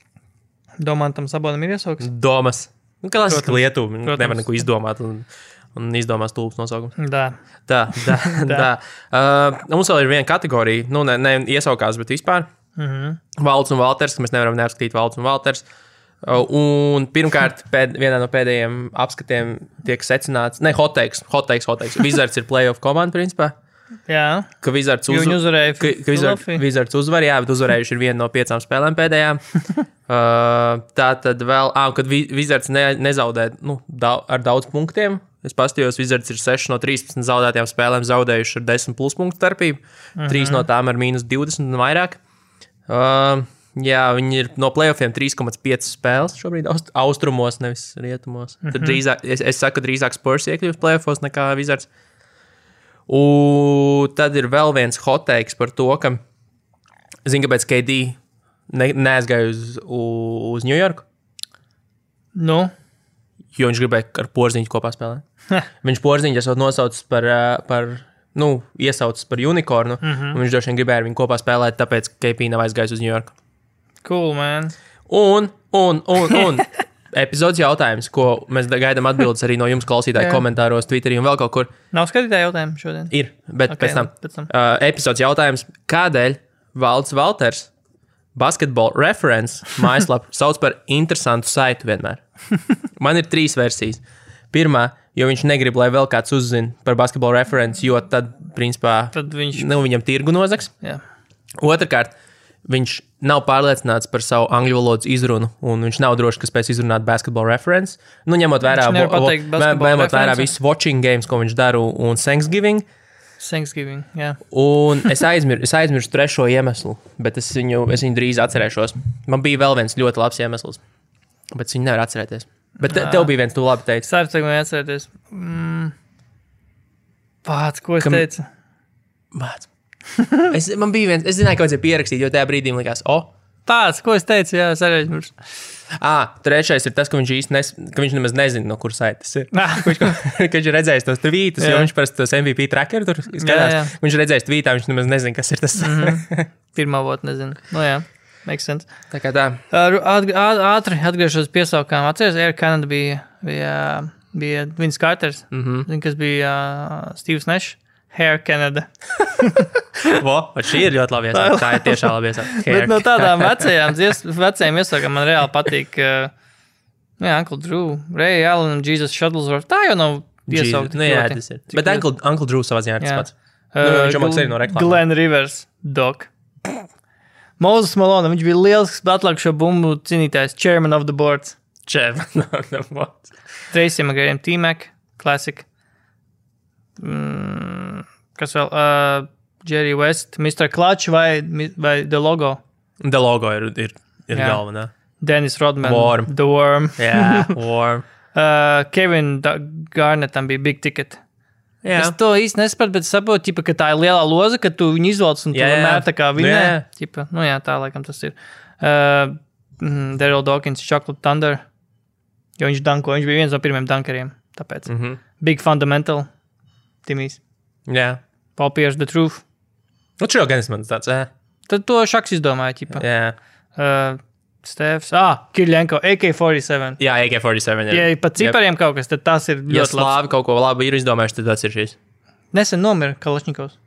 Domāju, tam sabonam ir iesauks. Domas. Nu, kā tas ir Protams. Lietuva? nu, Protams. Nevar neko izdomāt. Un... Un izdomās tulpas nosaukums. Jā, Tā, tā, tā. Uh, mums vēl ir viena kategorija, nu, ne, ne iesaukās, bet vispār. mm -hmm. Valds un Valters, ka mēs nevaram neapskatīt Valds un Valters. Uh, Un pirmkārt, pēd, vienā no pēdējiem apskatiem tiek secināts, ne hoteiks, hoteiks, hoteiks. Wizards ir playoff komanda, principā. jā. Ka Wizards Jo uz... viņi uzvarēja ka, ka Wizard, Philadelphia. Wizards uzvar, jā, bet uzvarējuši ir viena no piecām spēlēm pēdējām. Uh, tā tad vēl, ah, kad Vi- Wizards ne, nezaudē nu, dau, ar daudz punktiem. Es paskatījos, Wizards ir 6 no 13 zaudētajām spēlēm zaudējuši ar 10 plus punktu starpību. 3 no tām ar mīnus 20 un vairāk. Uh, jā, viņi ir no playoffiem 3,5 spēles šobrīd aust, austrumos, nevis rietumos. Mm -hmm. Tad drīzāk, es, es saku, ka drīzāk Spurs iekļūst playoffos nekā Wizards. Un tad ir vēl viens hoteiks par to, ka, zinu, kāpēc KD ne, neaizgāja uz, u- uz New York, Nu, jo viņš gribēja ar porziņu kopā spēlēt. viņš porziņš esot nosaucis par, ā, par nu, iesaucis par unikornu, mm -hmm. un viņš droši vien gribēja ar viņu kopā spēlēt, tāpēc KP nav aizgājis uz New York. cool, man. Un, un, un, un epizodes jautājums, ko mēs gaidām atbildes arī no jums klausītāju Jā. komentāros, Twitterī un vēl kaut kur. Nav skatītāju jautājumu šodien. Ir, bet okay, Okay, pēc tam. pēc tam. Uh, epizodes jautājums, kādēļ Valds Valters basketbolu reference mājaslapu sauc par interesantu saiti vienmēr? Man ir trīs versijas. Pirmā, jo viņš negrib, lai vēl kāds uzzina par basketbolu referenci, jo tad, principā, Tad viņš. nu, viņam tirgu nozags. Jā. Otrakārt, viņš nav pārliecināts par savu angļu valodas izrunu, un viņš nav drošs, ka spēs izrunāt basketbolu referenci. Nu, ņemot vērā, Viņš nevar vo- vo- pateikt ņem- basketbolu ņemot vērā referenci. visus watching games, ko viņš dara, un Thanksgiving. Thanksgiving. Jā. Un es, aizmir, es aizmirsu trešo iemeslu, bet es viņu, es viņu drīz atcerēšos. Man bija vēl viens ļoti labs iemesls, bet es viņu nevaru atcerēties. Bet te, Ah. tev bija viens, tu labi teici. Sāpes tagad man atcerēties. Mm. Pats, ko es Kam- Kam... teicu? Vāc. Es, man bija viens, es zināju, ka vajadzēja pierakstīt, jo tajā brīdī man likās, o, oh, Pats, ko es teicu? Jā, es arī aizmirsu. ah, trešais ir tas, ka viņš īstenībā, nes, ka viņš nemaz nezina, no kuras saites ir. Ah, Viņš, ka viņš ir redzējis tos tvītus, jo Jā. viņš parasti tos MVP trackeru tur skatās. Jā, Jā, Mhm. jā. Viņš ir redzējis tvītā, viņš nemaz nezina, kas ir tas. Mm -hmm. Pirmā vota nezinu. Nu, jā, makes sense. Tā kā tā. Ar- atg- ā- Ātri atgriežos pie saukām. Atceries, Air Canada bija, bija, bija Vins Kārters, mm Mhm. -hmm. Zin, kas bija uh, Steve's Nešs. Hair Canada. Vo, vat šī ir ļoti labi iesaka. Tā ir tiešām labi iesaka. Bet no tādām vecajām, dzies- vecajām iesakām man reāli patīk. Uh, nu jā, Uncle Drew, Ray Allen, Jesus Shuttlesworth. Tā jau nav Iesaukt, iesaukta. nu, jā, ļoti. tas ir. Cik Bet ļoti- Uncle, Uncle Drew savā ziņā ir tas Jā. pats. Nu, viņš jau man arī no reklāmas. Glen Rivers, Doc. Mozus Malone, viņš bija liels atlikušo bumbu cīnītājs, chairman of the board. Čev, no, no, what? Tracy Magrējiem, T-Mac, Classic. Mm, kas vēl? Uh, Jerry West, Mr. Clutch vai, mi- vai The Logo? Un te logo ir, ir, ir Jā. galvenā. Dennis Rodman, Worm. The Worm. Jā, warm. Uh, Kevin Da- Garnetam bija Big Ticket. Jā. Es to īsti nesaprotu, bet saprotu, ķipa, ka tā ir lielā loza, ka tu viņu izvelc un tu Jā, jā. vienmēr tā kā Nu, viņa. jā, jā. Ķipa, nu jā, tā laikam tas ir. Uh, Daryl Dawkins, Chocolate Thunder. Jo viņš danko, viņš bija viens no pirmiem dunkeriem. Tāpēc. Mm Mhm. Big Fundamental, Timijs, Jā. Palpiešu The Truth. Nu, šī organisms man tāds, jā. Tad to šaks izdomāja, ķipa. Jā, Uh, Stefs, ah, Kirļenko, AK-47. jā AK-47. Ja ir pat cipariem kaut kas, tad tas ir Ja ļoti labi. slāvi kaut ko labu ir izdomājuši, tad tas ir šis. Nesen nomira Kalašņikovs.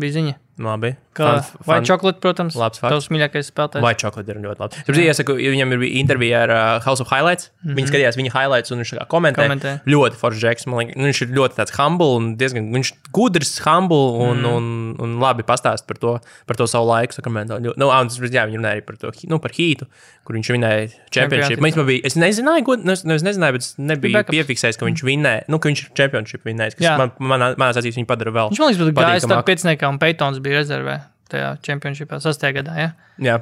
Bija ziņa. Labi. Kā Fun- vai fun- čokolāde, protams, Labs fakts. tavs mīļākais spēlētājs. Vai čokolāde ir ļoti labi. Tāpēc, iesaku, ja viņam ir bija intervija ar uh, House of Highlights. Mm -hmm. Viņi skatījās viņa highlights un viņš tā kā komentē. Mhm. Komentē. Ļoti foršs džeks. man liekas. Nu, Viņš ir ļoti tāds humble un diezgan viņš gudrs, humble un, mm. Mhm. un, un labi pastāst par to, par to savu laiku. Sakramento. Ļo- Nu, ah, un, tas, jā, viņi runāja arī par to hi- nu, par hītu, kur viņš vinēja championship. Championship. Man, īstenībā bija, es nezināju, ko, nu, es, nu, es nezināju, bet es nebiju backups. piefiksējis, ka viņš vinēja, nu, ka viņš ir championship vinējis. kas Jā. Man, man, manā acīs viņa padara vēl. Viņš man liekas, ka gājis tādā patīkamāku. pieciniekā, un Peitons bija rezervē tajā čempionšipā, sastajā gadā. Ja? Jā.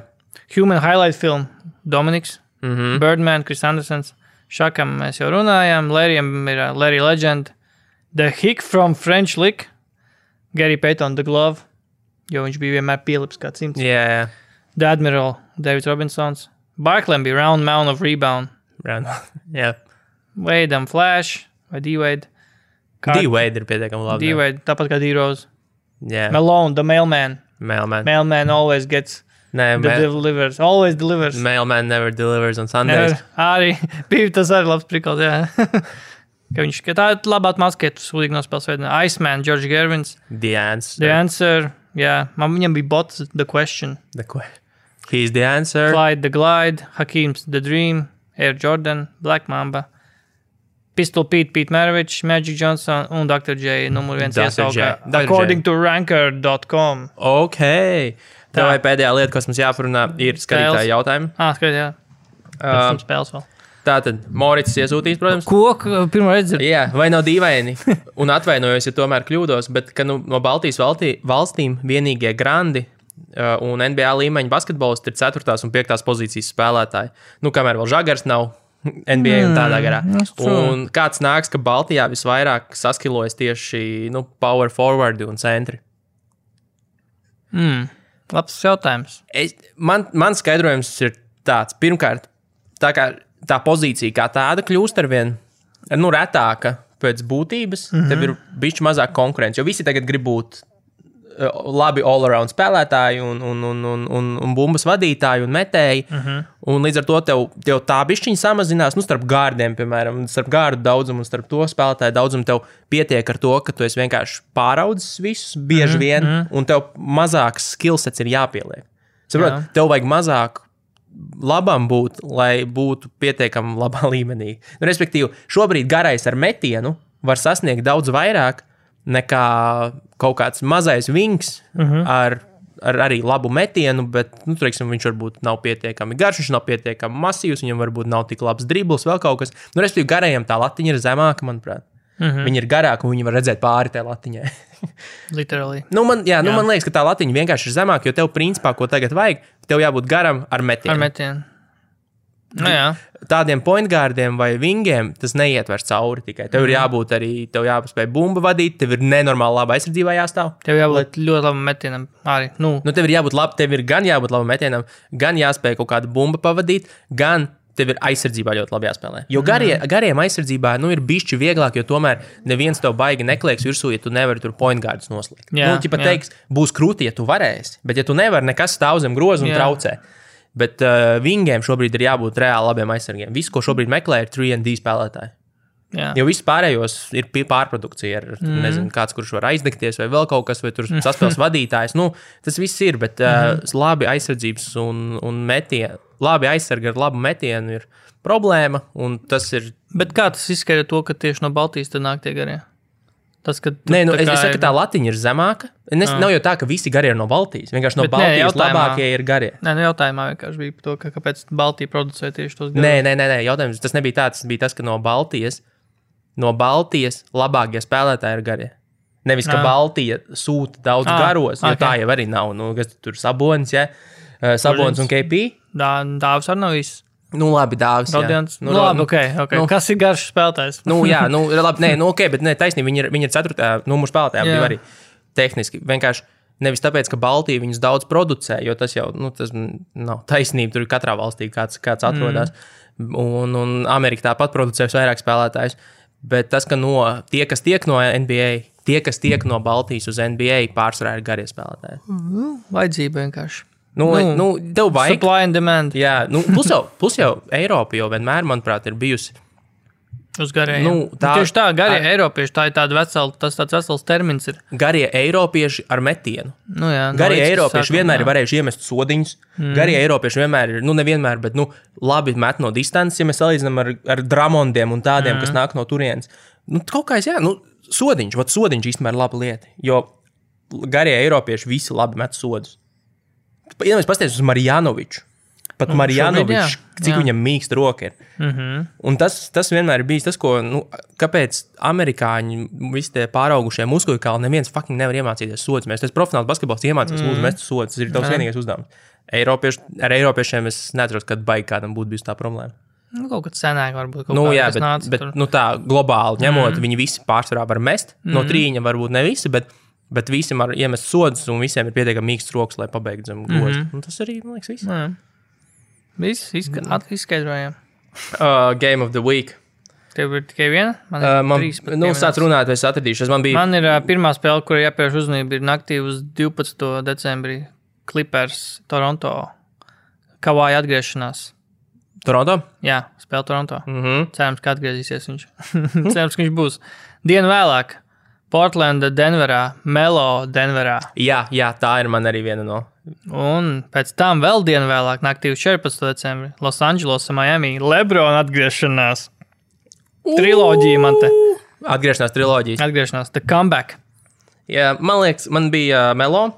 Mhm. Human Highlight film Dominiks, mm -hmm. Birdman, Chris Andersons, Šakam mēs jau runājām, Lērijam ir uh, Larry Legend, The Hick from French Lick, Gary Payton, The Glove, jo viņš bija vienmēr pielips kā cimds. Jā, jā. The Admiral, Davids Robinsons. Barklēm bija round mound of rebound. Brown. jā. Veidam Flash vai D-Wade. D-Wade ir pietiekami labi. jā. D-Wade, tāpat kā D-Rose. Jā, Malone, the mailman. Mailman. Mailman always gets, Nē, the ma- delivers, always delivers. Mailman never delivers on Sundays. Nevar. Arī bija tas arī labs prikals. Jā. Ka viņš ka tā ir labā maskē, tas sūdzīgi nospēlēts veidā. Iceman, George Gervins, The answer. The Answer, jā, man viņam bija bots, The Question, The que- He's the answer. Clyde, The Glide, Hakims, The Dream, Air Jordan, Black Mamba, Pistol Pete, Pete Maravich, Magic Johnson un Dr. J. numur viens Dr. iesauka. J. Dr. J. According to ranker.com. Ok. Tā vai pēdējā lieta, kas mums jāparunā, ir skatītāja jautājumi. Ah, skat, jā, Uh, um, spēles vēl. tā tad Morits iesūtīs, protams. Ko k- pirmo reizi dzirdēju? Jā, vai nav dīvaini? Un atvainojos, ja tomēr kļūdos, bet ka, nu, no Baltijas valtī, valstīm vienīgie grandi uh, un NBA līmeņa basketbolisti ir 4. un 5. pozīcijas spēlētāji. Nu, kamēr vēl žagars nav NBA mm, un tādā garā. that's true. Un kāds nāks, ka Baltijā visvairāk saskilojas tieši nu, power forward un centri? Mm, labs jautājums. es, man, man skaidrojums ir tāds, pirmkārt, tā, kā, tā pozīcija kā tāda kļūst ar vien nu, retāka pēc būtības. Mm -hmm. Tev ir bijis mazāk konkurence, jo visi tagad grib būt eh, labi all-around spēlētāji, un, un, un, un, un, un bumbas vadītāji un metēji. Mm -hmm. un līdz ar to tev, tev tā pišķiņa samazinās, nu, starp gārdiem, piemēram, un starp gārdu daudzumu un starp to spēlētāju daudzumu. Tev pietiek ar to, ka tu esi vienkārši pāraudzis visus bieži mm -hmm. vien, un tev mazāks skillsets ir jāpieliek. Saprot, Jā. tev vajag mazāk labam būt, lai būtu pietiekami labā līmenī. Nu, respektīvi, šobrīd garais ar metienu var sasniegt daudz vairāk nekā kaut kāds mazais vings uh -huh. ar, ar arī labu metienu, bet nu, teiksim, viņš varbūt nav pietiekami garš, viņš nav pietiekami masīvs, viņam varbūt nav tik labs dribbles, vēl kaut kas. Nu, respektīvi, garajam tā latiņa ir zemāka, manuprāt. Uh -huh. Viņa ir garāka un viņi var redzēt pāri tai latiņai. Literally. Nu, man, jā, nu, jā. man liekas, ka tā latiņa vienkārši ir zemāka, jo tev, principā, ko tagad vajag, tev jābūt garam ar Ar metienu. Met... metienu. Nu, jā. Tādiem pointgārdiem vai vingiem tas neietver cauri tikai. Tev mm. ir jābūt arī, tev jāpaspēj bumbu vadīt, tev ir nenormāli laba aizsardzībā jāstāv. Tev jābūt ļoti labam metienam. Arī. Nu, Nu, tev ir jābūt labam, tev ir gan jābūt labam metienam, gan jāspēj kaut kādu bumbu pavadīt, gan tev ir aizsardzībā ļoti labi jāspēlē. Jo garie, mm. gariem aizsardzībā nu, ir bišķi vieglāk, jo tomēr neviens tev baigi neklieks virsū, ja tu nevari tur pointgārdus noslēgt. Jā, nu, ķipa, jā. teiks, būs krūti, ja tu varēsi, bet ja tu nevari, nekas stāv zem groza un jā. Jā. traucē. Bet uh, vingiem šobrīd ir jābūt reāli labiem aizsargiem. Viss, ko šobrīd meklē, ir 3D spēlētāji. jā. Jo viss pārējos ir pie- pārprodukcija. Ir, mm. Nezinu, kāds kurš var aizdegties, vai vēl kaut kas, vai tur saspēles vadītājs. Nu, tas viss ir, bet mm. Mm-hmm. uh, labi aizsardzības un, un metienu, labi aizsargāt ar labu metienu ir problēma. un Tas ir. Bet kā tas izskaidro to, ka tieši no Baltijas tad nāk tie garie? Tas, ka. tu Nē, nu, tā es, kā es saku, ir- Ah. tā latiņa ir zemāka. Nes, nav jau tā, ka visi garie ir no Baltijas. Vienkārši no Bet bet, nē, Baltijas nē, jautājumā- labākie ir garie. Nē, nu, jautājumā vienkārši bija par to, ka, kāpēc Baltija producē tieši tos Nē, nē, nē, nē jautājums. Tas nebija tāds. Tas bija tas, ka no Baltijas, no Baltijas labākie spēlētāji ir garie. Nevis, ka Ā. Baltija sūta daudz Ā, garos, jo Ah. ok. okay. tā jau arī nav. Nu, kas tur sabonis, ja? Eh, Sabonis un KP. Dā, dāvs arī nav viss. Nu, labi, dāvis. jā. Rodians. Nu, ro- labi, okay, okay. Nu, nu. Kas ir garš spēlētājs? Nu, jā, nu, ir labi, nē, nu, ok, bet nē, taisnība, viņi ir, viņi ir ceturtā nu, numura spēlētāja, Jā. divi arī tehniski. Vienkārši nevis tāpēc, ka Baltija viņus daudz producē, jo tas jau, nu, tas mm, nav taisnība, tur ir katrā valstī kāds, kāds atrodas. Mm. Un, un Amerika tāpat producē vairāk spēlētājus. Bet tas, ka no, tie, kas tiek no NBA, tie, kas tiek no Baltijas uz NBA, pārsvarā ir garie spēlētāji. Vajadzība vienkārši. Nu, nu, nu tev vajag Supply and demand Jā, nu, plus, jau, plus jau Eiropa jau vienmēr, manuprāt, ir bijusi. uz gariem. Nu, tā- tieši tā, garie tā, Eiropieši, tā ir tāda vecela, tas tāds vesels termins ir. Garie Eiropieši ar metienu. Nu, jā, no Garie līdz, kas Eiropieši sākumā, vienmēr jā. ir varējuši iemest sodiņus. Mm. Garie Eiropieši vienmēr ir, nu, nevienmēr, bet nu, labi met no distances, ja mēs salīdzinām ar, ar dramondiem un tādiem, mm. kas nāk no turienes. Nu, kaut kā es, jā, nu, sodiņš, vat sodiņš īstenībā ir laba lieta. Jo garie Eiropieši visi labi met sodus. Ja mēs paskatāmies uz Marjanoviču, pat nu, Marjanoviču, šobrīd jā, cik jā. Mhm. jā. viņam mīksta roka ir. Un tas, tas vienmēr ir bijis tas, ko, nu, kāpēc amerikāņi, visi tie pāraugušie muskuļi, kā neviens fucking nevar iemācīties sodu. Mēs tas profesionāls basketbols iemācījāmies, Mhm. mm. lūdzu, mest sodu. Tas ir tavs vienīgais uzdevums. Eiropieši, ar eiropiešiem es neatceros, kad baigā kādam būtu bijusi tā problēma. Nu, kaut kas senāk, varbūt. Kaut Nu, kā, jā, kas bet, nāca bet tur. Mhm. nu, tā globāli ņemot, mm. viņi visi pārsvarā var mest. Mm. No trījņa varbūt ne visi, bet Bet visiem ir iemests sods, un visiem ir pietiekami mīksts rokas, lai pabeigtu zem Mhm. groza. Mm -hmm. Tas arī, man liekas, viss. Nē. Viss izska- Mm. at- izskaidrojām. Uh, game of the week. Tev ir tikai viena. Man ir Uh, man, trīs pat nu, pieminētas. sāc runāt, vai es atradīšu. Es man bija Man ir ā, pirmā spēle, kurai jāpievērš uzmanība, ir naktī uz 12. decembrī. Clippers, Toronto. Kavāja atgriešanās. Toronto. Jā, spēle Toronto. Mm -hmm. Cerams, ka atgriezīsies viņš. Cerams, ka viņš būs. Dienu vēlāk. Portlanda, Denverā, Melo, Denverā. Jā, jā, tā ir man arī viena no. Un pēc tam vēl dienu vēlāk, naktī uz 14. decembrī, Losandželosā, Miami, Lebrona atgriešanās. Triloģija man te Atgriešanās trilogijas. atgriešanās, the comeback. Jā, man liekas, man bija uh, Melo.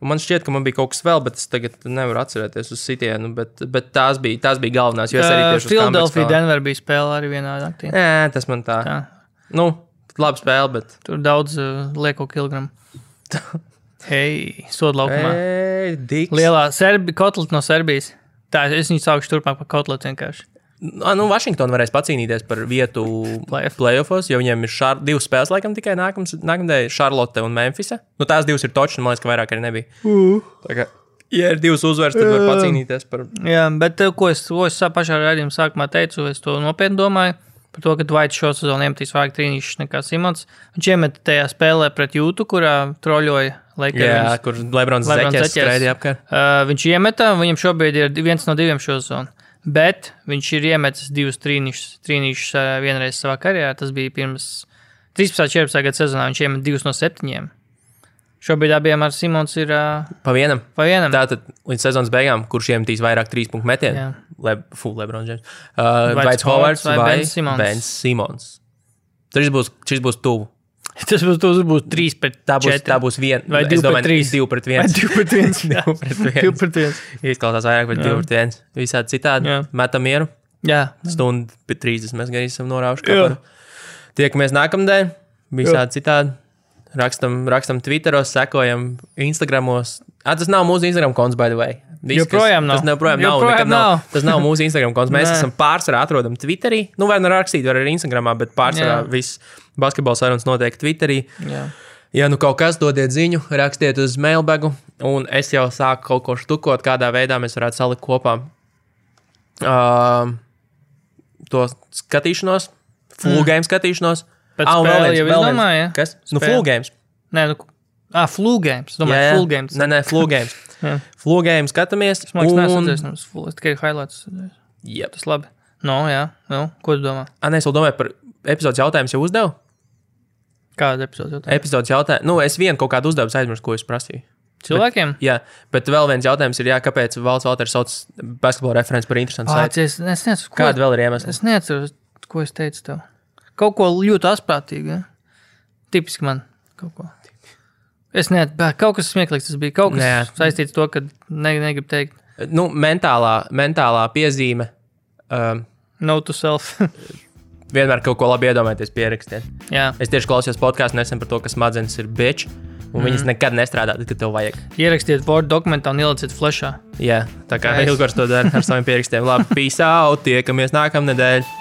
un Man šķiet, ka man bija kaut kas vēl, bet es tagad nevaru atcerēties uz sitienu. Bet, bet tās, bija, tās bija galvenās. Jo es arī tieši uz Filadelfija, Kamberu Eh, Uh, Denver bija spēle arī vienā naktī. spēlēju. Nē, tas man tā. Tā. Nu, labi spēle, bet. Tur daudz uh, lieko kilogramu. Hei, sodu laukumā. Ei, Diks. Lielā serbi, kotleta no Serbijas. Tā, es viņu saukšu turpmāk par kotletu vienkārši. Ā, Nu, Vašingtona varēs pacīnīties par vietu Playoff. playoffs, jo viņiem ir šār, divas spēles, laikam, tikai nākams, nākamnedēļ Charlotte un Memphisa. Nu, tās divas ir točas, man liekas, ka vairāk arī nebija. Uh. Tā kā, ja ir divas uzvaras, tad var pacīnīties par. Jā, bet eh, ko es, ko es sa- pašā raidījuma sākumā teicu, es to nopietni domāju. Par to, ka Dvaits šo sezonu iemetīs vairāk trīnīšus nekā Simons. Viņš iemeta tajā spēlē pret Jūtu, kurā troļoja Lakers. Jā, kur Lebrons Lebrons Zeķers zeķers. skraidīja apkārt. Uh, viņš iemeta, un viņam šobrīd ir viens no diviem šo sezonu. Bet viņš ir iemetis divus trīnīšus, trīnīšus uh, vienreiz savā karjerā. Tas bija pirms 13, 14 gadu sezonā. Viņš iemeta divus no septiņiem. Šobrīd abiem ar Simons ir uh, Pa vienam. pa vienam. Tātad līdz sezonas beigām, kurš iemetīs vairāk trīs punktu metienu? Jā. Le, Fu, Lebrons Žēms. Uh, Vaits Vaits Hovards Hovards vai vai, vai Bens Simons? Bens Simons. Šis būs, šis būs tuvu. Tas būs, tas būs 3 pret Tā būs, 4. tā būs viena. Vai divi pret trīs? Divi pret Vai viens. divi pret viens, jā. Divi pret viens. Divi pret viens. Izklausās vairāk, bet divi pret viens. Visādi citādi. Jā. Metam mieru. Jā, Stundu pēc 30 mēs gan esam norāvuši. kā Jā. par. Tiekamies nākamdien. Visādi citādi. Rakstam, rakstam Twitteros, sekojam Instagramos. Ah, tas nav mūsu Instagram konts, by the way. Viss, Joprojām nav. kas, tas joprojām nav. Joprojām nekad nav. nav. Tas nav mūsu Instagram konts. Mēs Nē. esam pārsvarā atrodam Twitterī. Nu, vai nu rakstīt, vai arī Instagramā, bet pārsvarā Jā. viss basketbols sarunas notiek Twitterī. jā. Ja nu kaut kas dodiet ziņu, rakstiet uz mailbagu, un es jau sāku kaut ko štukot, kādā veidā mēs varētu salikt kopā uh, to skatīšanos, flūgēm mm. skatīšanos. Bet Ā, un vēl spēle viens, jau vēl viens. izdomāja? Kas? Nu, Spēle. flūgēm. Nē, nu, ah, full games. Domāju, full games. Nē, nē, flūgēm. Jā. flūgēm skatāmies. Es domāju, ka tas un... ir tas full. Es tikai highlights. redzēju. Jep. Tas labi. No, jā, nu, ko tu domā? Ā, nē, es vēl domāju par epizodes jautājumu, jau uzdevu. Kāda epizode? Ep Epizodes jautājumu. Nu, es vienu kaut kādu uzdevumu aizmirsu, ko es prasīju. Cilvēkiem? Jā, bet vēl viens jautājums ir, jā, kāpēc Valsts Valters sauc basketbola referents par interesantu saiti? Pācies, es nezinu, ko, Kāda vēl ir iemesla? es nezinu, ko es teicu tev. Kaut ko ļoti asprātīgi. Ja? Tipiski man kaut ko. Es nezinu, kaut kas smieklīgs tas bija. Kaut kas Nē. saistīts ar to, ka ne, negribu teikt, nu, mentālā, mentālā piezīme. Um, no to self. vienmēr kaut ko labi iedomājieties, pierakstiet. Jā, Es tieši klausījos podkāstu nesen par to, ka smadzenes ir bitch, un mm. viņas nekad nestrādā, tad, kad tev vajag. ierakstiet Word dokumentā un ielieciet flashā. Jā, tā kā Nice. Hilgars to dara ar saviem pierakstiem. Labi, peace out, tiekamies nākamnedēļ.